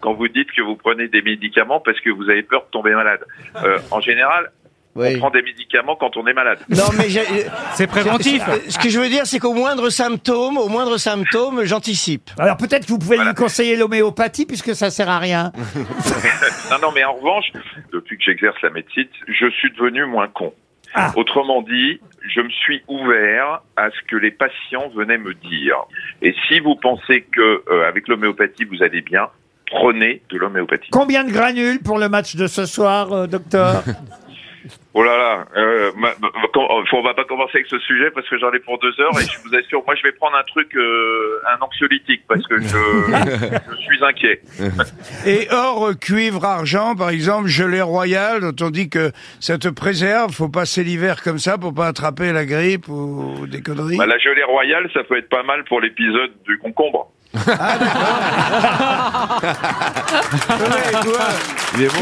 S: quand vous dites que vous prenez des médicaments parce que vous avez peur de tomber malade. Euh, en général, on prend des médicaments quand on est malade.
E: Non, mais j'ai-
C: C'est préventif.
E: j'ai- Ce que je veux dire, c'est qu'au moindre symptôme, au moindre symptôme, j'anticipe.
B: Alors peut-être que vous pouvez lui conseiller l'homéopathie puisque ça sert à rien.
S: non, non, mais en revanche, depuis que j'exerce la médecine, je suis devenu moins con. Autrement dit, je me suis ouvert à ce que les patients venaient me dire. Et si vous pensez que euh, avec l'homéopathie vous allez bien, prenez de l'homéopathie.
B: Combien de granules pour le match de ce soir, euh, docteur
S: Oh là là, euh, ma- ma- com- on va pas commencer avec ce sujet parce que j'en ai pour deux heures et je vous assure, moi je vais prendre un truc, euh, un anxiolytique parce que je, je suis inquiet.
G: Et or, euh, cuivre, argent, par exemple, gelée royale, dont on dit que ça te préserve, faut passer l'hiver comme ça pour pas attraper la grippe ou des conneries.
S: Bah, la gelée royale, ça peut être pas mal pour l'épisode du concombre.
G: ou,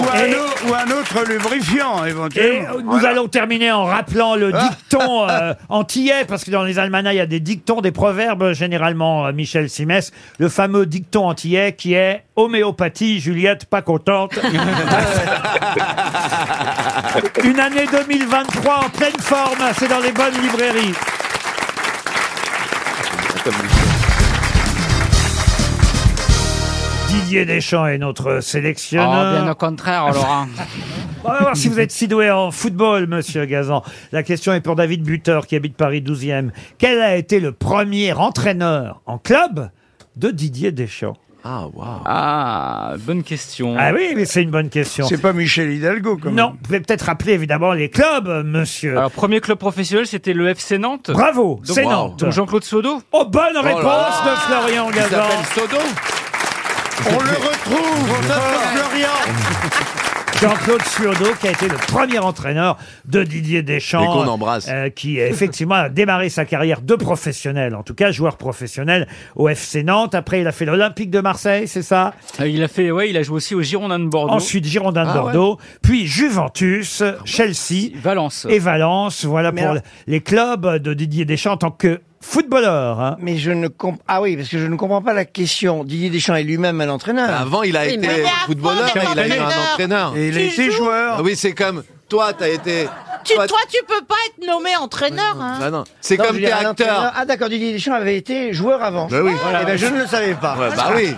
G: un au- ou un autre lubrifiant,
B: Et euh,
G: éventuellement.
B: nous allons terminer en rappelant le dicton euh, antillais, parce que dans les almanachs, il y a des dictons, des proverbes, généralement, euh, Michel Simès, le fameux dicton antillais qui est « Homéopathie, Juliette pas contente ». Une année 2023 en pleine forme, c'est dans les bonnes librairies. Didier Deschamps est notre sélectionneur.
C: Oh, bien au contraire, Laurent.
B: On va voir si vous êtes si doué en football, monsieur Gazan. La question est pour David Buter, qui habite Paris 12e. Quel a été le premier entraîneur en club de Didier Deschamps
C: Ah, Ah, bonne question.
B: Ah oui, mais c'est une bonne question.
C: C'est
B: pas Michel Hidalgo, quand Non, vous pouvez peut-être rappeler évidemment les clubs, euh, monsieur.
C: Alors, premier club professionnel, c'était le FC Nantes.
B: Bravo,
C: Euh, Donc-
B: c'est Nantes.
C: Donc Jean-Claude Sodo.
B: Oh, bonne réponse de Florian
C: Il
B: Gazan.
C: s'appelle
B: Sodo
E: On le retrouve,
B: Jean-Claude Suodo, qui a été le premier entraîneur de Didier Deschamps.
D: Et qu'on embrasse.
B: euh, qui, effectivement, a démarré sa carrière de professionnel, en tout cas, joueur professionnel au FC Nantes. Après, il a fait l'Olympique de Marseille, c'est ça
C: Euh, Il a fait, ouais, il a joué aussi au Girondin de Bordeaux.
B: Ensuite, Girondin de
C: Ah,
B: Bordeaux, puis Juventus, Chelsea,
C: Valence.
B: et Valence. Voilà
E: Mais
B: pour
E: alors-
B: les clubs de Didier Deschamps en tant que footballeur. hein.
E: Mais je ne comprends. Ah oui, parce que je ne comprends pas la question. Didier Deschamps est lui-même un entraîneur.
D: Bah, Avant, il a été footballeur, il a été un entraîneur.
E: Et il a Tu été joues. joueur.
D: Ah Oui, c'est comme toi, t'as été.
F: Tu, toi, tu peux pas être nommé entraîneur. hein.
D: Ah non, c'est
E: Non,
D: comme
E: je veux
D: t'es
E: dire, un entraîneur-
D: acteur.
E: Ah d'accord, Didier Deschamps avait été joueur avant.
D: Bah oui.
E: Eh ben, je ne le savais pas.
D: Ouais, bah oui.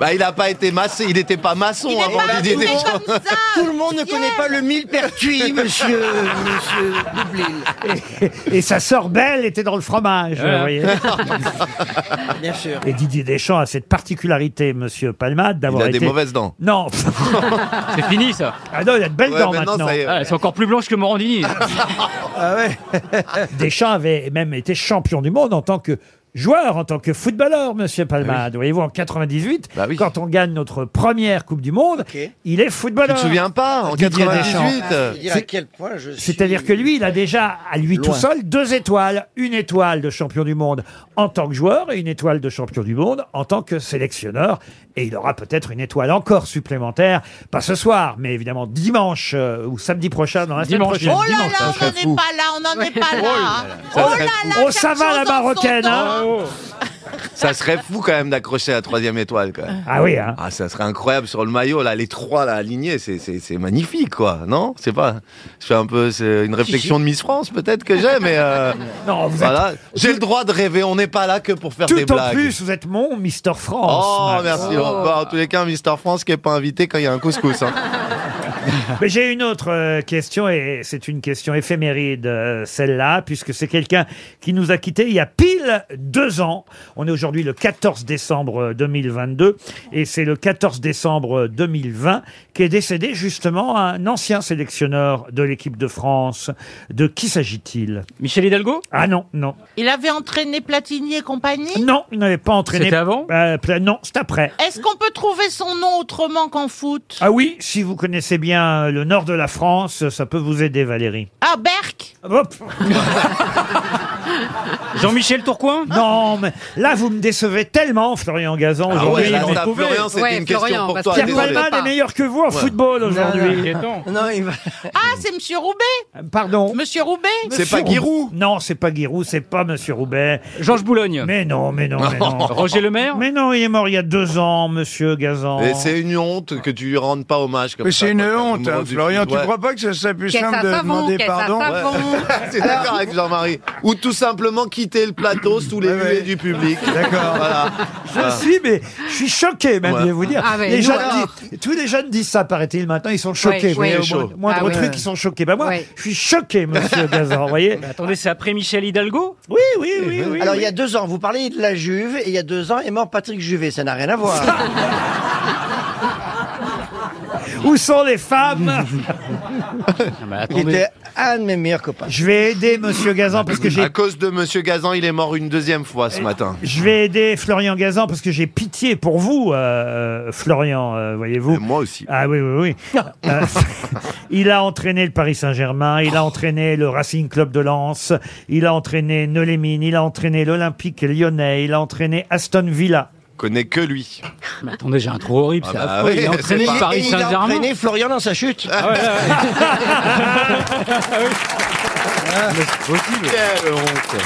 D: Bah il a pas été massé, il était pas maçon
E: Il est
D: avant
E: pas
D: Didier
E: tout fait
D: Deschamps.
E: Tout le monde ne connaît pas le millepertuis, monsieur, monsieur Doublil.
B: Et sa sœur Belle était dans le fromage,
E: Voilà.
C: Ah.
B: vous voyez.
E: Bien sûr.
B: Et Didier Deschamps a cette particularité, monsieur Palmade, d'avoir
D: Il a
B: été...
D: des mauvaises dents.
B: Non.
C: C'est fini, ça.
B: Ah non, il a de belles
C: Ouais,
B: dents
C: maintenant,
B: maintenant.
C: ça y est. Ah, elles sont encore plus blanches que Morandini.
D: Ah
B: Deschamps avait même été champion du monde en tant que joueur, en tant que footballeur, monsieur
D: Ah
B: Palmade. Voyez-vous, en 98,
D: Bah
B: quand on gagne notre première Coupe du Monde, il est footballeur.
D: Tu te souviens pas, en
B: Didier
D: 98?
B: Deschamps.
E: Je Ah, veux dire à
B: C'est-
E: quel point je suis.
B: C'est-à-dire que lui, il a déjà, à lui
E: Loin.
B: tout seul, deux étoiles. Une étoile de champion du monde en tant que joueur et une étoile de champion du monde en tant que sélectionneur. Et il aura peut-être une étoile encore supplémentaire, pas ce soir, mais évidemment dimanche euh, ou samedi prochain, dans la semaine
C: Dimanche.
B: prochaine.
F: Oh là
B: Dimanche,
F: là,
B: ça
F: on
B: serait
F: n'en
B: fou.
F: est pas là, on n'en est pas là. hein.
D: Ça
F: Oh
D: serait
F: là
D: fou.
F: là,
B: Oh, ça va la marocaine, hein
D: Ça serait fou quand même d'accrocher la troisième étoile. Quoi.
B: Ah oui, hein.
D: Ah, ça serait incroyable sur le maillot, là, les trois là, alignés, c'est- c'est c'est magnifique, quoi. Non C'est pas. Je fais un peu c'est une réflexion de Miss France, peut-être que j'ai, mais. euh,
B: Non, vous
D: voilà.
B: êtes-
D: J'ai le droit de rêver, on n'est pas là que pour faire des
B: Tout en
D: blagues.
B: plus, vous êtes mon Mister France.
D: Oh,
B: Max.
D: merci. Laurent. Bah, en tous les cas, Mister France qui n'est pas invité quand il y a un couscous. hein.
B: Mais j'ai une autre euh, question, et c'est une question éphéméride, euh, celle-là, puisque c'est quelqu'un qui nous a quittés il y a pile deux ans. On est aujourd'hui le 14 décembre 2022, et c'est le 14 décembre 2020 qu'est décédé justement un ancien sélectionneur de l'équipe de France. De qui s'agit-il Michel Hidalgo Ah non, non.
F: Il avait entraîné Platini et compagnie
B: Non, il n'avait pas entraîné.
F: C'était
B: avant Non, c'est après.
F: Est-ce qu'on peut trouver son nom autrement qu'en foot
B: Ah oui, si vous connaissez bien le nord de la France, ça peut vous aider, Valérie.
F: Ah, Berck
B: Hop. Jean-Michel Tourcoing Non, mais là, vous me décevez tellement, Florian Gazan,
D: Ah
B: aujourd'hui.
D: ouais, alors
B: Mais-
D: là, Florian, c'était Ouais, une question Florian, pour parce toi, que-
B: Pierre
D: désolé.
B: Palmade est meilleur que vous en
D: Ouais.
B: football
D: Non,
B: aujourd'hui.
D: non.
F: Ah, c'est Monsieur Roubaix
B: Pardon
F: Monsieur Roubaix
B: Monsieur Roux. Non, c'est pas Giroud, c'est pas Monsieur Roubaix. Georges Boulogne. Mais non, mais non, mais non.
D: Roger
B: Lemaire Mais non, il est mort il y a deux ans, Monsieur Gazan.
D: Et c'est une honte que tu lui rendes pas hommage comme
G: Mais
D: ça.
G: c'est une
D: quoi, quand
G: honte,
D: on
G: hein,
D: rend du
G: Florian.
D: foot,
G: Tu
D: ouais.
G: crois pas que ça serait plus
D: Qu'est-ce
G: simple
D: que
G: de
D: ça savon,
G: demander
D: qu'est-ce que ça
G: pardon
D: savon C'est d'accord avec Jean-Marie. Ou tout simplement quitter le plateau sous les huées du public.
B: D'accord.
D: Voilà.
B: Je
D: Ah.
B: suis, mais je suis choqué, même,
D: Ouais.
B: je vais vous dire.
D: Ah ouais,
B: les
D: nous
B: jeunes
D: alors.
B: disent- tous les jeunes disent ça, paraît-il, maintenant, ils sont choqués.
C: Ouais,
B: vous voyez,
C: ouais,
B: au
C: chaud.
B: moindre- moindre
C: Ah ouais.
B: truc, ils sont choqués. Bah, moi, je suis choqué, monsieur Gazan, vous voyez.
C: Mais attendez, c'est après Michel Hidalgo
B: Oui, oui, oui, oui.
E: Alors, il
B: oui.
E: y a deux ans, vous parliez de la Juve, et il y a deux ans est mort Patrick Juvet. Ça n'a rien à voir.
B: Où sont les
C: Ah,
B: femmes
E: Il était un de mes meilleurs copains.
B: Je vais aider Monsieur Gazan parce que j'ai
D: À cause de Monsieur Gazan, il est mort une deuxième fois ce matin.
B: Je vais aider Florian Gazan parce que j'ai pitié pour vous, euh, Florian, euh, voyez-vous.
D: Moi aussi.
B: Ah oui, oui, oui. Euh, il a entraîné le Paris Saint-Germain, il a entraîné le Racing Club de Lens, il a entraîné Neulémine, il a entraîné l'Olympique lyonnais, il a entraîné Aston Villa.
D: Connais que lui.
C: Mais attendez, j'ai un trou horrible,
D: Ah
C: c'est
D: bah
C: affreux.
D: oui,
C: il est entraîné
D: c'est
C: par
D: pas-
C: Paris
D: Et il a
C: Saint-Germain. Ah
E: Traîner Florian dans sa chute.
C: Ah.
D: Quelle honte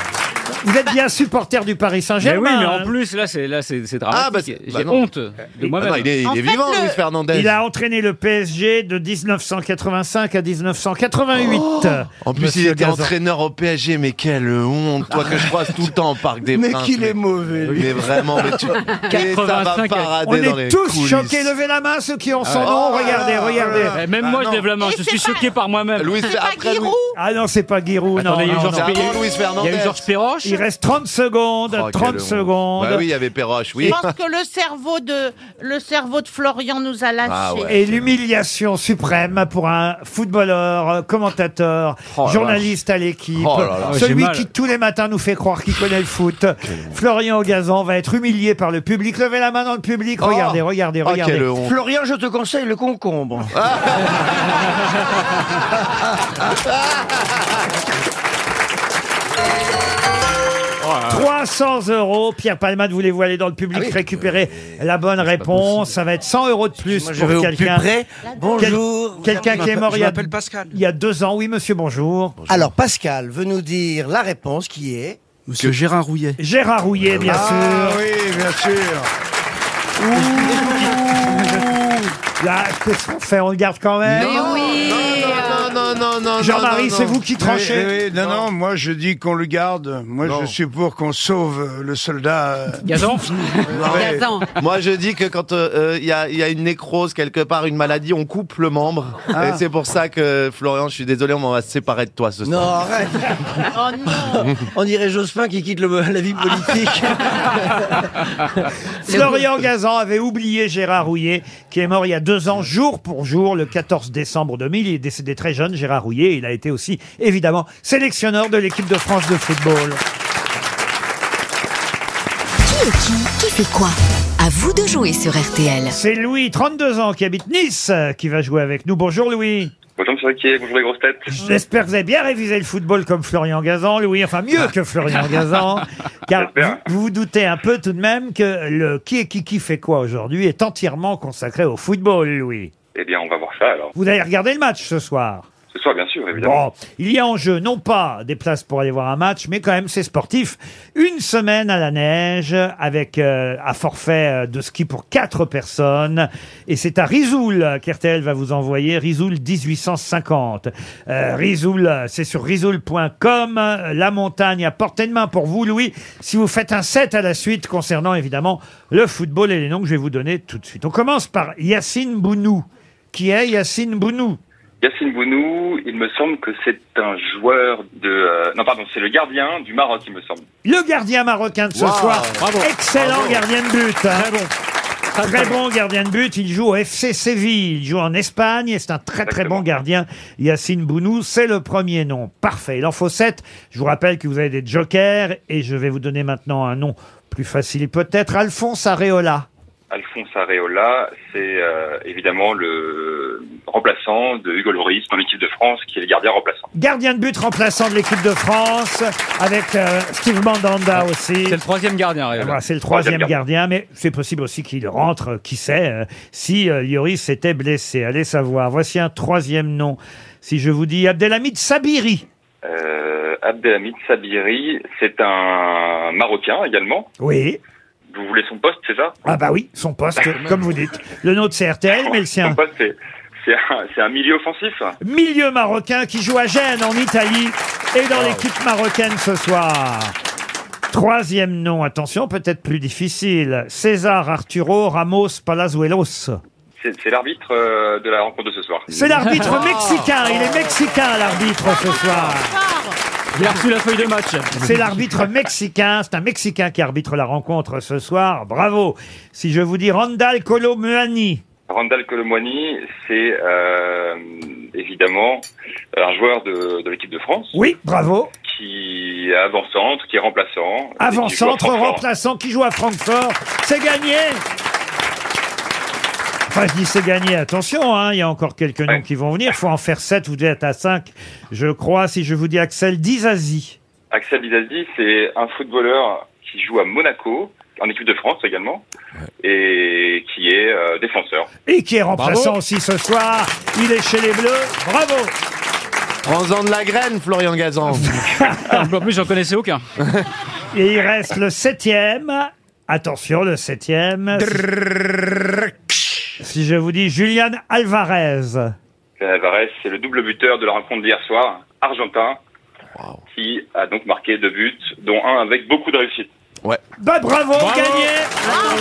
B: Vous êtes bien supporter du Paris
C: Mais
B: Saint-Germain.
C: oui, mais en
B: hein.
C: plus, là, c'est là, c'est c'est dramatique.
B: Ah, bah, c'est-
C: J'ai
B: bah non. bah
C: honte de moi-même.
B: Il a entraîné le PSG de 1985 à 1988.
D: Oh. En plus, il
B: Monsieur
D: était
B: Gazan.
D: entraîneur au PSG, mais quelle honte Toi que je croise tout le temps au Parc des
B: Mais
D: Princes.
B: qu'il est
D: mauvais Mais vraiment, mais tu... mais ça va
C: 85,
D: parader
B: On est
D: dans les
B: tous
D: coulisses.
B: choqués. Levez la main ceux qui ont son
C: Ah ouais.
B: nom.
C: Oh là
B: regardez,
C: là
B: regardez.
C: là là. Eh, même Ah moi, je non. lève la main. Et Je c'est suis pas- choqué par moi-même. Louis- c'est pas après Giroud
B: Ah non, c'est pas Giroud.
C: Attendez, il y a eu
B: non,
C: Georges
B: non, non.
C: Perroche. Il y a eu Louis Fernandez. Il y a eu Georges Perroche.
B: Il reste 30 secondes.
D: Oh, quelle
B: 30
D: honte.
B: secondes.
D: Bah oui, il y avait Perroche, oui.
F: Je pense que le cerveau de, le cerveau de Florian nous a lâchés.
D: Ah
B: Et l'humiliation suprême pour un footballeur, euh, commentateur,
D: Oh la
B: journaliste à l'équipe,
D: Oh là là, j'ai
B: celui
D: mal.
B: qui tous les matins nous fait croire qu'il connaît le foot. Florian Gazan va être humilié par le public. Levez la main dans le public,
E: Oh.
B: regardez, regardez,
D: Ah,
E: Oh,
B: regardez.
E: quelle honte. Florian, je te conseille le concombre.
D: Oh, euh,
B: Ah. 300 euros. Pierre Palmade, voulez-vous aller dans le public
E: Ah
B: récupérer
E: Euh,
B: la bonne réponse Ça va être 100 euros de plus
E: Excusez-moi, je vais
B: pour
E: au
B: quelqu'un.
E: plus près. Bonjour.
B: Quel-
E: Je
B: quelqu'un qui est
E: m'appelle-
B: mort
E: je
B: il y a,
E: m'appelle
B: il y a deux ans. Oui, monsieur, bonjour.
E: Alors, Pascal veut nous dire la réponse qui est.
R: Monsieur Gérard Rouillet.
B: Gérard Rouillet, bien
G: Ah
B: sûr.
G: oui, bien sûr.
B: Là, qu'est-ce qu'on fait On le garde quand même
D: Non, non, non, non, non.
B: Jean-Marie,
D: non, non.
B: c'est vous qui tranchez.
G: Oui, oui, non, non, moi je dis qu'on le garde. Moi je suis pour qu'on sauve euh, le soldat. euh.
C: Gazan
D: Ouais. Moi, je dis que quand euh, euh, il y, a, il y a une nécrose quelque part, une maladie, on coupe le membre.
E: Ah.
D: Et c'est pour ça que, Florian, je suis désolé, on va se séparer de toi ce soir.
E: Non, arrête.
F: Oh
E: On dirait Jospin qui quitte le- la vie politique.
B: Florian Gazan avait oublié Gérard Rouillet, qui est mort il y a deux ans, jour pour jour, le 14 décembre 2000. Il est décédé très jeune, Gérard Rouillet. Il a été aussi, évidemment, sélectionneur de l'équipe de France de football.
O: Qui est qui Qui fait quoi À vous de jouer sur RTL.
B: C'est Louis, 32 ans, qui habite Nice, euh, qui va jouer avec nous. Bonjour Louis.
J: Bonjour Monsieur Riquier, bonjour les grosses têtes.
B: J'espère que vous avez bien révisé le football comme Florian Gazan, Louis, enfin mieux que Florian Gazan, car vous, vous vous doutez un peu tout de même que le qui est qui qui fait quoi aujourd'hui est entièrement consacré au football, Louis.
J: Eh bien, on va voir ça alors.
B: Vous allez regarder le match ce soir.
J: Ce soir, bien sûr, évidemment.
B: Bon, il y a en jeu non pas des places pour aller voir un match, mais quand même c'est sportif. Une semaine à la neige avec euh, un forfait euh, de ski pour quatre personnes. Et c'est à Risoul euh, qu'RTL va vous envoyer, Risoul 1850. Euh, Risoul, euh, c'est sur risoul.com. euh, La montagne à portée de main pour vous, Louis, si vous faites un set à la suite concernant évidemment le football et les noms que je vais vous donner tout de suite. On commence par Yacine Bounou. qui est Yacine Bounou.
J: Yassine Bounou, il me semble que c'est un joueur de... euh, non, pardon, c'est le gardien du Maroc, il me semble.
B: Le gardien marocain de ce
J: Wow.
B: soir.
J: Bravo.
B: Excellent
J: Bravo.
B: gardien de but. hein. Très bon. Très,
J: très
B: bon gardien de but. Il joue au FC Séville. Il joue en Espagne. et C'est un très très bon gardien. Yacine Bounou, c'est le premier nom. Parfait. Il en faut sept. Je vous rappelle que vous avez des jokers. Et je vais vous donner maintenant un nom plus facile peut-être. Alphonse Areola.
J: Alphonse Areola, c'est euh, évidemment le remplaçant de Hugo Lloris dans l'équipe de France, qui est le gardien remplaçant.
B: Gardien de but remplaçant de l'équipe de France. Avec euh, Steve Mandanda aussi.
C: C'est le troisième gardien,
B: Ah,
C: Areola.
B: voilà, c'est le troisième gardien, mais c'est possible aussi qu'il rentre, euh, qui sait, euh, si euh, Lloris était blessé. Allez savoir. Voici un troisième nom. Si je vous dis Abdelhamid Sabiri.
J: Euh, Abdelhamid Sabiri, c'est un Marocain également.
B: Oui.
J: Vous voulez son poste, c'est ça
B: Ah bah oui, son poste, comme vous dites. Le nom de CRTL, mais le
J: Son
B: sien.
J: poste, c'est c'est un, c'est un milieu offensif.
B: Milieu marocain qui joue à Gênes, en Italie, et dans l'équipe marocaine ce soir. Troisième nom, attention, peut-être plus difficile. César Arturo Ramos Palazuelos.
J: C'est c'est l'arbitre euh, de la rencontre de ce soir.
B: C'est
C: Ah.
B: l'arbitre mexicain. Il est mexicain, l'arbitre, ce soir.
C: Il a reçu la feuille de match.
B: C'est l'arbitre mexicain. C'est un mexicain qui arbitre la rencontre ce soir. Bravo. Si je vous dis Randall Colomuani.
J: Randall Colomwani, c'est euh, évidemment un joueur de, de l'équipe de France
B: Oui, bravo.
J: qui est avant-centre, qui est remplaçant. et qui joue à
B: Avant-centre,
J: Francfort.
B: remplaçant, qui joue à Francfort. C'est gagné. Enfin, je dis c'est gagné. Attention, hein, il y a encore quelques noms qui vont venir. faut en faire sept. Vous êtes à 5, je crois. Si je vous dis Axel Dizazi.
J: Axel Bizazdi, c'est un footballeur qui joue à Monaco, en équipe de France également, et qui est euh, défenseur.
B: Et qui est remplaçant
J: Bravo.
B: aussi ce soir. Il est chez les Bleus. Bravo.
D: Prends-en de la graine, Florian Gazan.
C: en plus, j'en connaissais aucun.
B: Et il reste le septième. Attention, le septième. Si je vous dis Julian Alvarez.
J: Julian Alvarez, c'est le double buteur de la rencontre d'hier soir, argentin, qui a donc marqué deux buts, dont un avec beaucoup de réussite.
D: Ouais.
B: Bah bravo, gagné
F: Ah,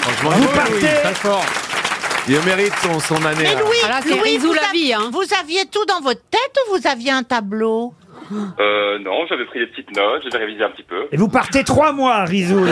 D: Franchement, Il mérite son, son année.
F: Mais
D: là.
F: Louis,
H: Ah là, c'est
F: Louis,
H: Rizou
F: vous,
H: la
F: a-
H: vie, hein.
F: vous aviez tout dans votre tête ou vous aviez un tableau
J: Euh, non, j'avais pris des petites notes, j'avais révisé un petit peu.
B: Et vous partez trois mois, Rizoul.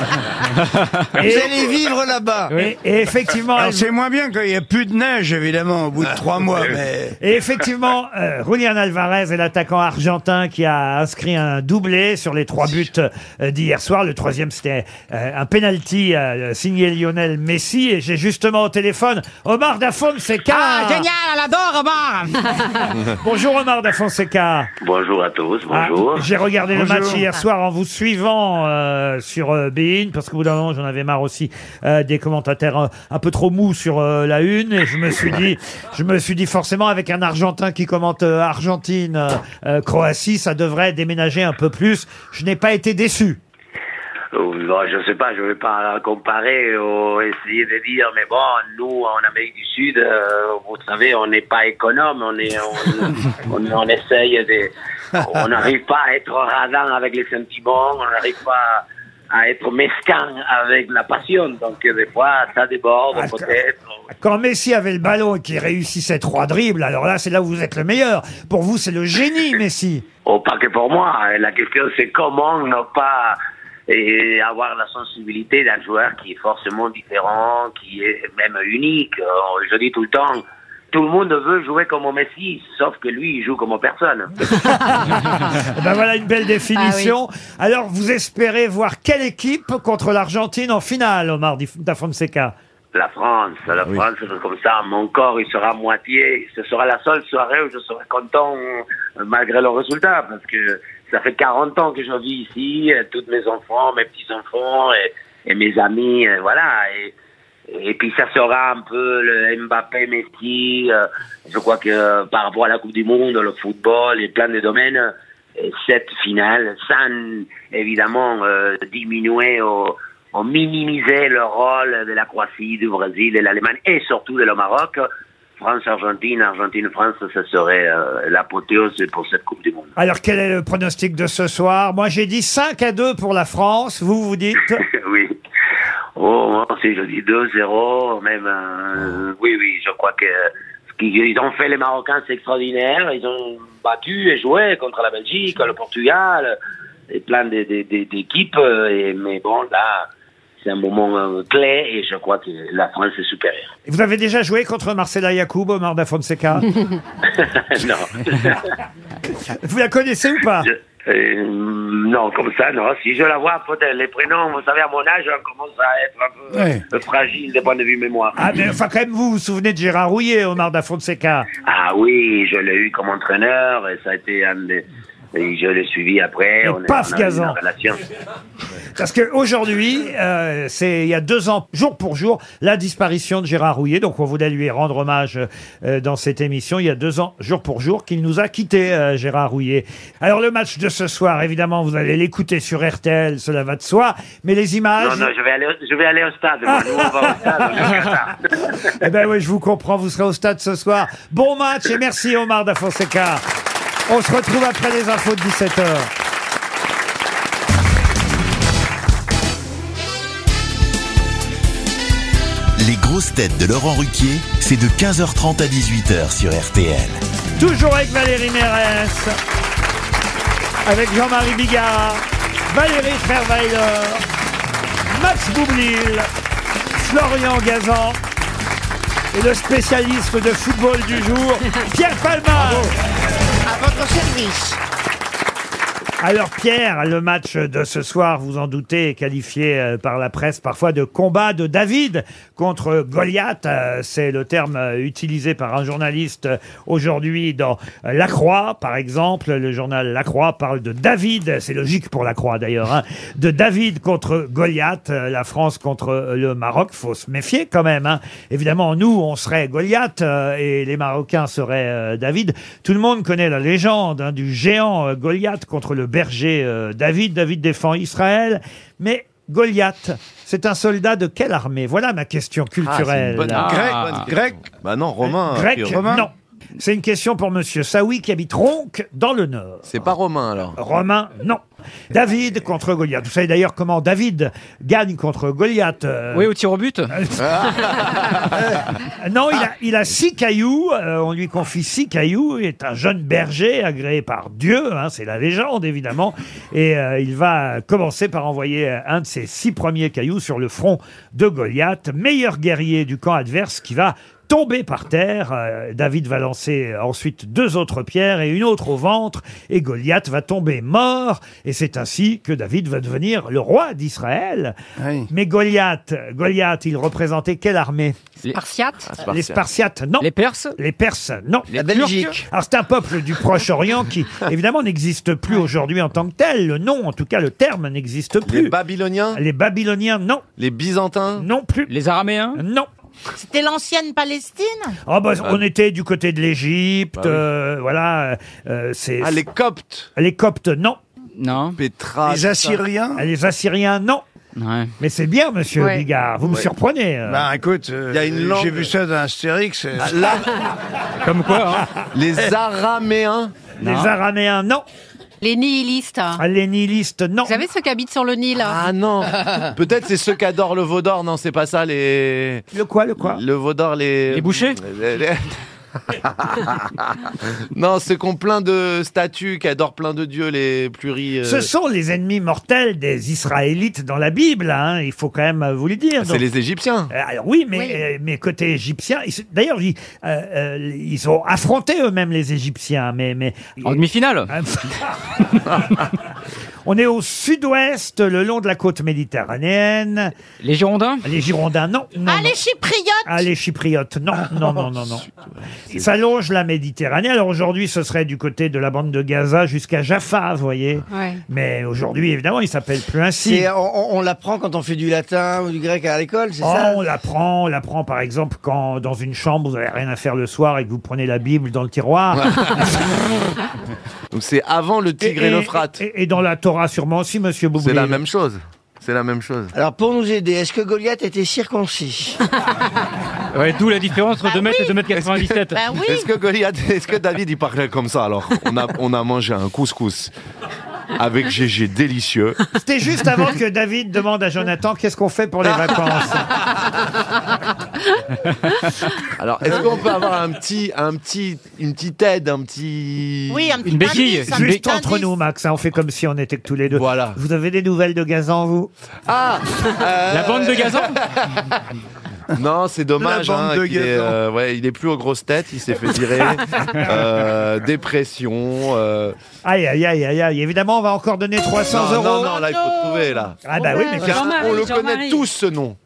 G: Vous allez
E: vivre là-bas.
B: Et, et effectivement,
G: Alors,
B: elle-
G: c'est moins bien quand il n'y a plus de neige, évidemment, au bout de trois mois. Mais...
B: Et effectivement, euh, Julian Alvarez est l'attaquant argentin qui a inscrit un doublé sur les trois buts euh, d'hier soir. Le troisième, c'était euh, un penalty euh, signé Lionel Messi. Et j'ai justement au téléphone Omar Da Fonseca.
P: Ah, génial,
B: elle adore Omar. bah. Bonjour Omar Da Fonseca.
R: Bonjour à tous, bonjour.
B: Ah, J'ai regardé le match
R: Bonjour.
B: hier soir en vous suivant euh, sur euh, Bein, parce que bout d'un moment j'en avais marre aussi euh, des commentateurs euh, un peu trop mous sur euh, la une, et je me suis dit, je me suis dit forcément avec un Argentin qui commente euh, Argentine, euh, euh, Croatie, ça devrait déménager un peu plus. Je n'ai pas été déçu.
R: Oh, bon, je sais pas, je vais pas comparer ou essayer de dire, mais bon, nous, en Amérique du Sud, euh, vous savez, on n'est pas économe, on, est, on, on, on essaye de... On n'arrive pas à être radin avec les sentiments, on n'arrive pas à être mesquin avec la passion, donc euh, des fois, ça déborde
B: Ah,
R: peut-être.
B: Quand Messi avait le ballon et qu'il réussissait trois dribbles, alors là c'est là où vous êtes le meilleur. Pour vous c'est le génie Messi.
R: Oh, pas que pour moi. La question, c'est comment ne pas euh, avoir la sensibilité d'un joueur qui est forcément différent, qui est même unique. Euh, Je dis tout le temps, tout le monde veut jouer comme Messi, sauf que lui, il joue comme personne.
B: Eh ben voilà une belle définition. Alors, vous espérez voir quelle équipe contre l'Argentine en finale, Omar Di- Da Fonseca
R: La France, la France, c'est comme ça, mon corps, il sera à moitié. Ce sera la seule soirée où je serai content euh, malgré le résultat, parce que ça fait 40 ans que je vis ici, euh, tous mes enfants, mes petits-enfants et, et mes amis, euh, voilà. Et, et puis ça sera un peu le Mbappé, Messi. euh, je crois que euh, par rapport à la Coupe du Monde, le football et plein de domaines, euh, cette finale, sans évidemment euh, diminuer au, on minimisait le rôle de la Croatie, du Brésil, de l'Allemagne et surtout de le Maroc. France-Argentine, Argentine-France, ce serait euh, l'apothéose pour cette Coupe du Monde.
B: Alors, quel est le pronostic de ce soir Moi, j'ai dit 5 à 2 pour la France. Vous, vous dites
R: oui. Oh, moi aussi, je dis 2-0, même. euh, Oui, oui, je crois que ce qu'ils ont fait, les Marocains, c'est extraordinaire. Ils ont battu et joué contre la Belgique, le Portugal, et plein de- de- de- d'équipes. euh, et- Mais bon, là, c'est un moment euh, clé et je crois que la France est supérieure.
B: Et Vous avez déjà joué contre Marcela Yacoub, Omar da Fonseca
R: non.
B: Vous la connaissez ou pas
R: Euh, non, comme ça, non. Si je la vois, peut-être les prénoms, vous savez, à mon âge, on commence à être un peu
B: Ouais.
R: euh, fragile de point de vue mémoire.
B: Ah, mais enfin, quand même, vous vous souvenez de Gérard Rouillet, Omar da Fonseca
R: Ah oui, je l'ai eu comme entraîneur et ça a été un des. et je l'ai suivi après. on est-
B: paf,
R: on a eu
B: Gazan.
R: une relation.
B: Parce qu'aujourd'hui, euh, c'est il y a deux ans, jour pour jour, la disparition de Gérard Rouillet. Donc on voulait lui rendre hommage euh, dans cette émission. Il y a deux ans, jour pour jour, qu'il nous a quittés, euh, Gérard Rouillet. Alors le match de ce soir, évidemment, vous allez l'écouter sur RTL, cela va de soi. Mais les
R: Non,
B: images...
R: non, je vais aller, au- je vais aller au stade. moi. Nous, on va au stade. on est au Qatar.
B: Eh ben oui, je vous comprends, vous serez au stade ce soir. Bon match et merci Omar Da Fonseca. On se retrouve après les infos de 17h.
A: Les grosses têtes de Laurent Ruquier, c'est de 15h30 à 18h sur RTL.
B: Toujours avec Valérie Mérès, avec Jean-Marie Bigard, Valérie Ferweiler, Max Boublil, Florian Gazan et le spécialiste de football du jour, Pierre Palma.
F: À votre service.
B: Alors Pierre, le match de ce soir, vous en doutez, est qualifié euh, par la presse parfois de combat de David contre Goliath. Euh, C'est le terme euh, utilisé par un journaliste euh, aujourd'hui dans euh, La Croix, par exemple. Le journal La Croix parle de David, c'est logique pour La Croix d'ailleurs, hein, de David contre Goliath, euh, la France contre euh, le Maroc. faut se méfier quand même. hein. Évidemment, nous, on serait Goliath euh, et les Marocains seraient euh, David. Tout le monde connaît la légende hein, du géant euh, Goliath contre le berger euh, David. David défend Israël. Mais Goliath, c'est un soldat de quelle armée Voilà ma question culturelle.
D: bonne- Ah. Grec, bonne question. Grec
B: Bah non,
D: romain, a
B: Grec,
D: priori. Romain
B: non. C'est une question pour Monsieur Saoui qui habite Ronc, dans le Nord.
D: C'est pas romain alors.
B: Romain, non. David contre Goliath. Vous savez d'ailleurs comment David gagne contre Goliath. euh. Oui, au tir au but. non, il a, il a six cailloux. euh, on lui confie six cailloux. Il est un jeune berger agréé par Dieu. hein, c'est la légende, évidemment. Et euh, il va commencer par envoyer euh, un de ses six premiers cailloux sur le front de Goliath, meilleur guerrier du camp adverse qui va tomber par terre. Euh, David va lancer euh, ensuite deux autres pierres et une autre au ventre, et Goliath va tomber mort. Et c'est ainsi que David va devenir le roi d'Israël. Mais Goliath, Goliath, il représentait quelle armée
H: Spartiate
B: les Spartiates, non. Les Perses Les Perses, non. La Belgique. Alors c'est un peuple du Proche-Orient qui, évidemment, n'existe plus aujourd'hui en tant que tel. Le nom, en tout cas, le terme n'existe plus. Les Babyloniens Les Babyloniens, non. Les Byzantins Non plus. Les Araméens Non.
F: C'était l'ancienne Palestine
B: Ah bah, on était du côté de l'Égypte,
F: Bah oui.
B: euh, voilà. euh, euh, c'est
F: Ah, les
B: Coptes. Les Coptes, non. Non.
D: Petra, Les tout ça. Assyriens
B: Les Assyriens, non. Mais c'est bien, Monsieur
G: Ouais.
B: Bigard. Vous me
G: Ouais.
B: surprenez. euh.
G: Bah écoute, euh,
B: Il y a une langue. Ah,
G: j'ai vu ça dans Astérix. euh, Eh,
B: Comme quoi,
G: Les
B: Araméens. Les
G: Non.
B: Araméens, non.
H: Les nihilistes.
B: Ah, Les nihilistes, non.
H: Vous savez ceux qui habitent sur le Nil Ah
D: non Peut-être c'est ceux qui adorent le veau d'or, non, c'est pas ça les.
B: Le quoi, le quoi
D: Le veau d'or, les. Les bouchers Non, ceux qui ont plein de statues, qui adorent plein de dieux, les pluri. euh,
B: Ce sont les ennemis mortels des Israélites dans la Bible, hein, il faut quand même euh, vous le dire.
D: C'est les Égyptiens.
B: Alors oui, mais, euh, mais côté égyptien, ils se- d'ailleurs, ils, euh, euh, ils ont affronté eux-mêmes les Égyptiens. Mais, mais, en demi-finale On est au sud-ouest, le long de la côte méditerranéenne. Les Girondins Les Girondins, non. non,
F: Ah,
B: non.
F: les Chypriotes
B: Ah, les Chypriotes, non, non, non, non, non. Ça longe la Méditerranée. Alors aujourd'hui, ce serait du côté de la bande de Gaza jusqu'à Jaffa, vous voyez.
E: Ouais.
B: Mais aujourd'hui, évidemment, il s'appelle plus ainsi.
E: C'est- on, on- on l'apprend quand on fait du latin ou du grec à l'école, c'est
B: Oh,
E: ça
B: on l'apprend, on l'apprend par exemple quand dans une chambre vous n'avez rien à faire le soir et que vous prenez la Bible dans le tiroir.
D: Donc c'est avant le Tigre et, l'Euphrate.
B: Et, et dans la Torah sûrement aussi, monsieur Boublil.
D: C'est la même chose. C'est la même chose.
E: Alors pour nous aider, est-ce que Goliath était circoncis
D: Ouais, d'où la différence
F: entre 2 mètres et 2 mètres
D: 97.
F: Bah oui.
D: Est-ce que Goliath, est-ce que David il parlait comme ça alors on a, on a mangé un couscous. avec GG délicieux.
B: C'était juste avant que David demande à Jonathan qu'est-ce qu'on fait pour les vacances.
D: Alors, est-ce qu'on peut avoir un petit, un petit, une petite aide, un petit.
B: Juste entre nous, Max. hein, on fait comme si on était que tous les deux. Voilà. Vous avez des nouvelles de Gazan, vous
D: Ah
T: euh.
B: La bande de Gazan
D: Non, c'est dommage.
B: La bande
D: hein,
B: de
D: qu'il est,
B: Gazan.
D: euh, ouais, il est plus aux grosses têtes, il s'est fait virer. Euh, dépression. euh,
B: Aïe, aïe, aïe, aïe, aïe. Évidemment, on va encore donner 300
D: non,
B: euros.
D: Non, non, là, il faut trouver, là.
B: Ah bah oui, mais
D: Car on le connaît tous, ce nom.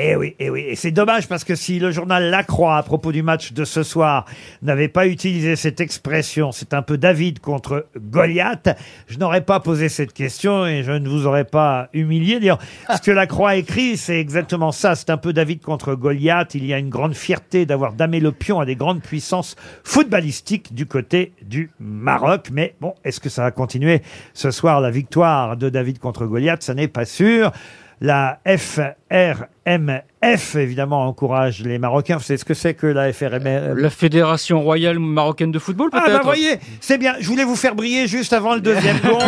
B: Eh oui, eh oui. Et c'est dommage parce que si le journal La Croix, à propos du match de ce soir, n'avait pas utilisé cette expression, c'est un peu David contre Goliath, je n'aurais pas posé cette question et je ne vous aurais pas humilié. D'ailleurs, ce que La Croix écrit, c'est exactement ça. C'est un peu David contre Goliath. Il y a une grande fierté d'avoir damé le pion à des grandes puissances footballistiques du côté du Maroc. Mais bon, est-ce que ça va continuer ce soir la victoire de David contre Goliath Ça n'est pas sûr. La FRMF, évidemment, encourage les Marocains. Vous savez ce que c'est que la FRMF
C: La Fédération Royale Marocaine de Football,
B: Ah,
C: peut-être
B: bah voyez, c'est bien. Je voulais vous faire briller juste avant le deuxième gong.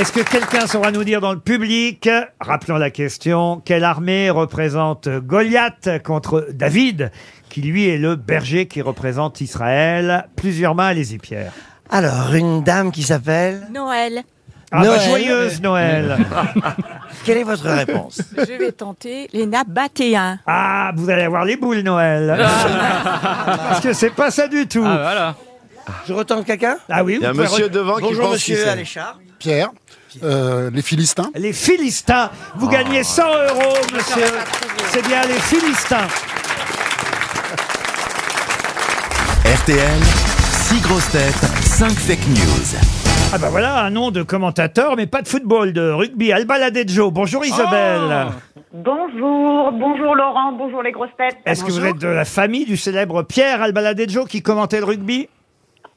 B: Est-ce que quelqu'un saura nous dire dans le public, rappelons la question, quelle armée représente Goliath contre David, qui lui est le berger qui représente Israël Plusieurs mains, allez-y Pierre.
E: Alors, une dame qui s'appelle
U: Noël.
B: Ah bah,
E: Noël.
B: joyeuse Noël
E: Quelle est votre réponse
U: Je vais tenter les nabatéens.
B: Ah, vous allez avoir les boules Noël Parce que c'est pas ça du tout
E: Je retente quelqu'un
B: Ah oui,
E: Il y a
B: vous
E: un
B: pouvez
E: monsieur
B: re-
E: devant qui Bonjour, pense qui monsieur c'est. Aléchard.
V: Pierre, euh, les Philistins.
B: Les Philistins, vous gagnez 100 euros, monsieur. C'est bien les Philistins.
A: RTL, 6 grosses têtes, 5 fake news.
B: Ah bah voilà un nom de commentateur, mais pas de football, de rugby. Albaladejo. Bonjour Isabelle.
W: Bonjour, bonjour Laurent, bonjour les grosses têtes.
B: Est-ce que vous êtes de la famille du célèbre Pierre Albaladejo qui commentait le rugby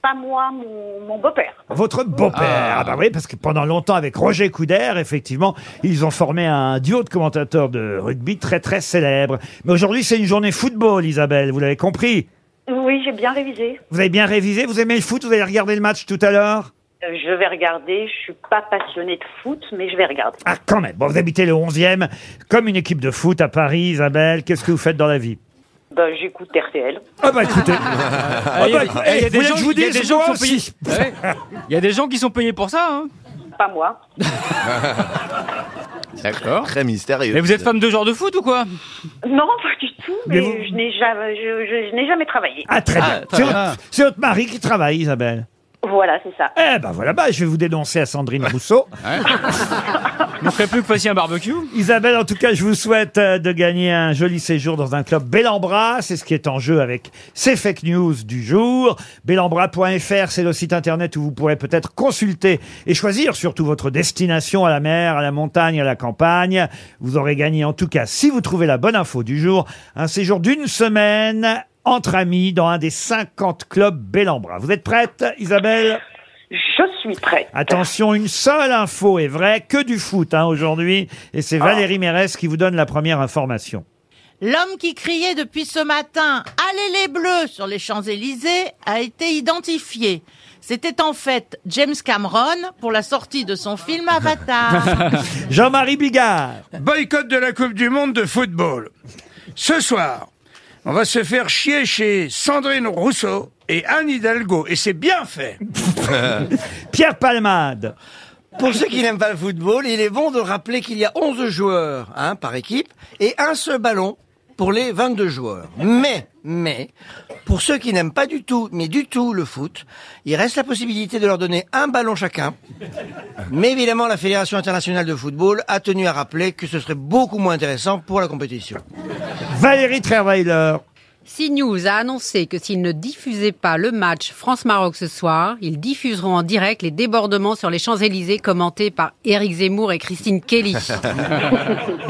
W: Pas moi, mon, mon beau-père.
B: votre beau-père. Ah. bah oui, parce que pendant longtemps, avec Roger Couder, effectivement, ils ont formé un duo de commentateurs de rugby très très célèbre. Mais aujourd'hui, c'est une journée football, Isabelle, vous l'avez compris.
W: Oui, j'ai bien révisé.
B: Vous avez bien révisé, vous aimez le foot, vous allez regarder le match tout à l'heure
W: Euh, Je vais regarder, je suis pas passionnée de foot, mais je vais regarder.
B: Ah, quand même. Bon, vous habitez le 11e, comme une équipe de foot à Paris, Isabelle. Qu'est-ce que vous faites dans la vie
W: Bah, j'écoute RTL.
B: Ah, bah écoutez.
C: Ah, il y a- eh, il y a
B: vous
C: des
B: voulez
C: gens-
B: que je vous
C: il y a
B: dise,
C: des gens qui
B: moi
C: sont payés-
B: aussi.
C: Ouais. Il y a des gens qui sont payés pour ça. hein.
W: Pas moi.
D: D'accord. Très mystérieux.
C: Mais vous êtes femme de genre de foot ou quoi
W: Non, pas du tout,
B: Mais
W: mais,
B: vous-
W: je n'ai jamais, je, je- je n'ai jamais travaillé.
B: Ah, très bien. C'est votre- C'est votre mari qui travaille, Isabelle.
W: Voilà, c'est ça.
B: Eh ben voilà, bah, je vais vous dénoncer à Sandrine Rousseau.
C: Vous ne ferez plus que fassiez un barbecue
B: Isabelle, en tout cas, je vous souhaite euh, de gagner un joli séjour dans un club Bellambra. C'est ce qui est en jeu avec ces fake news du jour. Bellambra.fr, c'est le site internet où vous pourrez peut-être consulter et choisir surtout votre destination à la mer, à la montagne, à la campagne. Vous aurez gagné, en tout cas, si vous trouvez la bonne info du jour, un séjour d'une semaine entre amis dans un des 50 clubs Bellambra. Vous êtes prête, Isabelle
W: Je suis prête.
B: Attention, une seule info est vraie, que du foot hein, aujourd'hui, et
W: Ah.
B: c'est Valérie Mérès qui vous donne la première information.
F: L'homme qui criait depuis ce matin « Allez les Bleus !» sur les Champs-Élysées a été identifié. C'était en fait James Cameron pour la sortie de son film Avatar.
B: Ah. Jean-Marie Bigard.
G: Boycott de la Coupe du Monde de football. Ce soir, on va se faire chier chez Sandrine Rousseau et Anne Hidalgo. Et c'est bien fait.
B: Pierre Palmade.
E: Pour ceux qui n'aiment pas le football, il est bon de rappeler qu'il y a 11 joueurs hein, par équipe et un seul ballon pour les 22 joueurs. Mais, mais, pour ceux qui n'aiment pas du tout, mais du tout le foot, il reste la possibilité de leur donner un ballon chacun. Mais évidemment, la Fédération internationale de football a tenu à rappeler que ce serait beaucoup moins intéressant pour la compétition.
B: Valérie Trierweiler.
H: CNews a annoncé que s'ils ne diffusaient pas le match France-Maroc ce soir, ils diffuseront en direct les débordements sur les Champs-Élysées commentés par Éric Zemmour et Christine Kelly.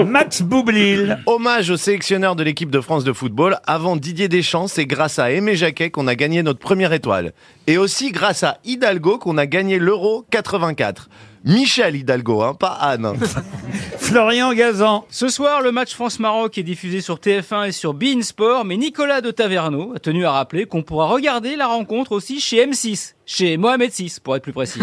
B: Max Boublil.
D: Hommage au sélectionneur de l'équipe de France de football. Avant Didier Deschamps, c'est grâce à Aimé Jacquet qu'on a gagné notre première étoile. Et aussi grâce à Hidalgo qu'on a gagné l'Euro 84. Michel Hidalgo, hein, pas Anne.
B: Florian Gazan.
C: Ce soir, le match France-Maroc est diffusé sur TF1 et sur Bein Sport, mais Nicolas de Taverneau a tenu à rappeler qu'on pourra regarder la rencontre aussi chez M6, chez Mohamed VI, pour être plus précis.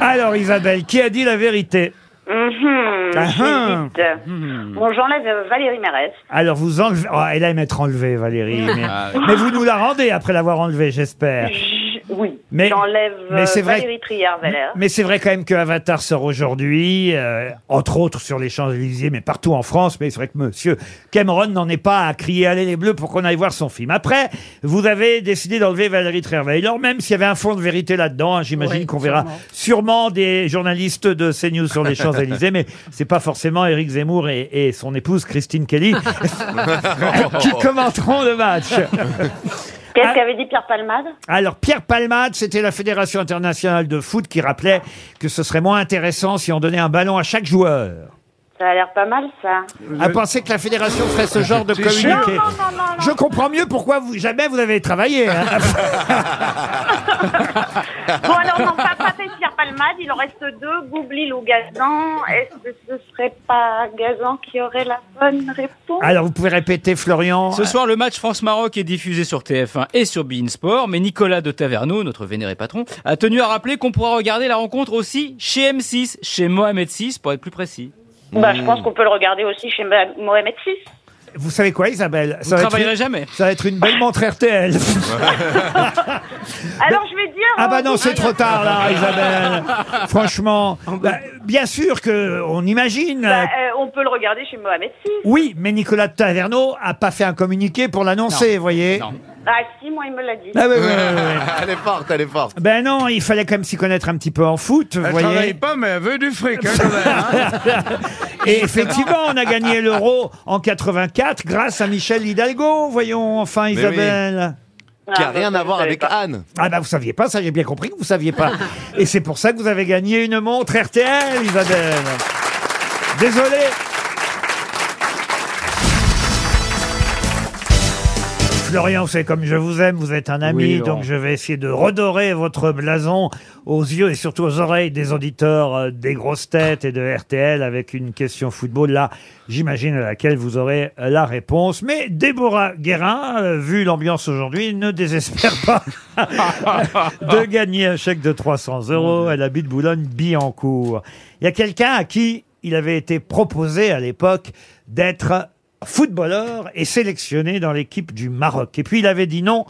B: Alors Isabelle, qui a dit la vérité
W: Mhm,
B: Ah, hein.
W: j'hésite. Bon, j'enlève euh, Valérie Mérès.
B: Alors vous enlevez... Oh, elle aime être enlevée, Valérie. Mais,
W: Ah, oui.
B: mais vous nous la rendez après l'avoir enlevée, j'espère.
W: J- Oui,
B: Mais-
W: j'enlève
B: mais
W: euh,
B: c'est vrai-
W: Valérie Triard-Valère.
B: Mais c'est vrai quand même que Avatar sort aujourd'hui, euh, entre autres sur les Champs-Élysées, mais partout en France. Mais c'est vrai que Monsieur Cameron n'en est pas à crier Allez les Bleus pour qu'on aille voir son film. Après, vous avez décidé d'enlever Valérie Trierweiler, Alors même s'il y avait un fond de vérité là-dedans, hein, j'imagine
T: Oui,
B: qu'on verra sûrement des journalistes de CNews sur les Champs-Élysées, mais c'est pas forcément Éric Zemmour et, et son épouse Christine Kelly qui commenteront le match. Ah.
W: Qu'est-ce qu'avait dit Pierre Palmade
B: Alors, Pierre Palmade, c'était la Fédération internationale de foot qui rappelait que ce serait moins intéressant si on donnait un ballon à chaque joueur.
W: Ça a l'air pas mal, ça.
B: À penser que la Fédération ferait ce genre de
W: C'est chiant.
B: communiqué.
W: Non, non, non,
B: Je comprends mieux pourquoi vous, jamais vous avez travaillé. hein.
W: Bon, alors, non, pas, pas fait Pierre Palmade, il en reste deux, Goublil ou Gazan. Est-ce que ce serait pas Gazan qui aurait la bonne réponse
B: Ah, Alors, vous pouvez répéter, Florian.
C: Ce soir, le match France-Maroc est diffusé sur TF1 et sur Bein Sport, mais Nicolas de Taverneau, notre vénéré patron, a tenu à rappeler qu'on pourra regarder la rencontre aussi chez M6, chez Mohamed VI, pour être plus précis.
W: Bah, je
B: Hmm.
W: pense qu'on peut le regarder aussi chez Ma- Mohamed VI.
B: Vous savez quoi, Isabelle
C: Vous
B: va être
C: travaillerez
B: une-
C: jamais.
B: Ça va être une belle montre RTL.
W: Alors, je vais dire...
B: Ah bah
W: euh,
B: non, c'est trop tard là, Isabelle. Franchement, bah, bien sûr que on imagine.
W: bah,
B: euh,
W: euh, on peut le regarder chez Mohamed VI.
B: Oui, mais Nicolas de Taverneau a pas fait un communiqué pour l'annoncer, vous voyez.
W: Ah si, moi, il me l'a dit.
B: Ah, ouais, ouais, ouais, ouais.
D: elle est forte, elle est forte.
B: Ben non, il fallait quand même s'y connaître un petit peu en foot, vous
G: Elle
B: voyez.
G: travaille pas, mais elle veut du fric. hein, quand même.
B: Et effectivement, on a gagné l'euro en 84 grâce à Michel Hidalgo, voyons enfin
D: oui.
B: Isabelle.
D: Qui a rien à voir avec Anne.
B: Ah bah vous saviez pas, ça j'ai bien compris que vous saviez pas. Et c'est pour ça que vous avez gagné une montre RTL, Isabelle. Désolé. Florian, c'est comme je vous aime, vous êtes un ami,
T: Oui, Laurent.
B: donc je vais essayer de redorer votre blason aux yeux et surtout aux oreilles des auditeurs euh, des grosses têtes et de RTL avec une question football. Là, j'imagine à laquelle vous aurez euh, la réponse. Mais Déborah Guérin, euh, vu l'ambiance aujourd'hui, ne désespère pas de gagner un chèque de 300 euros. Elle habite Boulogne-Billancourt. Il y a quelqu'un à qui il avait été proposé à l'époque d'être footballeur et sélectionné dans l'équipe du Maroc. Et puis il avait dit non,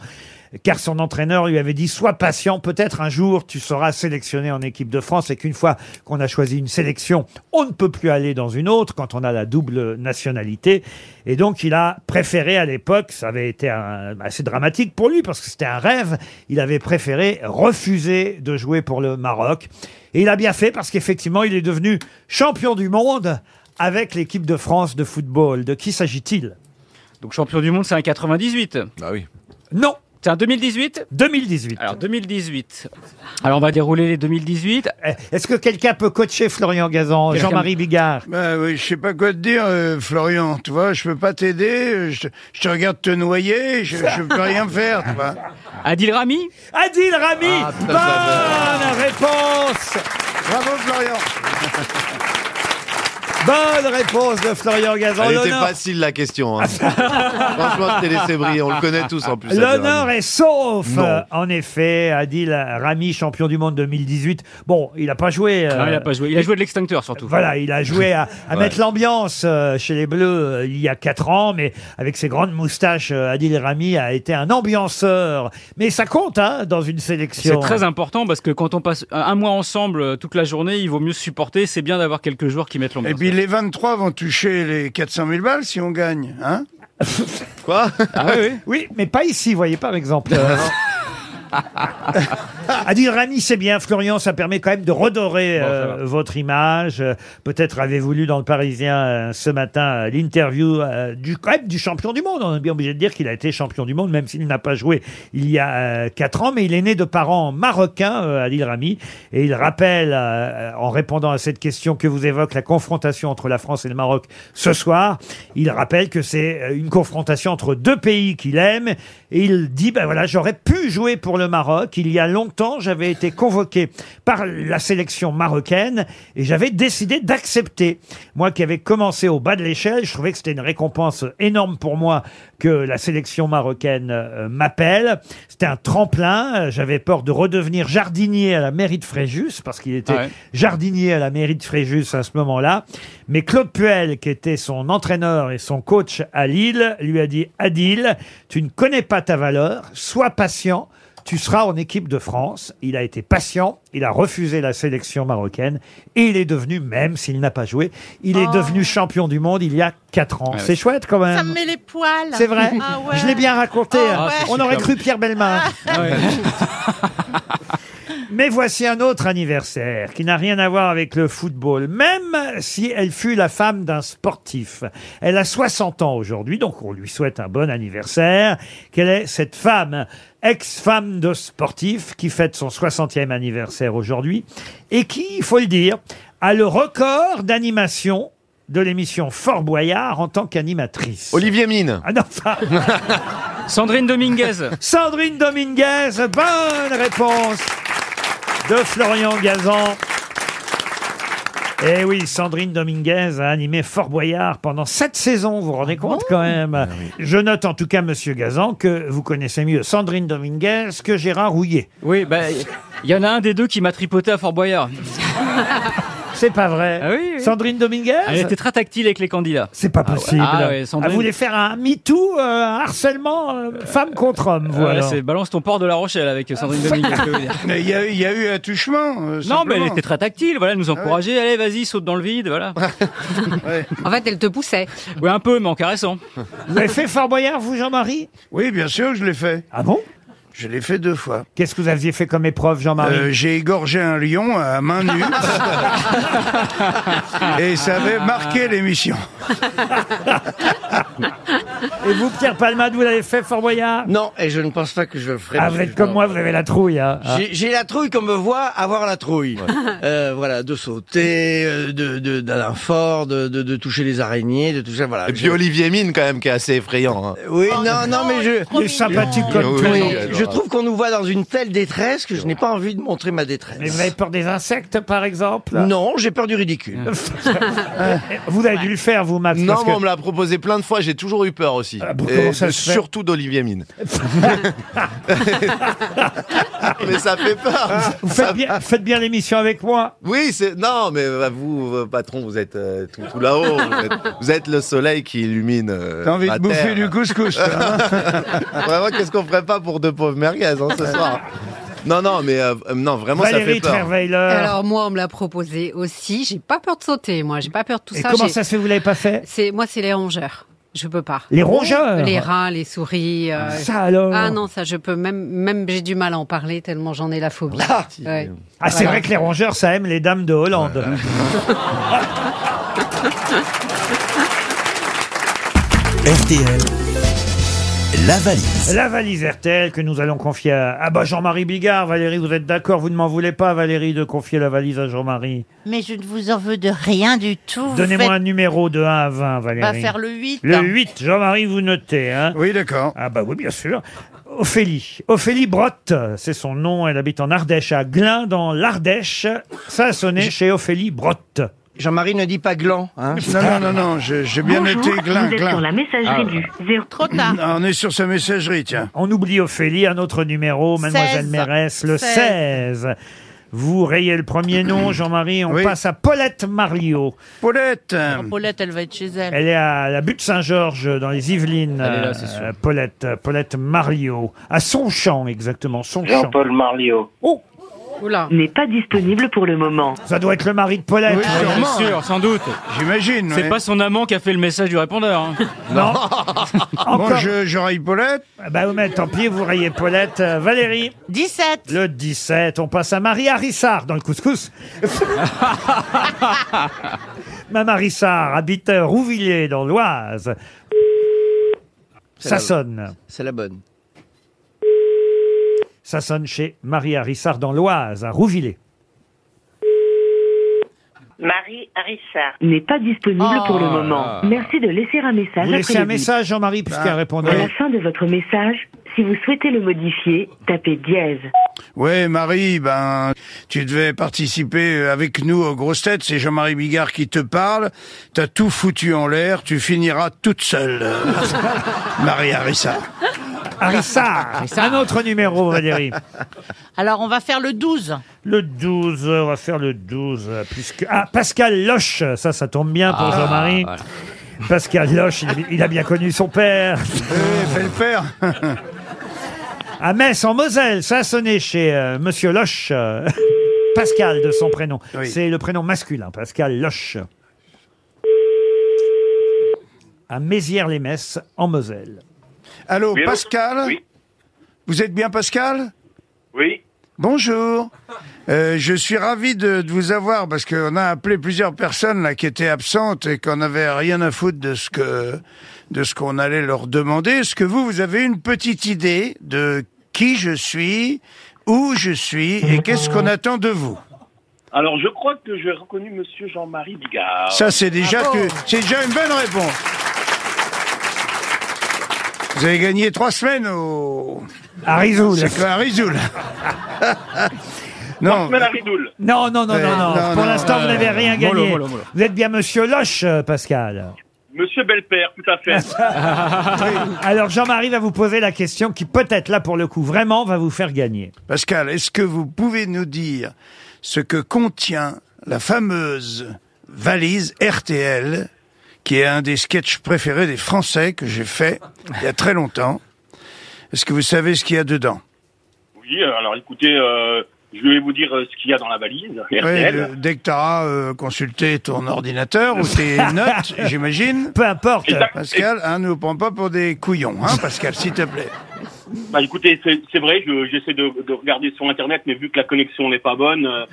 B: car son entraîneur lui avait dit sois patient, peut-être un jour tu seras sélectionné en équipe de France et qu'une fois qu'on a choisi une sélection, on ne peut plus aller dans une autre quand on a la double nationalité. Et donc il a préféré à l'époque, ça avait été un- assez dramatique pour lui parce que c'était un rêve, il avait préféré refuser de jouer pour le Maroc. Et il a bien fait parce qu'effectivement il est devenu champion du monde avec l'équipe de France de football. De qui s'agit-il
C: Donc champion du monde, c'est un 98.
D: Bah oui.
B: Non.
C: C'est un 2018
B: 2018.
C: Alors 2018. Alors on va dérouler les 2018.
B: Eh, Est-ce que quelqu'un peut coacher Florian Gazan,
G: Quelqu'un-
B: Oh, Jean-Marie Bigard
G: Bah oui, je sais pas quoi te dire, euh, Florian. Tu vois, je peux pas t'aider. euh, Je, te- je te regarde te noyer. Je, je peux rien faire. Tu vois.
C: Adil Rami.
B: Adil Rami.
D: Ah,
G: putain, ça
B: Bonne réponse.
G: Bravo, Florian.
B: Bonne réponse de Florian Gazan.
D: Elle était
B: L'honneur-
D: facile la question. hein. Franchement, je t'ai laissé briller. On le connaît tous en plus. Adil
B: L'honneur
D: Rami.
B: est sauf,
D: Non.
B: euh, en effet, Adil Rami, champion du monde 2018. Bon, il n'a pas joué. euh,
C: Non, il a pas joué. Il a joué de l'extincteur surtout.
B: Voilà, il a joué à, à
C: Ouais.
B: mettre l'ambiance euh, chez les Bleus euh, il y a quatre ans, mais avec ses grandes moustaches, euh, Adil Rami a été un ambianceur. Mais ça compte hein, dans une sélection.
C: C'est très important parce que quand on passe un- un mois ensemble euh, toute la journée, il vaut mieux se supporter. C'est bien d'avoir quelques joueurs qui mettent l'ambiance.
G: Et puis les 23 vont toucher les 400 000 balles si on gagne, hein
D: Quoi
B: Ah oui, mais pas ici, vous voyez par exemple. Euh, Adil Rami, c'est bien, Florian, ça permet quand même de redorer euh, votre image. Euh, Peut-être avez-vous lu dans le Parisien euh, ce matin euh, l'interview euh, du, quand même, du champion du monde. On est bien obligé de dire qu'il a été champion du monde, même s'il n'a pas joué il y a euh, quatre ans. Mais il est né de parents marocains, euh, Adil Rami, et il rappelle, euh, euh, en répondant à cette question que vous évoque la confrontation entre la France et le Maroc ce soir, il rappelle que c'est euh, une confrontation entre deux pays qu'il aime. Et il dit, ben voilà, j'aurais pu jouer pour le Maroc. Il y a longtemps, j'avais été convoqué par la sélection marocaine et j'avais décidé d'accepter. Moi qui avais commencé au bas de l'échelle, je trouvais que c'était une récompense énorme pour moi que la sélection marocaine euh, m'appelle. C'était un tremplin. Euh, J'avais peur de redevenir jardinier à la mairie de Fréjus parce qu'il était
C: Ah ouais.
B: jardinier à la mairie de Fréjus à ce moment-là. Mais Claude Puel, qui était son entraîneur et son coach à Lille, lui a dit Adil, tu ne connais pas ta valeur, sois patient. Tu seras en équipe de France. Il a été patient, il a refusé la sélection marocaine et il est devenu, même s'il n'a pas joué, il est
F: Oh. Ah
B: devenu champion du monde il y a 4 ans. C'est chouette quand même.
F: Ça me met les poils.
B: C'est vrai.
F: Ah ouais.
B: Je l'ai bien raconté.
F: Ah ouais. Ah.
B: On aurait cru Pierre Belmar. Mais voici un autre anniversaire qui n'a rien à voir avec le football, même si elle fut la femme d'un sportif. Elle a 60 ans aujourd'hui, donc on lui souhaite un bon anniversaire. Quelle est cette femme, ex-femme de sportif, qui fête son 60e anniversaire aujourd'hui et qui, il faut le dire, a le record d'animation de l'émission Fort Boyard en tant qu'animatrice. Olivier Mine. Ah non, ça. Sandrine Dominguez. Sandrine Dominguez, bonne réponse de Florian Gazan. Eh oui, Sandrine Dominguez a animé Fort Boyard pendant sept saisons, vous vous
C: Ah
B: rendez compte quand même. Je note en tout cas, Monsieur Gazan, que vous connaissez mieux Sandrine Dominguez que Gérard Rouillet.
C: Oui, bah, il y en a un des deux qui m'a tripoté à Fort Boyard.
B: C'est pas vrai. Sandrine Dominguez
C: Ah Elle était très tactile avec les candidats.
B: C'est pas possible.
C: Ah ouais, Sandrine.
B: Elle voulait faire un MeToo, euh, un harcèlement euh, femme contre homme. vous,
C: Ouais,
B: alors. Ah,
C: c'est balance ton port de la Rochelle avec Sandrine Dominguez. je peux vous dire.
G: Mais il y, a eu- il y a eu un touchement. euh,
C: Non, mais elle
G: simplement. Ah
C: était très tactile. Voilà, elle nous encourageait. Allez, vas-y, saute dans le vide. Voilà.
H: En fait, elle te poussait.
C: Oui, un peu, mais en caressant.
B: Vous avez fait Fort Boyard, vous, Jean-Marie
G: Oui, bien sûr, je l'ai fait.
B: Ah bon
G: Je l'ai fait deux fois.
B: Qu'est-ce que vous aviez fait comme épreuve, Jean-Marie
G: Euh, J'ai égorgé un lion à main nue. et ça avait marqué l'émission.
B: Et vous, Pierre Palmade, vous l'avez fait Fort Boyard
E: Non, et je ne pense pas que je le ferai.
B: Ah,
E: parce
B: vous
E: que
B: êtes
E: je-
B: comme moi, vous avez la trouille. hein. Ah.
E: J'ai- J'ai la trouille qu'on me voit avoir la trouille. Euh, voilà, de sauter, euh, de de- d'aller fort, de, de, de toucher les araignées, de tout ça. Voilà.
D: Et puis Olivier Mine, quand même, qui est assez effrayant. hein.
E: Oui, non, non, mais je.
D: Il est sympathique comme
E: Oui,
D: tout le
E: oui,
D: monde.
E: Je trouve qu'on nous voit dans une telle détresse que je n'ai pas envie de montrer ma détresse. Mais vous
B: avez peur des insectes, par exemple
E: Non, j'ai peur du ridicule.
B: Eh, vous avez dû le faire, vous, Max. Ah,
D: Non,
E: parce
D: mais
E: que-
D: on me l'a proposé plein de fois, j'ai toujours eu peur aussi.
B: bon,
D: Et
B: comment ça
D: de-
B: se fait
D: surtout d'Olivier Mine. mais ça fait peur.
B: Vous faites bien, faites bien l'émission avec moi.
D: Oui, c'est non, mais euh, vous, euh, patron, vous êtes euh, tout, tout là-haut. Vous êtes, vous êtes le soleil qui illumine. euh,
G: T'as envie
D: la
G: de
D: terre.
G: bouffer du couscous, toi, hein.
D: Vraiment, qu'est-ce qu'on ferait pas pour deux pauvres merguez hein, ce soir Non, non, mais euh, euh, non, vraiment,
B: Valérie
D: ça fait peur.
B: Trierweiler.
H: Alors moi, on me l'a proposé aussi. J'ai pas peur de sauter, moi. J'ai pas peur de tout
B: Et
H: ça.
B: comment
H: J'ai-
B: ça se fait, vous l'avez pas fait
H: C'est moi, c'est les rongeurs. Je peux pas.
B: Les rongeurs
H: Les rats, les souris. euh,
B: Ça, alors
H: Ah non, ça je peux même même j'ai du mal à en parler tellement j'en ai la phobie. Ouais.
B: Ah, c'est vrai que les rongeurs, ça aime les dames de Hollande.
G: Euh.
A: RTL, la valise.
B: La valise RTL que nous allons confier à ah bah Jean-Marie Bigard. Valérie, vous êtes d'accord Vous ne m'en voulez pas, Valérie, de confier la valise à Jean-Marie
F: Mais je ne vous en veux de rien du tout.
B: Donnez-moi
F: Faites-
B: un numéro de 1 à 20, Valérie.
F: Va faire le huit. hein.
B: Le 8, Jean-Marie, vous notez. Hein
G: oui, d'accord.
B: Ah bah oui, bien sûr. Ophélie. Ophélie Brotte, c'est son nom. Elle habite en Ardèche, à Glin, dans l'Ardèche. Ça a sonné chez Ophélie Brotte.
E: Jean-Marie ne dit pas gland. Hein
G: Non, non, non, non, je- j'ai bien noté Glin, Glin. Ah,
F: Trop tard.
G: Ah, on est sur sa messagerie, tiens.
B: On oublie Ophélie, un autre numéro, Mademoiselle
G: 16.
B: Mérès, le 16.
G: 16.
B: Vous rayez le premier nom, Jean-Marie. On passe à Paulette Marliot.
G: Paulette
F: Paulette, elle va être chez elle.
B: Elle est à la butte Saint-Georges, dans les Yvelines.
T: Elle est là, c'est sûr.
B: euh, Paulette, euh, Paulette Marliot. À Sonchamp, exactement. Sonchamp.
T: Jean-Paul Marliot.
B: Oh
T: N'est pas disponible pour le moment.
B: Ça doit être le mari de Paulette.
T: Oui,
C: Ah, bien sûr, sans doute.
G: J'imagine.
C: C'est
G: ouais.
C: pas son amant qui a fait le message du répondeur. hein.
B: Non.
G: Moi, je, je raille Paulette.
B: Bah, vous mettez, tant pis, vous rayez Paulette. Euh, Valérie
F: 17.
B: Le 17. On passe à Marie Harissard dans le couscous. Ma Harissard habite à Rouvilliers dans l'Oise.
E: C'est
B: Ça
E: la-
B: sonne.
E: C'est la bonne.
B: Ça sonne chez Marie Harissard dans l'Oise, à Rouvillers.
T: Marie Harissa.
B: N'est pas disponible
T: pour le
C: Oh
E: Ah.
T: moment. Merci de laisser un message.
B: Vous laissez
T: après le bip.
B: un
C: Ah.
B: message, Jean-Marie, puisqu'il y a un répondeur.
T: À la fin de votre message, Si vous souhaitez le modifier, tapez dièse.
F: Ah,
G: Ouais, Marie, ben, tu devais participer euh, avec nous aux grosses têtes. C'est Jean-Marie Bigard qui te parle. T'as tout foutu en l'air. Tu finiras toute seule, euh, Marie Harissa.
B: Harissa, c'est un autre numéro, Valérie.
F: Alors, on va faire le 12.
B: Le 12, on va faire le 12. Puisque... Ah, Pascal Loche, ça, ça tombe bien pour
G: Ah,
B: Jean-Marie.
G: voilà.
B: Pascal Loche, il, il a bien connu son père.
G: fais le faire.
B: à Metz, en Moselle, ça a sonné chez euh, Monsieur Loche. euh, Pascal, de son prénom. C'est le prénom masculin, Pascal Loche. À Mézières-les-Messes, en Moselle.
G: Allô,
B: Oui, allô
G: Pascal Vous êtes bien Pascal
J: Oui.
G: Bonjour. Euh, je suis ravi de, de vous avoir parce qu'on a appelé plusieurs personnes là qui étaient absentes et qu'on n'avait rien à foutre de ce que de ce qu'on allait leur demander. Est-ce que vous vous avez une petite idée de qui je suis, où je suis et qu'est-ce qu'on attend de vous
X: Alors, je crois que j'ai reconnu Monsieur Jean-Marie Bigard. Ah
G: Ça c'est
B: Ah
G: déjà que c'est déjà une bonne réponse. Vous avez gagné trois semaines au
B: À Risoul.
G: C'est quoi, à Risoul
B: Trois semaines à
X: Ridoul.
B: Non, Oh, non, non,
G: Ouais,
B: non, non.
G: Euh, non,
B: Pour
G: non,
B: l'instant,
G: non,
B: vous n'avez
G: non,
B: rien
G: non. Mollo,
B: gagné.
G: mollo, mollo.
B: Vous êtes bien Monsieur Loche, euh, Pascal.
X: Monsieur Belpère, tout à fait.
B: Alors Jean-Marie va vous poser la question qui peut-être là pour le coup vraiment va vous faire gagner.
G: Pascal, est-ce que vous pouvez nous dire ce que contient la fameuse valise RTL, qui est un des sketchs préférés des Français que j'ai fait il y a très longtemps Est-ce que vous savez ce qu'il y a dedans
X: Oui, euh, alors écoutez, euh, je vais vous dire euh, ce qu'il y a dans la valise.
G: Ouais,
X: RTL.
G: le- dès que tu auras consulté ton ordinateur ou tes notes, j'imagine.
B: Peu importe.
G: Pascal, hein, ne nous prends pas pour des couillons, hein, Pascal, s'il te plaît.
X: Bah écoutez, c'est c'est vrai, je- j'essaie de, de regarder sur Internet, mais vu que la connexion n'est pas bonne, euh,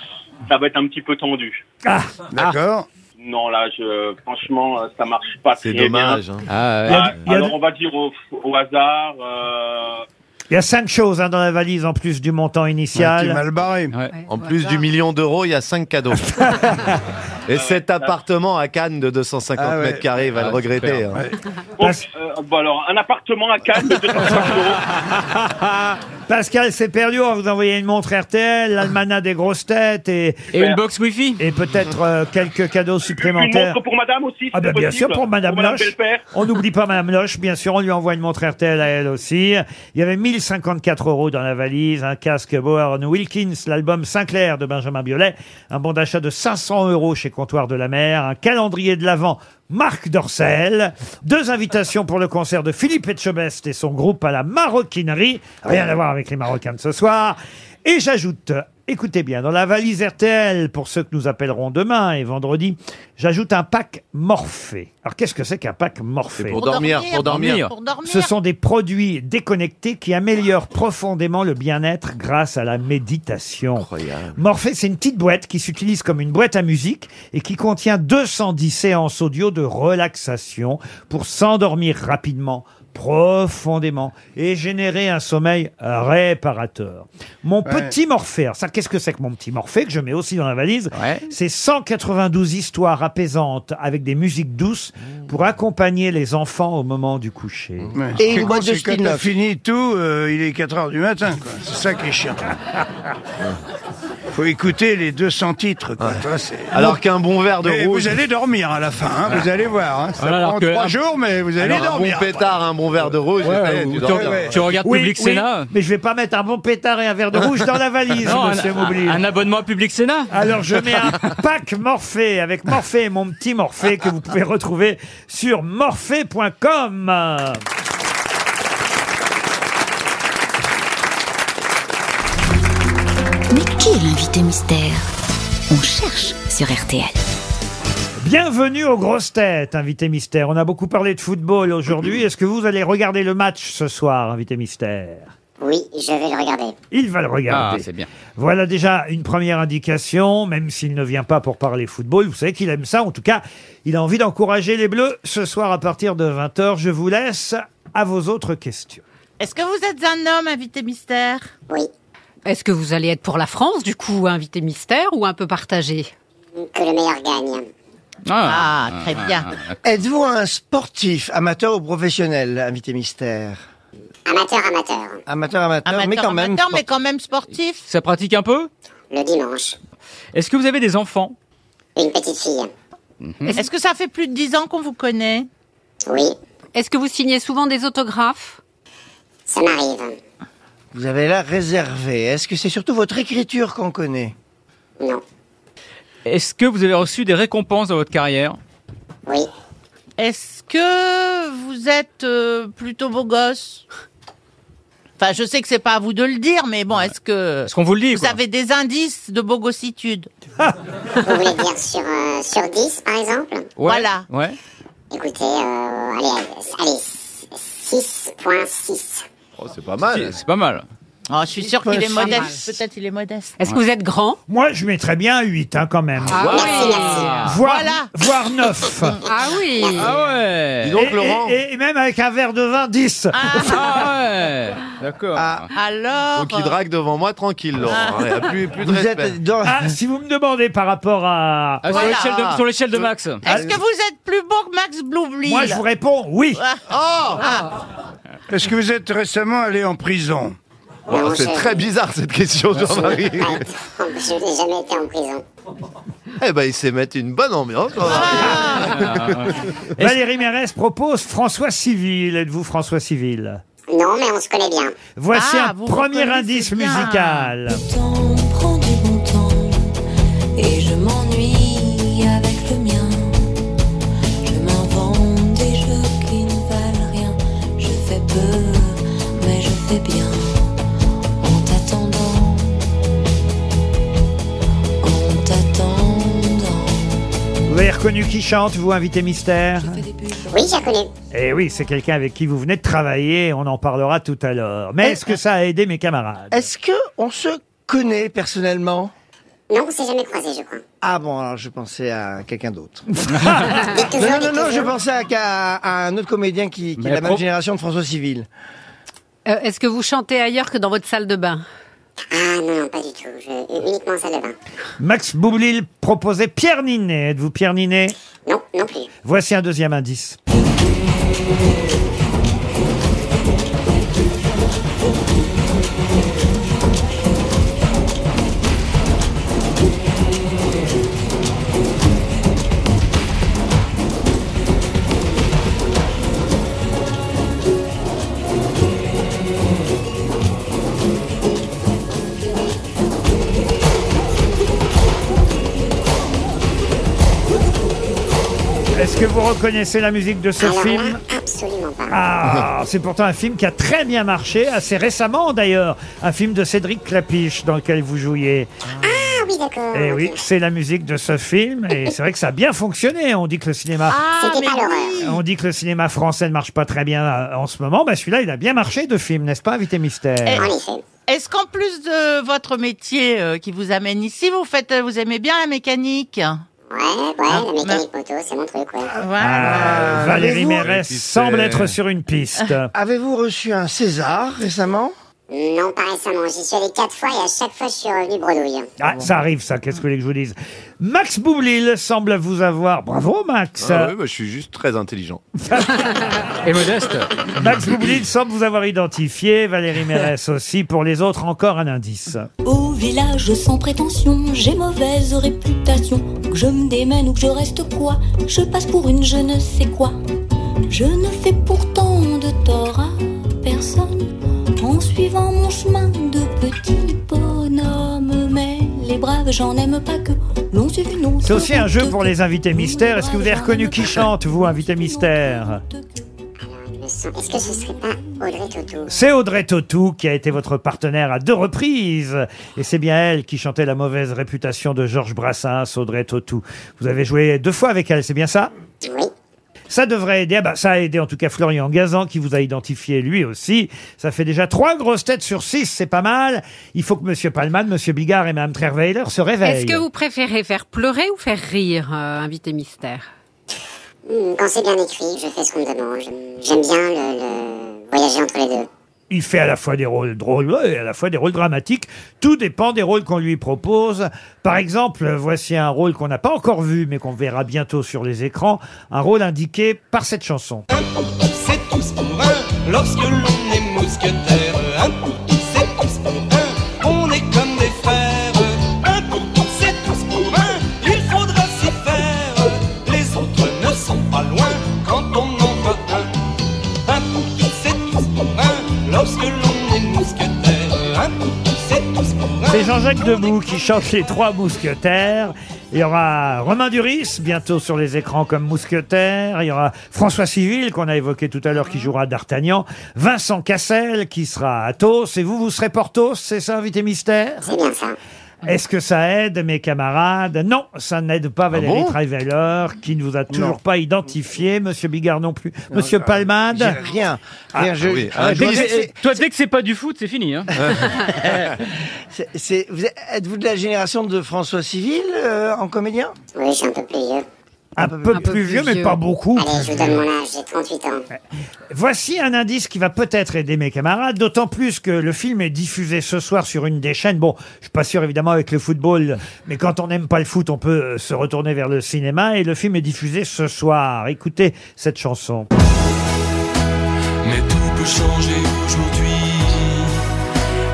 X: ça va être un petit peu tendu.
D: Ah,
G: D'accord.
X: Non, là, je, franchement, euh, ça marche pas
D: C'est
X: très
D: dommage,
X: bien.
D: hein.
B: Ah, ouais.
X: Ouais,
B: Il y a- il y a-
X: alors, on va dire au, au hasard... euh,
B: Il y a cinq choses hein, dans la valise en plus du montant initial.
D: Ouais, t'es mal
G: barré.
D: En plus du million d'euros, il y a 5 cadeaux. Et cet appartement à Cannes de 250
X: Ah ouais.
D: mètres carrés, il va
X: Ah,
D: le regretter.
X: super.
D: hein.
X: bon, euh, bon, alors, un appartement à Cannes de 250 euros.
B: Pascal s'est perdu, on va vous envoyer une montre RTL, l'almanach des grosses têtes et,
X: Et une
B: box Wi-Fi et peut-être euh, quelques cadeaux
X: Une
B: supplémentaires.
X: montre pour madame aussi,
B: Ah
X: c'est
B: ben, bien
X: possible.
B: sûr, pour Madame, Loche.
X: Belpère.
B: On n'oublie pas Madame Loche, bien sûr, on lui envoie une montre RTL à elle aussi. Il y avait 1054 euros dans la valise, un casque Bowen Wilkins, l'album Sinclair de Benjamin Biolay, un bon d'achat de 500 euros chez Comptoir de la Mer, un calendrier de l'Avent Marc Dorcel, deux invitations pour le concert de Philippe Etchebest et son groupe à la Maroquinerie, rien à voir avec les Marocains de ce soir, et j'ajoute, écoutez bien, dans la valise RTL, pour ceux que nous appellerons demain et vendredi, j'ajoute un pack Morphée. Alors qu'est-ce que c'est qu'un pack Morphée
D: pour Pour dormir, dormir, pour dormir. pour dormir.
B: Ce sont des produits déconnectés qui améliorent profondément le bien-être grâce à la méditation. Morphée, c'est une petite boîte qui s'utilise comme une boîte à musique et qui contient 210 séances audio de relaxation pour s'endormir rapidement profondément et générer un sommeil réparateur. Mon
G: Ouais.
B: petit Morphée, alors ça qu'est-ce que c'est que mon petit Morphée que je mets aussi dans la valise C'est 192 histoires apaisantes avec des musiques douces pour accompagner les enfants au moment du coucher.
G: Ouais, ce qui est con, c'est quand t'as fini tout, euh, il est 4 heures du matin, quoi. C'est ça qui est chiant. Faut écouter les 200 titres, quoi. Toi, c'est-
D: Alors qu'un bon verre de
G: Mais
D: rouge. Ah.
G: Vous allez dormir à la fin, hein, vous allez voir. hein. Ça
D: Voilà, alors
G: prend
D: que
G: trois
D: un-
G: jours, mais vous allez
D: Alors, un
G: dormir.
D: bon pétard, un bon verre de rouge.
G: Ouais,
D: eh, tu
G: ou tu-
D: dors bien.
G: ouais.
C: Tu regardes
B: Oui,
C: Public
B: oui,
C: Sénat
B: Mais je vais pas mettre un bon pétard et un verre de rouge dans la valise,
C: Non, un-
B: monsieur Moublier.
C: un abonnement à Public Sénat.
B: Alors je mets un pack Morphée avec Morphée et mon petit Morphée que vous pouvez retrouver sur morphée.com.
O: Mais qui est l'invité mystère On cherche sur RTL.
B: Bienvenue aux grosses têtes, invité mystère. On a beaucoup parlé de football aujourd'hui. Est-ce que vous allez regarder le match ce soir, invité mystère
M: Oui, je vais le regarder.
B: Il va le regarder.
C: Ah, c'est bien.
B: Voilà déjà une première indication, même s'il ne vient pas pour parler football. Vous savez qu'il aime ça. En tout cas, il a envie d'encourager les Bleus ce soir à partir de 20h. Je vous laisse à vos autres questions.
F: Est-ce que vous êtes un homme, invité mystère
M: Oui.
H: Est-ce que vous allez être pour la France, du coup, invité mystère ou un peu partagé
M: Que le meilleur gagne.
F: Ah, très bien.
E: Êtes-vous un sportif, amateur ou professionnel, invité mystère
M: Amateur, amateur.
E: Amateur, amateur,
F: Amateur, amateur, mais quand même sportif.
C: Ça pratique un peu
M: Le dimanche.
C: Est-ce que vous avez des enfants Mm-hmm.
M: Une petite fille.
F: Hmm. Est-ce que ça fait plus de 10 ans qu'on vous connaît
M: Oui,
H: Est-ce que vous signez souvent des autographes
M: ça m'arrive.
E: Vous avez l'air réservé. Est-ce que c'est surtout votre écriture qu'on connaît
M: Non.
C: Est-ce que vous avez reçu des récompenses dans votre carrière
M: Oui.
F: Est-ce que vous êtes euh, plutôt beau gosse Enfin, je sais que c'est pas à vous de le dire, mais bon, est-ce que.
C: Est-ce qu'on vous le dit,
F: Vous
C: quoi
F: avez des indices de beau gossitude.
M: Vous voulez dire sur, euh, sur 10, par exemple
F: Voilà.
C: Ouais.
M: Écoutez, euh, allez, allez, 6.6.
D: Oh, c'est pas mal.
C: C'est pas mal.
F: Oh, je suis sûr qu'il est
H: Pas mal.
F: modeste. Peut-être il est modeste.
H: Est-ce que vous êtes grand
B: Moi, je mettrais bien 8 hein, quand même.
C: Ah
B: Voire,
F: Voilà.
B: voire 9.
H: Ah oui
C: Ah ouais
D: Dis donc,
B: Et-
D: Laurent.
B: et, et même avec un verre de vin, 10.
C: Ah ouais D'accord.
F: Alors.
D: Donc il drague devant moi tranquille, Laurent. hein. Il y a plus, plus de
E: Vous
D: respect.
E: êtes dans...
B: Ah, si vous me demandez par rapport à...
C: Ah, sur
F: Voilà.
C: l'échelle de- Sur l'échelle de, Max.
F: Est-ce que vous êtes plus beau que Max Bloublil Oh.
B: Moi, je vous Ah. réponds oui.
F: Ah.
G: Est-ce que vous êtes récemment allé en prison
D: Bon, c'est très bizarre cette question,
P: Ah,
D: Jean-Marie.
M: Je n'ai jamais été en prison.
D: eh ben, il sait mettre une bonne ambiance. Jean-Marie.
B: Ah,
C: Ah.
B: Valérie Mérès propose François Civil. Êtes-vous François Civil
M: Non, mais on se connaît bien.
B: Voici
F: Ah,
B: un
F: vous
B: premier
F: reconnaissez
B: indice
F: bien.
B: musical.
P: temps prend du bon temps et je m'ennuie avec le mien. Je m'invente des jeux qui ne valent rien. Je fais peu, mais je fais bien en t'attendant. En t'attendant.
B: Vous avez reconnu qui chante, vous, invité mystère
M: Oui, j'ai connu.
B: Eh oui, c'est quelqu'un avec qui vous venez de travailler, on en parlera tout à l'heure.
M: Euh,
B: Mais est-ce que ça a aidé mes camarades
E: Est-ce que on se connaît personnellement
M: Non, on s'est jamais croisés, je crois.
E: Ah bon, alors je pensais à quelqu'un d'autre.
M: Dites
E: Non,
M: toujours,
E: non,
M: dites
E: non, non, je
M: toujours.
E: pensais à, qu'à- à un autre comédien qui, qui
C: Mais
E: est de la
C: pro-
E: même génération de François Civil.
H: Euh, Est-ce que vous chantez ailleurs que dans votre salle de bain
M: Ah non, non, pas du tout. Je, uniquement en salle de bain.
B: Max Boublil proposait Pierre Ninet. Êtes-vous Pierre Ninet
M: Non, non plus.
B: Voici un deuxième indice. Est-ce que vous reconnaissez la musique de ce
M: Alors
B: film
M: là, absolument pas.
B: Ah, c'est pourtant un film qui a très bien marché, assez récemment d'ailleurs. Un film de Cédric Clapiche dans lequel vous jouiez.
M: Ah oui, d'accord.
B: Eh oui,
M: ok.
B: c'est la musique de ce film et c'est vrai que ça a bien fonctionné. On dit que le cinéma,
F: Ah,
M: C'était
F: mais
M: pas l'horreur.
F: oui.
B: on dit que le cinéma français ne marche pas très bien euh, en ce moment. Bah celui-là, il a bien marché de film, n'est-ce pas, Invité Mystère
F: Eh.
M: Euh, En effet.
F: Est-ce qu'en plus de votre métier euh, qui vous amène ici, vous faites, euh, vous aimez bien la mécanique
M: Ouais, Eh, ouais, la mécanique moto, c'est mon truc, ouais.
F: Voilà.
B: Ah, Valérie
E: Euh, avez-vous-
B: Mérès
D: Invité.
B: semble être sur une piste.
E: Avez-vous reçu un César récemment
M: Non, pas récemment. J'y suis allé quatre fois et à chaque fois, je suis revenu bredouille.
B: Ah, ça arrive, ça. Qu'est-ce que vous voulez que je vous dise Max Boublil semble vous avoir. Bravo, Max.
D: Ah ouais, bah, je suis juste très intelligent.
C: Et modeste.
B: Max Boublil semble vous avoir identifié. Valérie Mérès aussi. Pour les autres, encore un indice.
P: Au village sans prétention, j'ai mauvaise réputation. Que je me démène ou que je reste quoi, je passe pour une je ne sais quoi. Je ne fais pourtant de tort à personne en suivant mon chemin de petit bonhomme. Mais les braves, j'en aime pas que l'on suive une autre.
B: C'est aussi un jeu
P: route
B: pour
P: que-
B: les invités mystères. Est-ce que vous avez reconnu qui chante, vous, invité mystère
M: Alors, je me sens- Est-ce que ce serait pas Audrey Tautou
B: C'est Audrey Tautou qui a été votre partenaire à deux reprises. Et c'est bien elle qui chantait la mauvaise réputation de Georges Brassens, Audrey Tautou. Vous avez joué deux fois avec elle, c'est bien ça
M: Oui.
B: Ça devrait aider. Ah bah, ça a aidé en tout cas Florian Gazan qui vous a identifié lui aussi. Ça fait déjà trois grosses têtes sur six, c'est pas mal. Il faut que Monsieur Palman, Monsieur Bigard et Madame Trerweiler se réveillent.
H: Est-ce que vous préférez faire pleurer ou faire rire, euh, invité mystère
M: Hmm, Quand c'est bien écrit, je fais ce qu'on me demande. J'aime- J'aime bien le, le voyager entre les deux.
B: Il fait à la fois des rôles drôles euh, et à la fois des rôles dramatiques. Tout dépend des rôles qu'on lui propose. Par exemple, euh, voici un rôle qu'on n'a pas encore vu mais qu'on verra bientôt sur les écrans. Un rôle indiqué par cette chanson.
Q: C'est tous
P: pour un. Lorsque l'on est mousquetaire, un pour tous, c'est tous pour un. On est comme des frères, un pour tous, c'est tous pour un. Il faudra s'y faire, les autres ne sont pas loin quand on en voit un. Un pour tous, c'est tous pour un. Lorsque l'on est mousquetaire, un pour tous, c'est tous pour un.
B: C'est Jean-Jacques Debout qui chante les trois mousquetaires. Il y aura Romain Duris bientôt sur les écrans comme mousquetaire. Il y aura François Civil qu'on a évoqué tout à l'heure qui jouera D'Artagnan. Vincent Cassel qui sera Athos. Et vous, vous serez Porthos, c'est ça, invité mystère
M: C'est bien ça.
B: Est-ce que ça aide mes camarades Non, ça n'aide pas Valérie
E: Ah bon
B: Traiveller qui ne vous a toujours pas identifié. Monsieur Bigard non plus. Monsieur Palmade
E: euh, j'ai rien. Rien, je- Ah, je
C: Dès que
E: vois-
C: c'est- Toi, dès que c'est pas du foot, c'est fini. Hein.
E: C'est- c'est- vous êtes- Êtes-vous de la génération de François Civil euh, en comédien
M: Oui, je suis un peu plus vieux.
B: Un peu, plus, vieux, mais pas beaucoup.
M: Allez, je vous donne mon âge, j'ai 38 ans.
B: Voici un indice qui va peut-être aider mes camarades, d'autant plus que le film est diffusé ce soir sur une des chaînes. Bon, je suis pas sûr évidemment avec le football, mais quand on n'aime pas le foot, on peut euh, se retourner vers le cinéma et le film est diffusé ce soir. Écoutez cette chanson.
P: Mais tout peut changer aujourd'hui.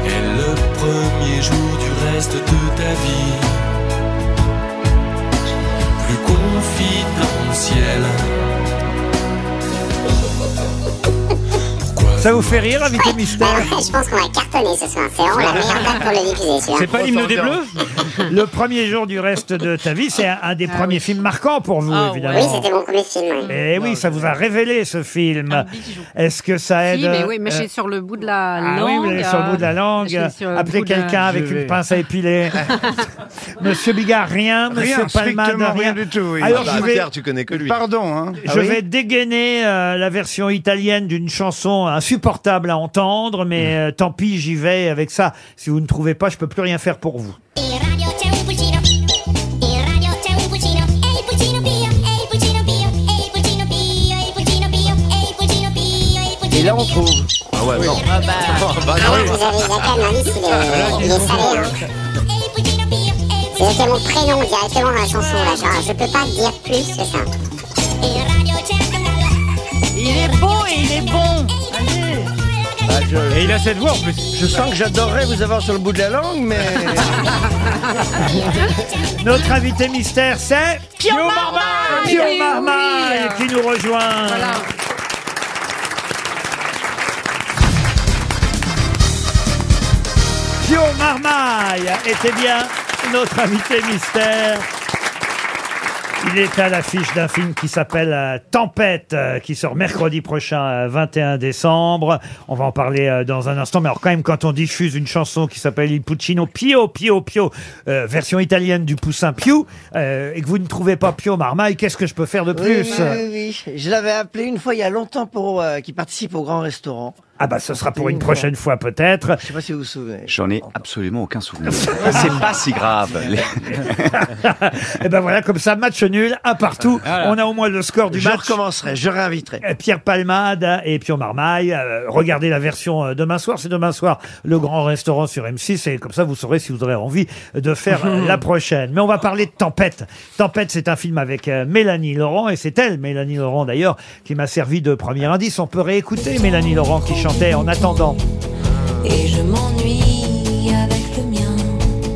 P: Et le premier jour du reste de ta vie. Plus confidentiel.
B: Ça vous fait rire, invité mystère
M: Je pense qu'on va cartonner ce soir. C'est vraiment la meilleure date pour le diffuser, celui-là.
B: Le premier jour du reste de ta vie, c'est un, un des premiers films marquants pour vous, évidemment.
M: Ah Oui, c'était mon premier film. oui.
B: Eh oui, ça vous a révélé ce film. Est-ce que ça aide
H: Si, mais oui, mais
B: euh,
H: j'ai sur le bout de la
B: Ah
H: langue.
B: oui, vous l'avez sur le bout de la
H: euh, je
B: langue.
H: l'ai sur le
B: Appelez
H: bout de la-
B: quelqu'un avec
H: Je
B: une
H: vais-
B: pince à épiler. Monsieur Bigard, rien.
G: Rien,
B: Monsieur Palmade,
G: strictement rien du tout, oui.
B: Alors,
G: Ah bah,
B: je vais...
G: Pierre, tu connais que lui. Pardon, hein.
B: Je
G: Ah oui
B: vais dégainer euh, la version italienne d'une chanson insupportable à entendre, mais
G: Mmh.
B: euh, tant pis, j'y vais avec ça. Si vous ne trouvez pas, je peux plus rien faire pour vous.
P: In E radio c'è un pulcino. In radio c'è un pulcino. E il pulcino pio, e il pulcino pio, e il pulcino pio, e il pulcino pio, e il pulcino pio, e il pulcino
E: Et là, on trouve.
D: Ah ouais, non.
E: Ah
D: bah
M: Ah ouais,
D: non.
M: vous avez la canne, hein, ici, il est, il est salé. hein. C'est c'est mon prénom directement dans la chanson, là. Genre, je peux pas dire plus que ça.
F: Il est beau et il est bon. Allez.
C: Et il a cette voix en plus.
E: Bah, Je sens que j'adorerais vous avoir sur le bout de la langue, mais.
B: Notre invité mystère, c'est Pio Marmaille, Eh Pio
P: Oui,
B: Marmaille qui nous rejoint. Pio Marmaille était bien notre invité mystère. Il est à l'affiche d'un film qui s'appelle euh, Tempête, euh, qui sort mercredi prochain, euh, 21 décembre. On va en parler euh, dans un instant, mais alors quand même, quand on diffuse une chanson qui s'appelle Il Puccino Pio Pio Pio, euh, version italienne du Poussin Pio, euh, et que vous ne trouvez pas Pio Marmaille, qu'est-ce que je peux faire de
E: Oui,
B: plus
E: oui, oui, oui. Je l'avais appelé une fois il y a longtemps pour euh, qu'il participe au grand restaurant.
B: Ah bah ce sera pour une prochaine fois peut-être.
E: Je sais pas si vous vous souvenez.
I: J'en ai absolument aucun souvenir. Ah, C'est pas si grave.
B: Et ben voilà, comme ça, match nul, un partout. On a au moins le score du
E: Je
B: match.
E: recommencerai, je réinviterai.
B: Euh, Pierre Palmade et Pio Marmaille. euh, regardez la version euh, demain soir. C'est demain soir le grand restaurant sur M6. Et comme ça, vous saurez si vous aurez envie de faire euh, la prochaine. Mais on va parler de Tempête. Tempête, c'est un film avec euh, Mélanie Laurent. Et c'est elle, Mélanie Laurent d'ailleurs, qui m'a servi de premier indice. On peut réécouter Mélanie Laurent qui chantait en attendant.
P: Et je m'ennuie avec le mien.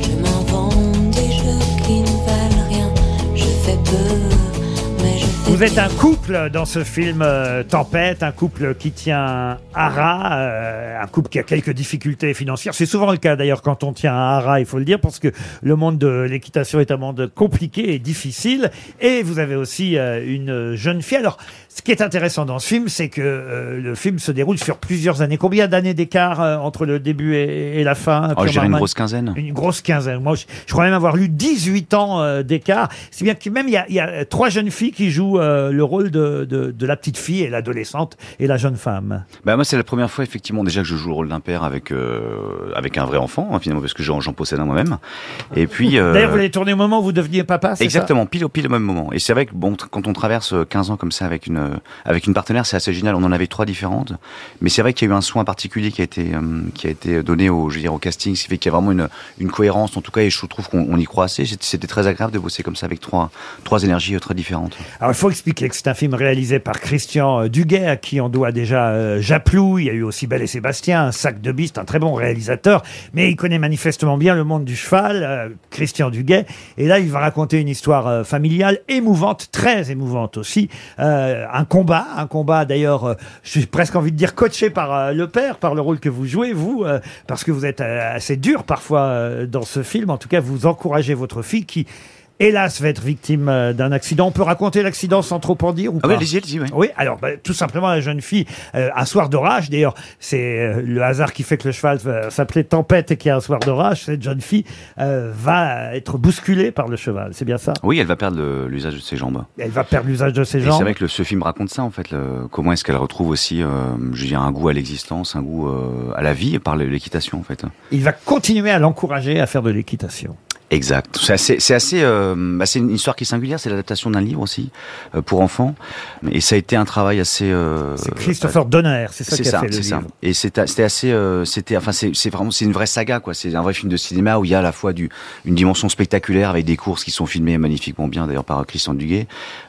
P: Je m'invente des jeux qui ne valent rien. Je fais peu, mais je
B: Vous êtes un couple dans ce film euh, Tempête, un couple qui tient à ras, euh, un couple qui a quelques difficultés financières. C'est souvent le cas d'ailleurs quand on tient à ras, il faut le dire, parce que le monde de l'équitation est un monde compliqué et difficile. Et vous avez aussi euh, une jeune fille. Alors, ce qui est intéressant dans ce film, c'est que euh, le film se déroule sur plusieurs années. Combien d'années d'écart euh, entre le début et, et la
I: Oh,
B: fin
I: je
B: Pierre
I: dirais une
B: Marman
I: grosse quinzaine.
B: une grosse quinzaine. Moi, je, je crois même avoir lu 18 ans euh, d'écart. C'est bien que même il y a, il y a trois jeunes filles qui jouent euh, le rôle de, de, de la petite fille et l'adolescente et la jeune femme.
I: Bah moi c'est la première fois effectivement déjà que je joue le rôle d'un père avec euh, avec un vrai enfant hein, finalement parce que j'en j'en possède un moi-même. Et puis euh,
B: D'ailleurs, vous l'avez tourné au moment où vous deveniez papa, Ah, c'est
I: Exactement, pile au pile au même moment. Et c'est vrai que bon, t- quand on traverse euh, 15 ans comme ça avec une euh, avec une partenaire, c'est assez génial. On en avait trois différentes, mais c'est vrai qu'il y a eu un soin particulier qui a été euh, qui a été donné au je veux dire au casting, ce qui fait qu'il y a vraiment une une cohérence en tout cas. Et je trouve qu'on on y croit assez. C'était- C'était très agréable de bosser comme ça avec trois trois énergies euh, très différentes.
B: ça Alors, il faut expliquer que c'est un film réalisé par Christian euh, Duguay, à qui on doit déjà euh, Japlou. Il y a eu aussi Belle et Sébastien, un sac de bistes, un très bon réalisateur. Mais il connaît manifestement bien le monde du cheval, euh, Christian Duguay. Et là, il va raconter une histoire euh, familiale émouvante, très émouvante aussi. Euh, un combat, un combat d'ailleurs, euh, j'ai presque envie de dire coaché par euh, le père, par le rôle que vous jouez, vous, euh, parce que vous êtes euh, assez dur parfois euh, dans ce film. En tout cas, vous encouragez votre fille qui hélas, va être victime euh, d'un accident. On peut raconter l'accident sans trop en dire ou
I: Ah
B: pas
I: oui, allez-y,
B: oui. alors bah, tout simplement, la jeune fille, euh, un soir d'orage, d'ailleurs, c'est euh, le hasard qui fait que le cheval euh, s'appelait Tempête et qu'il y a un soir d'orage, cette jeune fille euh, va être bousculée par le cheval, c'est bien ça
I: Oui, elle va perdre le- l'usage de ses jambes.
B: Elle va perdre l'usage de ses
I: Et c'est
B: jambes.
I: vrai que le- ce film raconte ça en fait. le- comment est-ce qu'elle retrouve aussi, euh, je veux dire, un goût à l'existence, un goût euh, à la vie par l'équitation en fait.
B: Il va continuer à l'encourager à faire de l'équitation.
I: Exact. C'est assez, c'est assez, euh, bah, c'est une histoire qui est singulière. C'est l'adaptation d'un livre aussi euh, pour enfants, et ça a été un travail assez. euh,
B: Christopher Donner, c'est ça qui a fait le
I: c'est ça.
B: livre.
I: Et c'est- c'était assez, euh, c'était, enfin, c'est c'est vraiment, c'est une vraie saga, quoi. C'est un vrai film de cinéma où il y a à la fois du, une dimension spectaculaire avec des courses qui sont filmées magnifiquement bien, d'ailleurs par Christian Duguay,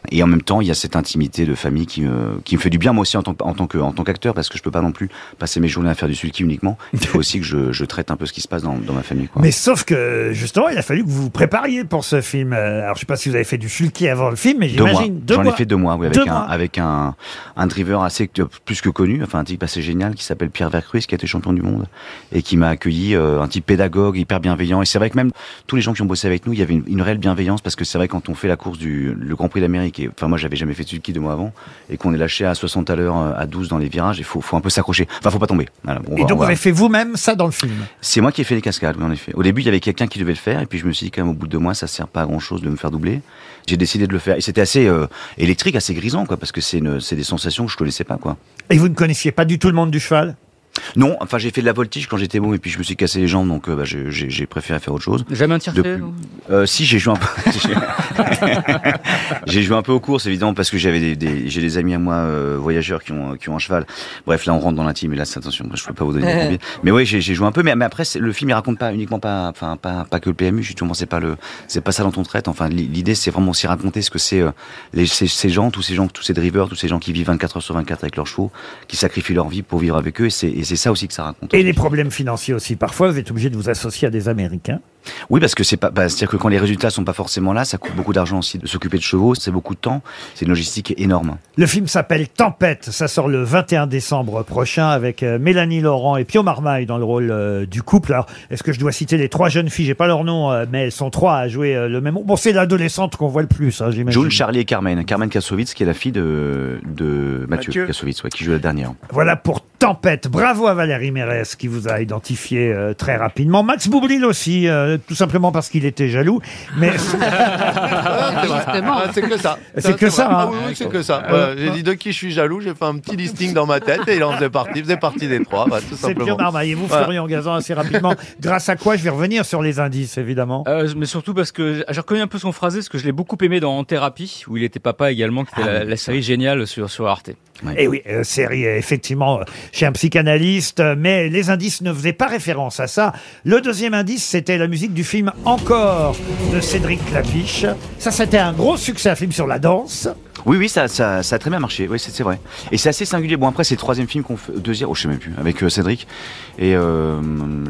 I: et en même temps il y a cette intimité de famille qui me, qui me fait du bien moi aussi en tant, en tant que, en tant qu'acteur, parce que je peux pas non plus passer mes journées à faire du sulky uniquement. Il faut aussi que je, je traite un peu ce qui se passe dans, dans ma famille, quoi.
B: Mais sauf que, justement, il a fallu que vous vous prépariez pour ce film. Euh, Alors, je sais pas si vous avez fait du sulky avant le film, mais
I: Deux mois.
B: j'imagine.
I: J'en ai fait deux mois, oui, avec,
B: Deux
I: un,
B: mois.
I: avec un, un driver assez que- plus que connu, enfin un type assez génial qui s'appelle Pierre Vercruis, qui a été champion du monde et qui m'a accueilli, euh, un type pédagogue hyper bienveillant. Et c'est vrai que même tous les gens qui ont bossé avec nous, il y avait une, une réelle bienveillance parce que c'est vrai quand on fait la course du le Grand Prix d'Amérique, et enfin moi j'avais jamais fait de ski deux mois avant et qu'on est lâché à 60 à l'heure, euh, à 12 dans les virages, il faut, faut un peu s'accrocher. Enfin faut pas tomber. Voilà, bon, on
B: Et
I: va-
B: donc,
I: on
B: vous
I: va-
B: avez fait vous-même ça dans le film.
I: c'est moi qui ai fait les cascades, oui, en effet. Au début, il y avait quelqu'un qui devait le faire, et puis je me suis dit, quand même, au bout de deux mois, ça sert pas à grand chose de me faire doubler. J'ai décidé de le faire. Et c'était assez euh, électrique, assez grisant, quoi, parce que c'est une- c'est des sensations que je connaissais pas, quoi.
B: Et vous ne connaissiez pas du tout le monde du cheval
I: Non, enfin, j'ai fait de la voltige quand j'étais bon, et puis je me suis cassé les jambes, donc euh, bah, j'ai- j'ai j'ai préféré faire autre chose.
C: Jamais un tir
I: Depuis- euh, Si, j'ai joué un peu. j'ai joué un peu aux courses, évidemment, parce que j'avais des, des- j'ai des amis à moi euh, voyageurs qui ont, qui ont un cheval. Bref, là, on rentre dans l'intime, et là, c'est- attention, je peux pas vous donner des combines. Mais oui, j'ai j'ai joué un peu, mais, mais après, c'est- le film, il raconte pas uniquement pas, enfin, pas, pas que le PMU, justement, c'est pas le, c'est pas ça dont on traite. Enfin, l'i- l'idée, c'est vraiment aussi raconter ce que c'est, euh, les- ces, ces gens, tous ces gens, tous ces drivers, tous ces gens qui vivent 24 heures sur 24 avec leurs chevaux, qui sacrifient leur vie pour vivre avec eux, et c'est et c'est ça aussi que ça raconte.
B: Et les problèmes financiers aussi. Parfois, vous êtes obligé de vous associer à des Américains.
I: Oui, parce que c'est pas, bah, c'est-à-dire que quand les résultats sont pas forcément là, ça coûte beaucoup d'argent aussi de s'occuper de chevaux, c'est beaucoup de temps, c'est une logistique énorme.
B: Le film s'appelle Tempête. Ça sort le 21 décembre prochain avec euh, Mélanie Laurent et Pio Marmaille dans le rôle euh, du couple. Alors, est-ce que je dois citer les trois jeunes filles J'ai pas leur nom, euh, mais elles sont trois à jouer euh, le même. Bon, c'est l'adolescente qu'on voit le plus, hein, j'imagine.
I: June, Charlie et Carmen. Carmen Kassovitz, qui est la fille de, de Mathieu,
B: Mathieu.
I: Kassovitz, ouais, qui joue la dernière.
B: Voilà pour Tempête. Bravo à Valérie Mérès qui vous a identifié euh, très rapidement. Max Boublil aussi, euh, tout simplement parce qu'il était jaloux. Mais
D: Ah, c'est que ça.
B: C'est que ça,
D: vrai.
B: hein.
D: Ah oui, oui, c'est que ça. Voilà, j'ai dit de qui je suis jaloux, j'ai fait un petit listing dans ma tête et il en faisait partie. Il faisait partie des trois, voilà, tout
B: c'est
D: simplement.
B: Pio Marmaille. Et vous,
D: Voilà.
B: Florian Gazan, assez rapidement. Grâce à quoi je vais revenir sur les indices, évidemment.
C: Euh, mais surtout parce que je- je reconnais un peu son phrasé, parce que je l'ai beaucoup aimé dans En Thérapie, où il était papa également, qui était la, la série géniale sur, sur Arte.
B: Et oui, euh, série euh, effectivement euh, chez un psychanalyste, euh, mais les indices ne faisaient pas référence à ça. Le deuxième indice, c'était la musique du film Encore de Cédric Clapiche. Ça, c'était un gros succès, un film sur la danse.
I: Oui, oui, ça, ça, ça a très bien marché. Oui, c'est c'est vrai. Et c'est assez singulier. Bon, après, c'est le troisième film qu'on fait, deuxième, oh, je sais même plus, avec euh, Cédric. Et euh,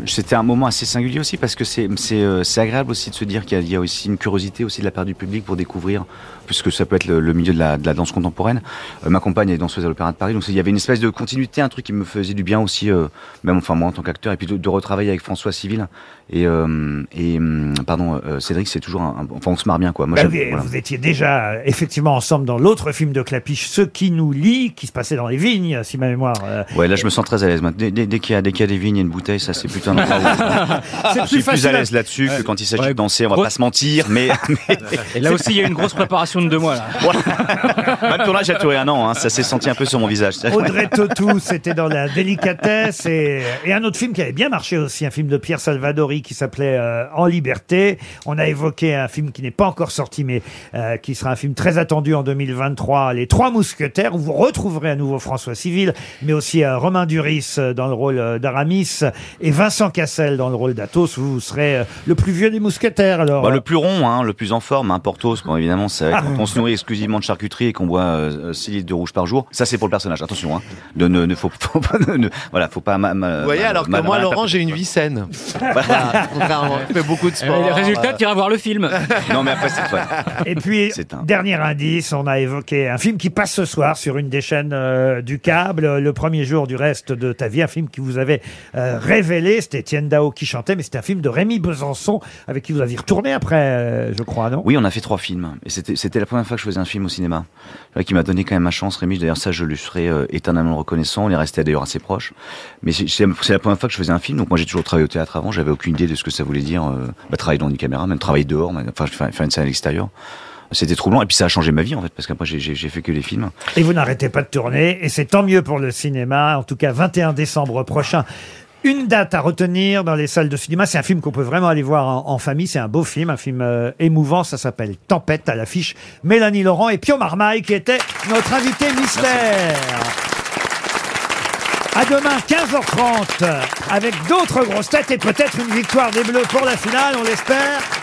I: c'était un moment assez singulier aussi parce que c'est, c'est, euh, c'est agréable aussi de se dire qu'il y a, il y a aussi une curiosité aussi de la part du public pour découvrir, puisque ça peut être le, le milieu de la, de la danse contemporaine. Euh, ma compagne est danseuse à l'Opéra de Paris, donc c'est- il y avait une espèce de continuité, un truc qui me faisait du bien aussi, euh, même enfin moi en tant qu'acteur, et puis de, de retravailler avec François Civil et, euh, et hum, pardon, euh, Cédric, c'est toujours un, un- enfin on se marre bien quoi. Moi,
B: Bah
I: j'aime-
B: oui,
I: voilà.
B: Vous étiez déjà euh, effectivement ensemble dans l'autre film de Clapiche, Ce qui nous lie, qui se passait dans les vignes, si ma mémoire. euh,
I: Ouais, là je me sens très à l'aise. maintenant. Dès, dès- dès qu'il y, a- dès qu'il y a des vignes et une bouteille, ça c'est putain.
B: C'est
I: Je suis plus à l'aise là-dessus que quand il s'agit de danser. On va pas se mentir, mais. mais-
C: Et là aussi, il y a une grosse préparation de deux mois, là.
I: Bah, le tournage a duré un an, hein, ça s'est senti un peu sur mon visage.
B: Audrey Tautou, c'était dans la délicatesse et, et un autre film qui avait bien marché aussi, un film de Pierre Salvadori qui s'appelait euh, En liberté. On a évoqué un film qui n'est pas encore sorti mais euh, qui sera un film très attendu en 2023. 2023, Les Trois Mousquetaires, où vous retrouverez à nouveau François Civil, mais aussi euh, Romain Duris euh, dans le rôle euh, d'Aramis et Vincent Cassel dans le rôle d'Athos. Vous serez euh, le plus vieux des mousquetaires alors. euh,
I: Bah, le plus rond, hein, le plus en forme, hein, Portos, bon, évidemment, c'est vrai que quand on se nourrit exclusivement de charcuterie et qu'on boit 6 litres de rouge par jour, ça c'est pour le personnage, attention, hein, de, ne, ne- faut, faut pas, ne- ne- voilà, faut pas ma- ma-
D: Vous voyez,
I: ma-
D: alors que
I: ma-
D: moi,
I: ma-
D: Laurent, j'ai une vie saine. Voilà, contrairement, je fais beaucoup de
I: Et
D: sport.
I: le résultat,
D: euh,
C: tu iras voir le film.
I: Non, mais après, c'est ouais.
B: Et puis, dernier indice, on a évoqué un film qui passe ce soir sur une des chaînes euh, du câble, euh, le premier jour du reste de ta vie, un film qui vous avait euh, révélé, c'était Étienne Dao qui chantait, mais c'était un film de Rémi Besançon avec qui vous aviez retourné après, euh, je crois, non
I: Oui, on a fait trois films. Et c'était c'était la première fois que je faisais un film au cinéma. C'est vrai qui m'a donné quand même ma chance, Rémi. D'ailleurs, ça, je lui serai euh, éternellement reconnaissant. On est resté d'ailleurs assez proches. Mais c'est- c'est c'est la première fois que je faisais un film. Donc, moi, j'ai toujours travaillé au théâtre avant. J'avais aucune idée de ce que ça voulait dire euh, bah, travailler dans une caméra, même travailler dehors, même- enfin, faire faire une scène à l'extérieur. C'était troublant. Et puis, ça a changé ma vie, en fait, parce qu'après, j'ai- j'ai j'ai fait que les films.
B: Et vous n'arrêtez pas de tourner, et c'est tant mieux pour le cinéma, en tout cas 21 décembre prochain. Une date à retenir dans les salles de cinéma, c'est un film qu'on peut vraiment aller voir en, en famille, c'est un beau film, un film euh, émouvant, ça s'appelle Tempête à l'affiche, Mélanie Laurent et Pio Marmaille qui était notre invité mystère. À demain 15h30 avec d'autres grosses têtes et peut-être une victoire des Bleus pour la finale, on l'espère.